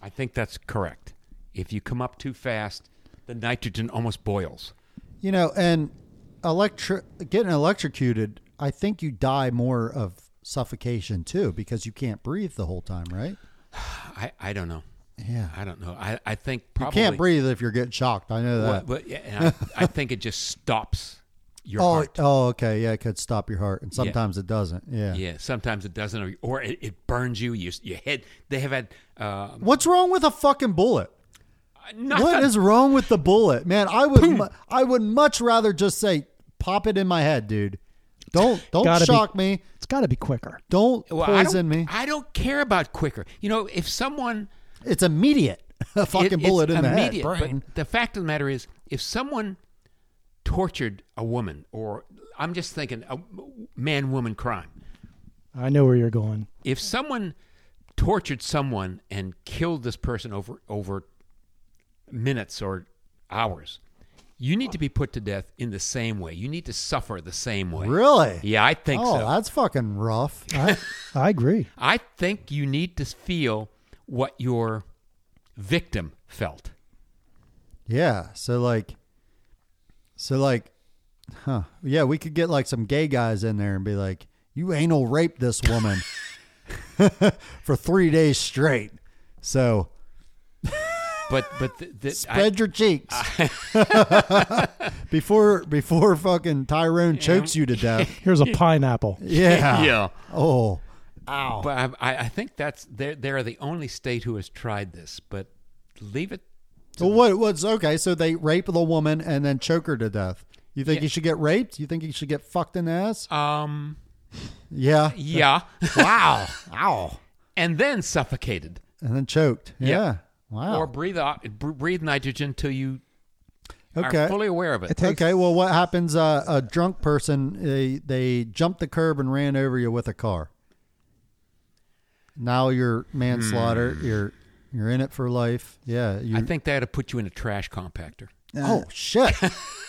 [SPEAKER 1] I think that's correct. If you come up too fast, the nitrogen almost boils.
[SPEAKER 2] You know, and electro- getting electrocuted, I think you die more of suffocation too because you can't breathe the whole time, right?
[SPEAKER 1] I, I don't know.
[SPEAKER 2] Yeah.
[SPEAKER 1] I don't know. I, I think
[SPEAKER 2] You
[SPEAKER 1] probably
[SPEAKER 2] can't breathe if you're getting shocked. I know
[SPEAKER 1] Well,
[SPEAKER 2] that.
[SPEAKER 1] but yeah, and I, I think it just stops your
[SPEAKER 2] oh,
[SPEAKER 1] heart.
[SPEAKER 2] oh, okay. Yeah, it could stop your heart, and sometimes it doesn't. Yeah.
[SPEAKER 1] Yeah, sometimes it doesn't, or, or it, it burns you. Your, your head. They have had uh,
[SPEAKER 2] What's wrong with a fucking bullet?
[SPEAKER 1] nothing.
[SPEAKER 2] What is wrong with the bullet, man? I would, mu- I would much rather just say, pop it in my head, dude. Don't, don't
[SPEAKER 4] Gotta be-
[SPEAKER 2] shock me.
[SPEAKER 4] It's got to be quicker.
[SPEAKER 2] Don't
[SPEAKER 1] Well, I don't-
[SPEAKER 2] poison me.
[SPEAKER 1] I don't care about quicker. You know, if someone
[SPEAKER 2] It's immediate. A
[SPEAKER 1] it-
[SPEAKER 2] fucking
[SPEAKER 1] it's
[SPEAKER 2] bullet in
[SPEAKER 1] immediate,
[SPEAKER 2] the
[SPEAKER 1] but
[SPEAKER 2] head. Brain.
[SPEAKER 1] the fact of the matter is, if someone tortured a woman, or I'm just thinking a man-woman crime,
[SPEAKER 4] I know where you're going.
[SPEAKER 1] if someone tortured someone and killed this person over over minutes or hours, you need to be put to death in the same way. You need to suffer the same way.
[SPEAKER 2] Really?
[SPEAKER 1] Yeah, I think
[SPEAKER 2] Oh,
[SPEAKER 1] so.
[SPEAKER 2] that's fucking rough.
[SPEAKER 4] I, I agree.
[SPEAKER 1] I think you need to feel what your victim felt.
[SPEAKER 2] Yeah. So like, so like, huh? Yeah, we could get like some gay guys in there and be like, "You anal raped this woman for three days straight." So
[SPEAKER 1] But but the, the,
[SPEAKER 2] spread your cheeks before before fucking Tyrone chokes you to death.
[SPEAKER 4] Here's a pineapple.
[SPEAKER 2] Yeah.
[SPEAKER 1] Yeah.
[SPEAKER 2] Oh,
[SPEAKER 1] I, but I, I think that's they're they're the only state who has tried this. But leave it.
[SPEAKER 2] so what? What's okay? So they rape the woman and then choke her to death. You think
[SPEAKER 1] Yeah.
[SPEAKER 2] he should get raped? You think he should get fucked in the ass?
[SPEAKER 1] Um,
[SPEAKER 2] Yeah.
[SPEAKER 1] yeah.
[SPEAKER 2] Wow. Ow.
[SPEAKER 1] and then suffocated
[SPEAKER 2] And then choked. Yeah.
[SPEAKER 1] Yeah.
[SPEAKER 2] Wow.
[SPEAKER 1] or breathe o- br- breathe nitrogen till you
[SPEAKER 2] okay.
[SPEAKER 1] are fully aware of it.
[SPEAKER 3] It takes
[SPEAKER 2] okay. Well, what happens? Uh, a drunk person they they jumped the curb and ran over you with a car. Now you're manslaughter.
[SPEAKER 1] Hmm.
[SPEAKER 2] You're you're in it for life. Yeah. You,
[SPEAKER 1] I think that'll put you in a trash compactor.
[SPEAKER 2] Oh shit!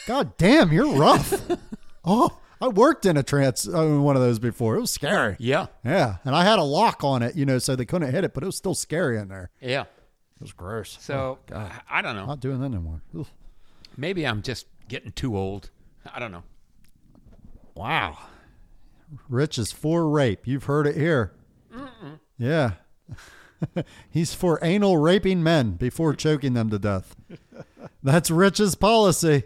[SPEAKER 2] God damn, you're rough. oh, I worked in a trans uh, one of those before. It was scary.
[SPEAKER 1] Yeah,
[SPEAKER 2] Yeah, and I had a lock on it, you know, so they couldn't hit it, but it was still scary in there.
[SPEAKER 1] yeah.
[SPEAKER 2] It was gross.
[SPEAKER 1] So I I don't know.
[SPEAKER 2] Not doing that anymore. Oof.
[SPEAKER 1] Maybe I'm just getting too old. I don't know.
[SPEAKER 2] Wow. Rich is for rape. You've heard it here. Yeah. He's for anal raping men before choking them to death. That's Rich's policy.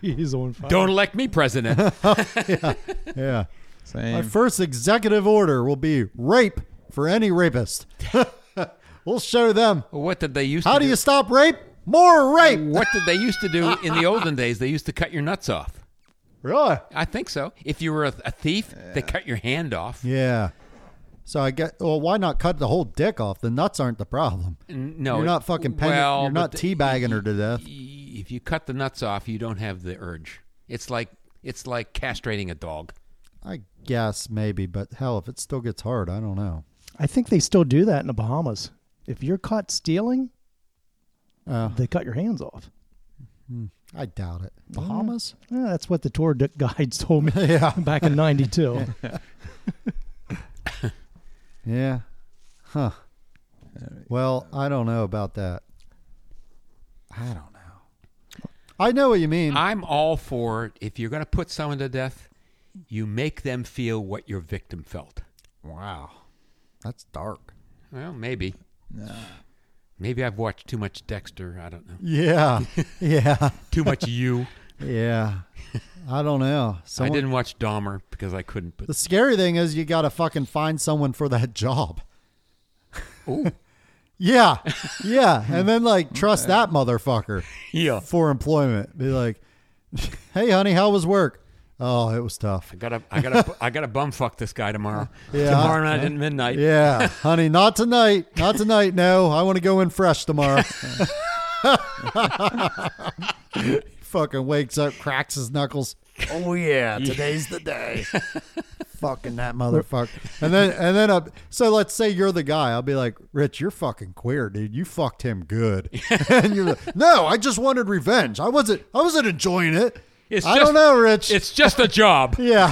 [SPEAKER 4] He's on fire.
[SPEAKER 1] Don't elect me president.
[SPEAKER 2] Yeah. My
[SPEAKER 3] Same.
[SPEAKER 2] first executive order will be rape for any rapist. we'll show them.
[SPEAKER 1] what did they used
[SPEAKER 2] How
[SPEAKER 1] to
[SPEAKER 2] do you stop rape? More rape.
[SPEAKER 1] What did they used to do in the olden days? They used to cut your nuts off.
[SPEAKER 2] Really?
[SPEAKER 1] I think so. If you were a, a thief, they cut your hand off.
[SPEAKER 2] Yeah. So I get well. Why not cut the whole dick off? The nuts aren't the problem.
[SPEAKER 1] N- No,
[SPEAKER 2] you're not fucking pen-
[SPEAKER 1] well,
[SPEAKER 2] you're
[SPEAKER 1] but
[SPEAKER 2] not
[SPEAKER 1] the-
[SPEAKER 2] teabagging her to death.
[SPEAKER 1] y- If you cut the nuts off, you don't have the urge. It's like it's like castrating a dog.
[SPEAKER 2] I guess maybe, but hell, if it still gets hard, I don't know.
[SPEAKER 4] I think they still do that in the Bahamas. If you're caught stealing,
[SPEAKER 2] Uh,
[SPEAKER 4] they cut your hands off.
[SPEAKER 2] I doubt it. Bahamas.
[SPEAKER 4] Yeah, that's what the tour d- guides told me
[SPEAKER 2] Yeah.
[SPEAKER 4] back in '92.
[SPEAKER 2] Yeah. Huh. Well, I don't know about that. I don't know. I know what you mean.
[SPEAKER 1] I'm all for if you're going to put someone to death, you make them feel what your victim felt.
[SPEAKER 2] wow. That's dark.
[SPEAKER 1] Well, maybe.
[SPEAKER 3] No.
[SPEAKER 1] Maybe I've watched too much Dexter. I don't know.
[SPEAKER 2] Yeah. yeah.
[SPEAKER 1] Too much you.
[SPEAKER 2] Yeah. I don't know.
[SPEAKER 1] I
[SPEAKER 2] Someone,
[SPEAKER 1] didn't watch Dahmer because I couldn't. But
[SPEAKER 2] The scary thing is you got to fucking find someone for that job.
[SPEAKER 1] Ooh.
[SPEAKER 2] Yeah. Yeah. And then like trust that motherfucker
[SPEAKER 1] yeah,
[SPEAKER 2] for employment. Be like, "Hey honey, how was work?" "Oh, it was tough."
[SPEAKER 1] I gotta, I gotta, I gotta bum fuck this guy tomorrow.
[SPEAKER 2] Yeah.
[SPEAKER 1] Tomorrow night at midnight.
[SPEAKER 2] Yeah, honey, not tonight. Not tonight. No, I want to go in fresh tomorrow. fucking wakes up, cracks his knuckles. Oh yeah, today's the day. fucking that motherfucker. And then and then uh, so let's say you're the guy. I'll be like, "Rich, you're fucking queer, dude. You fucked him good." and you're like, "No, I just wanted revenge. I wasn't I wasn't enjoying it."
[SPEAKER 1] It's
[SPEAKER 2] I
[SPEAKER 1] just-
[SPEAKER 2] don't know, Rich.
[SPEAKER 1] It's just a job.
[SPEAKER 2] Yeah.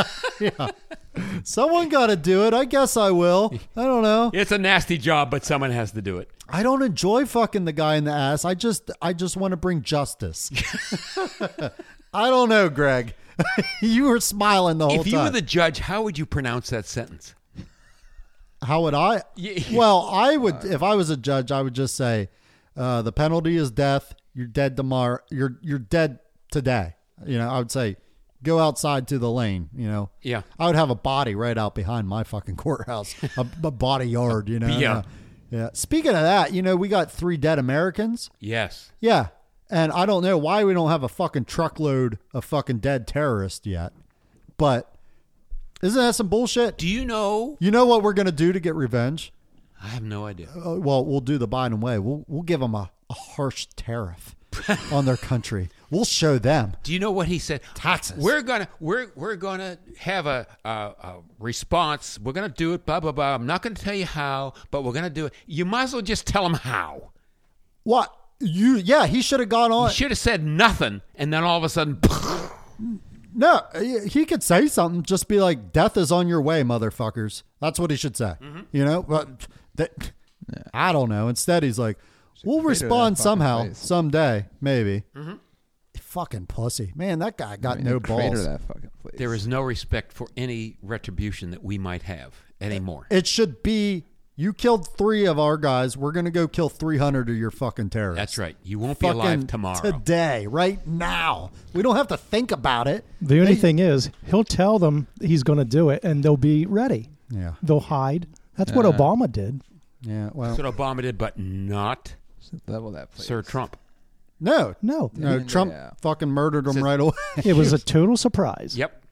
[SPEAKER 2] yeah. Someone got to do it. I guess I will. I don't know.
[SPEAKER 1] It's a nasty job, but someone has to do it.
[SPEAKER 2] I don't enjoy fucking the guy in the ass. I just I just want to bring justice. I don't know, Greg. you were smiling the whole
[SPEAKER 1] if you
[SPEAKER 2] time.
[SPEAKER 1] were the judge, how would you pronounce that sentence?
[SPEAKER 2] How would I?
[SPEAKER 1] Yeah.
[SPEAKER 2] Well, I would if I was a judge, I would just say uh, the penalty is death. You're dead tomorrow. You're you're dead today. You know, I would say go outside to the lane. You know,
[SPEAKER 1] Yeah.
[SPEAKER 2] I would have a body right out behind my fucking courthouse, a, a body yard. You know,
[SPEAKER 1] Yeah.
[SPEAKER 2] yeah. Speaking of that, you know, we got three dead Americans.
[SPEAKER 1] Yes.
[SPEAKER 2] Yeah. And I don't know why we don't have a fucking truckload of fucking dead terrorists yet. But isn't that some bullshit?
[SPEAKER 1] Do you know?
[SPEAKER 2] You know what we're going to do to get revenge?
[SPEAKER 1] I have no idea.
[SPEAKER 2] Uh, well, we'll do the Biden way. We'll, we'll give them a, a harsh tariff on their country. We'll show them.
[SPEAKER 1] Do you know what he said?
[SPEAKER 2] Taxes.
[SPEAKER 1] We're gonna we're we're gonna have a, a, a response. We're gonna do it. Blah blah blah. I'm not gonna tell you how, but we're gonna do it. You might as well just tell him how.
[SPEAKER 2] What? You, yeah, he should have gone on.
[SPEAKER 1] You should have said nothing, and then all of a sudden,
[SPEAKER 2] No, he- he could say something. Just be like, "Death is on your way, motherfuckers." That's what he should say. You know, but that, I don't know. Instead, he's like, "We'll
[SPEAKER 3] crater that
[SPEAKER 2] respond
[SPEAKER 3] fucking
[SPEAKER 2] somehow,
[SPEAKER 3] face."
[SPEAKER 2] someday, maybe." Fucking pussy, man. That guy got no
[SPEAKER 3] Crater
[SPEAKER 2] balls.
[SPEAKER 3] that fucking place.
[SPEAKER 1] there is no respect for any retribution that we might have anymore.
[SPEAKER 2] It should be you killed three of our guys. We're gonna go kill three hundred of your fucking terrorists.
[SPEAKER 1] That's right. You won't be
[SPEAKER 2] Fucking
[SPEAKER 1] alive tomorrow.
[SPEAKER 2] today, right now. We don't have to think about it.
[SPEAKER 4] The only thing is, he'll tell them he's going to do it, and they'll be ready.
[SPEAKER 2] Yeah,
[SPEAKER 4] They'll hide. That's what Obama did.
[SPEAKER 2] yeah. Well,
[SPEAKER 1] That's what Obama did, but not
[SPEAKER 3] Level that place.
[SPEAKER 1] Sir Trump.
[SPEAKER 2] No,
[SPEAKER 4] No,
[SPEAKER 2] no.
[SPEAKER 3] Yeah.
[SPEAKER 2] Trump fucking murdered him
[SPEAKER 1] Says-
[SPEAKER 2] right away.
[SPEAKER 4] it was a total surprise.
[SPEAKER 1] Yep.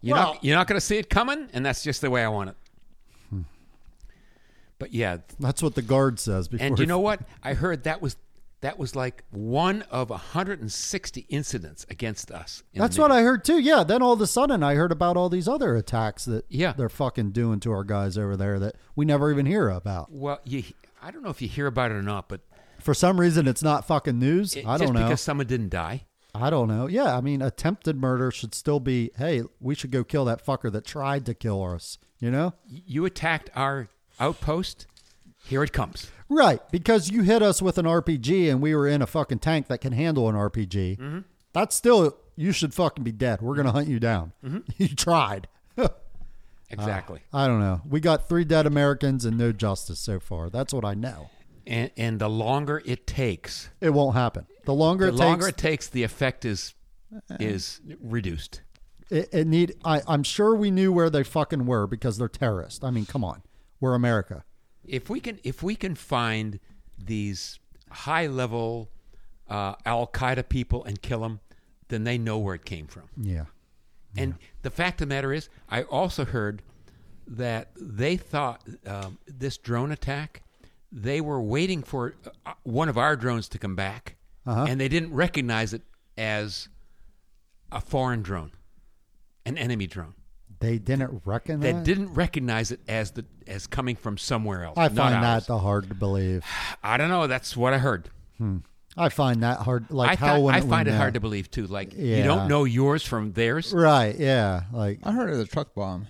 [SPEAKER 1] You're
[SPEAKER 2] Well-
[SPEAKER 1] not you're not going to see it coming, and that's just the way I want it. Hmm. But yeah,
[SPEAKER 2] That's what the guard says. Before
[SPEAKER 1] and you
[SPEAKER 2] he-
[SPEAKER 1] know what? I heard that was that was like one of 160 incidents against us. in the
[SPEAKER 2] That's what
[SPEAKER 1] media.
[SPEAKER 2] I heard too. Yeah. Then all of a sudden, I heard about all these other attacks that
[SPEAKER 1] Yeah.
[SPEAKER 2] they're fucking doing to our guys over there that we never even hear about.
[SPEAKER 1] Well, you, I don't know if you hear about it or not, but
[SPEAKER 2] For some reason, it's not fucking news.
[SPEAKER 1] it-
[SPEAKER 2] I
[SPEAKER 1] just
[SPEAKER 2] don't know.
[SPEAKER 1] because someone didn't die.
[SPEAKER 2] I don't know. Yeah, I mean, attempted murder should still be. Hey, we should go kill that fucker that tried to kill us. You know,
[SPEAKER 1] You attacked our outpost. Here it comes.
[SPEAKER 2] right? Because you hit us with an RPG and we were in a fucking tank that can handle an RPG.
[SPEAKER 1] Mm-hmm.
[SPEAKER 2] That's still. You should fucking be dead. We're gonna hunt you down.
[SPEAKER 1] Mm-hmm.
[SPEAKER 2] you tried.
[SPEAKER 1] Exactly.
[SPEAKER 2] I don't know. We got three dead Americans and no justice so far. That's what I know.
[SPEAKER 1] and and the longer it takes,
[SPEAKER 2] It won't happen. The longer
[SPEAKER 1] the
[SPEAKER 2] it
[SPEAKER 1] longer
[SPEAKER 2] takes, Eh.
[SPEAKER 1] it takes, the effect is is reduced.
[SPEAKER 2] it, it need. I, I'm sure we knew where they fucking were because they're terrorists. I mean, come on, we're America.
[SPEAKER 1] If we can if we can find these high level uh, Al Qaeda people and kill them, then they know where it came from.
[SPEAKER 2] Yeah.
[SPEAKER 1] And the fact of the matter is, I also heard that they thought um, this drone attack, they were waiting for uh, one of our drones to come back,
[SPEAKER 2] Uh-huh.
[SPEAKER 1] and they didn't recognize it as a foreign drone, an enemy drone.
[SPEAKER 2] They didn't reckon
[SPEAKER 1] They
[SPEAKER 2] that.
[SPEAKER 1] didn't recognize it as the as coming from somewhere else.
[SPEAKER 2] I
[SPEAKER 1] not
[SPEAKER 2] find
[SPEAKER 1] ours.
[SPEAKER 2] that the hard to believe.
[SPEAKER 1] I don't know. That's what I heard.
[SPEAKER 2] I find that hard. Like
[SPEAKER 1] I,
[SPEAKER 2] how
[SPEAKER 1] thought-
[SPEAKER 2] when
[SPEAKER 1] I find it hard to believe too. Like you
[SPEAKER 2] Yeah.
[SPEAKER 1] don't know yours from theirs.
[SPEAKER 2] Right? Yeah. Like
[SPEAKER 3] I heard it was a truck bomb.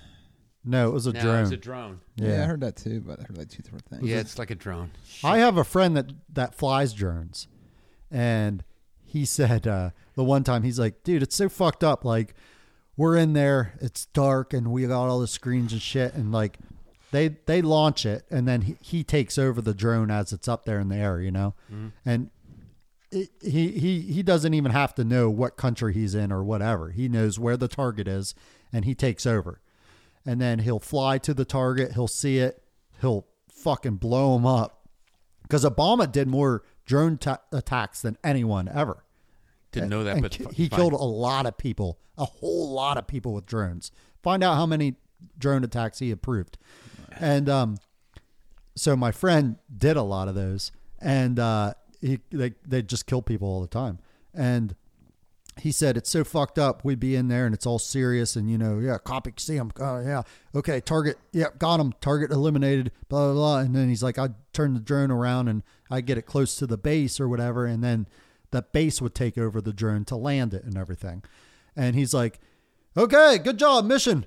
[SPEAKER 2] no, it was a
[SPEAKER 1] No,
[SPEAKER 2] drone.
[SPEAKER 1] it's a drone.
[SPEAKER 3] Yeah.
[SPEAKER 2] Yeah.
[SPEAKER 3] I heard that too, but I heard like two different things.
[SPEAKER 1] Yeah, it's like a drone.
[SPEAKER 2] I have a friend that that flies drones, and he said uh, the one time he's like, "Dude, it's so fucked up. Like, we're in there, it's dark, and we got all the screens and shit, and like, they they launch it, and then he, he takes over the drone as it's up there in the air, you know, and." It, he, he he doesn't even have to know what country he's in or whatever. He knows where the target is, and he takes over. And then he'll fly to the target. He'll see it. He'll fucking blow him up because Obama did more drone ta attacks than anyone ever.
[SPEAKER 1] Didn't know that,
[SPEAKER 2] And
[SPEAKER 1] but
[SPEAKER 2] ki-
[SPEAKER 1] fi-
[SPEAKER 2] he
[SPEAKER 1] fine.
[SPEAKER 2] killed a lot of people, a whole lot of people with drones. Find out how many drone attacks he approved, and um, so my friend did a lot of those, and uh, he they they just kill people all the time, and he said it's so fucked up. We'd be in there and it's all serious, and you know, yeah, copy, see him, oh yeah, okay, target, yeah, got him, target eliminated, blah blah blah. And then he's like, I turn the drone around and I get it close to the base or whatever, and then the base would take over the drone to land it and everything. And he's like, okay, good job, mission.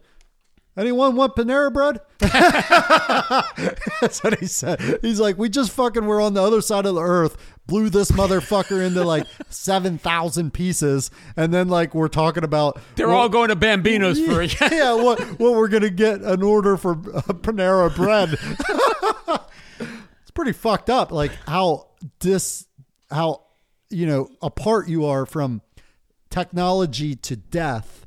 [SPEAKER 2] Anyone want Panera bread? That's what he said. He's like, we just fucking were on the other side of the earth, blew this motherfucker into like 7,000 pieces, and then like we're talking about.
[SPEAKER 1] They're
[SPEAKER 2] what-
[SPEAKER 1] all going to Bambinos for it.
[SPEAKER 2] yeah, what, what we're going to get an order for uh, Panera bread. it's pretty fucked up. Like how dis, how, you know, apart you are from technology to death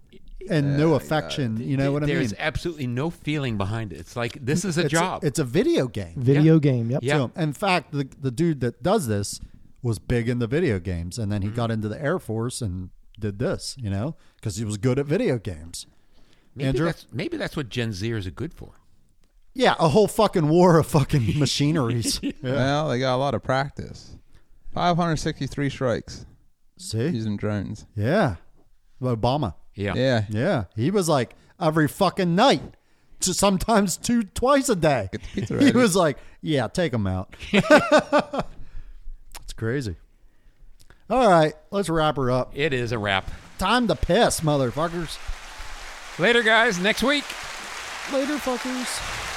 [SPEAKER 2] and no affection. You know what I mean?
[SPEAKER 1] There's absolutely no feeling behind it. It's like this is a
[SPEAKER 2] It's
[SPEAKER 1] job.
[SPEAKER 2] It's a video game.
[SPEAKER 4] Video game. Yep.
[SPEAKER 1] Yeah.
[SPEAKER 2] So, in fact, the, the dude that does this was big in the video games, and then
[SPEAKER 3] Mm-hmm.
[SPEAKER 2] he got into the Air Force and did this, you know, because he was good at video games.
[SPEAKER 1] maybe
[SPEAKER 2] Andrew?
[SPEAKER 1] that's maybe that's what Gen Zers are good for.
[SPEAKER 2] Yeah, a whole fucking war of fucking machineries. Yeah.
[SPEAKER 3] Well, they got a lot of practice. 563 strikes
[SPEAKER 2] See?
[SPEAKER 3] using drones.
[SPEAKER 2] Yeah. Obama.
[SPEAKER 1] Yeah.
[SPEAKER 3] Yeah.
[SPEAKER 2] Yeah. He was like every fucking night, to sometimes two, twice a day.
[SPEAKER 3] Get the pizza
[SPEAKER 2] He
[SPEAKER 3] ready.
[SPEAKER 2] was like, yeah, take him out. it's crazy. All right, let's wrap her up.
[SPEAKER 1] It is a wrap.
[SPEAKER 2] Time to piss, motherfuckers.
[SPEAKER 1] Later, guys. Next week.
[SPEAKER 2] Later, fuckers.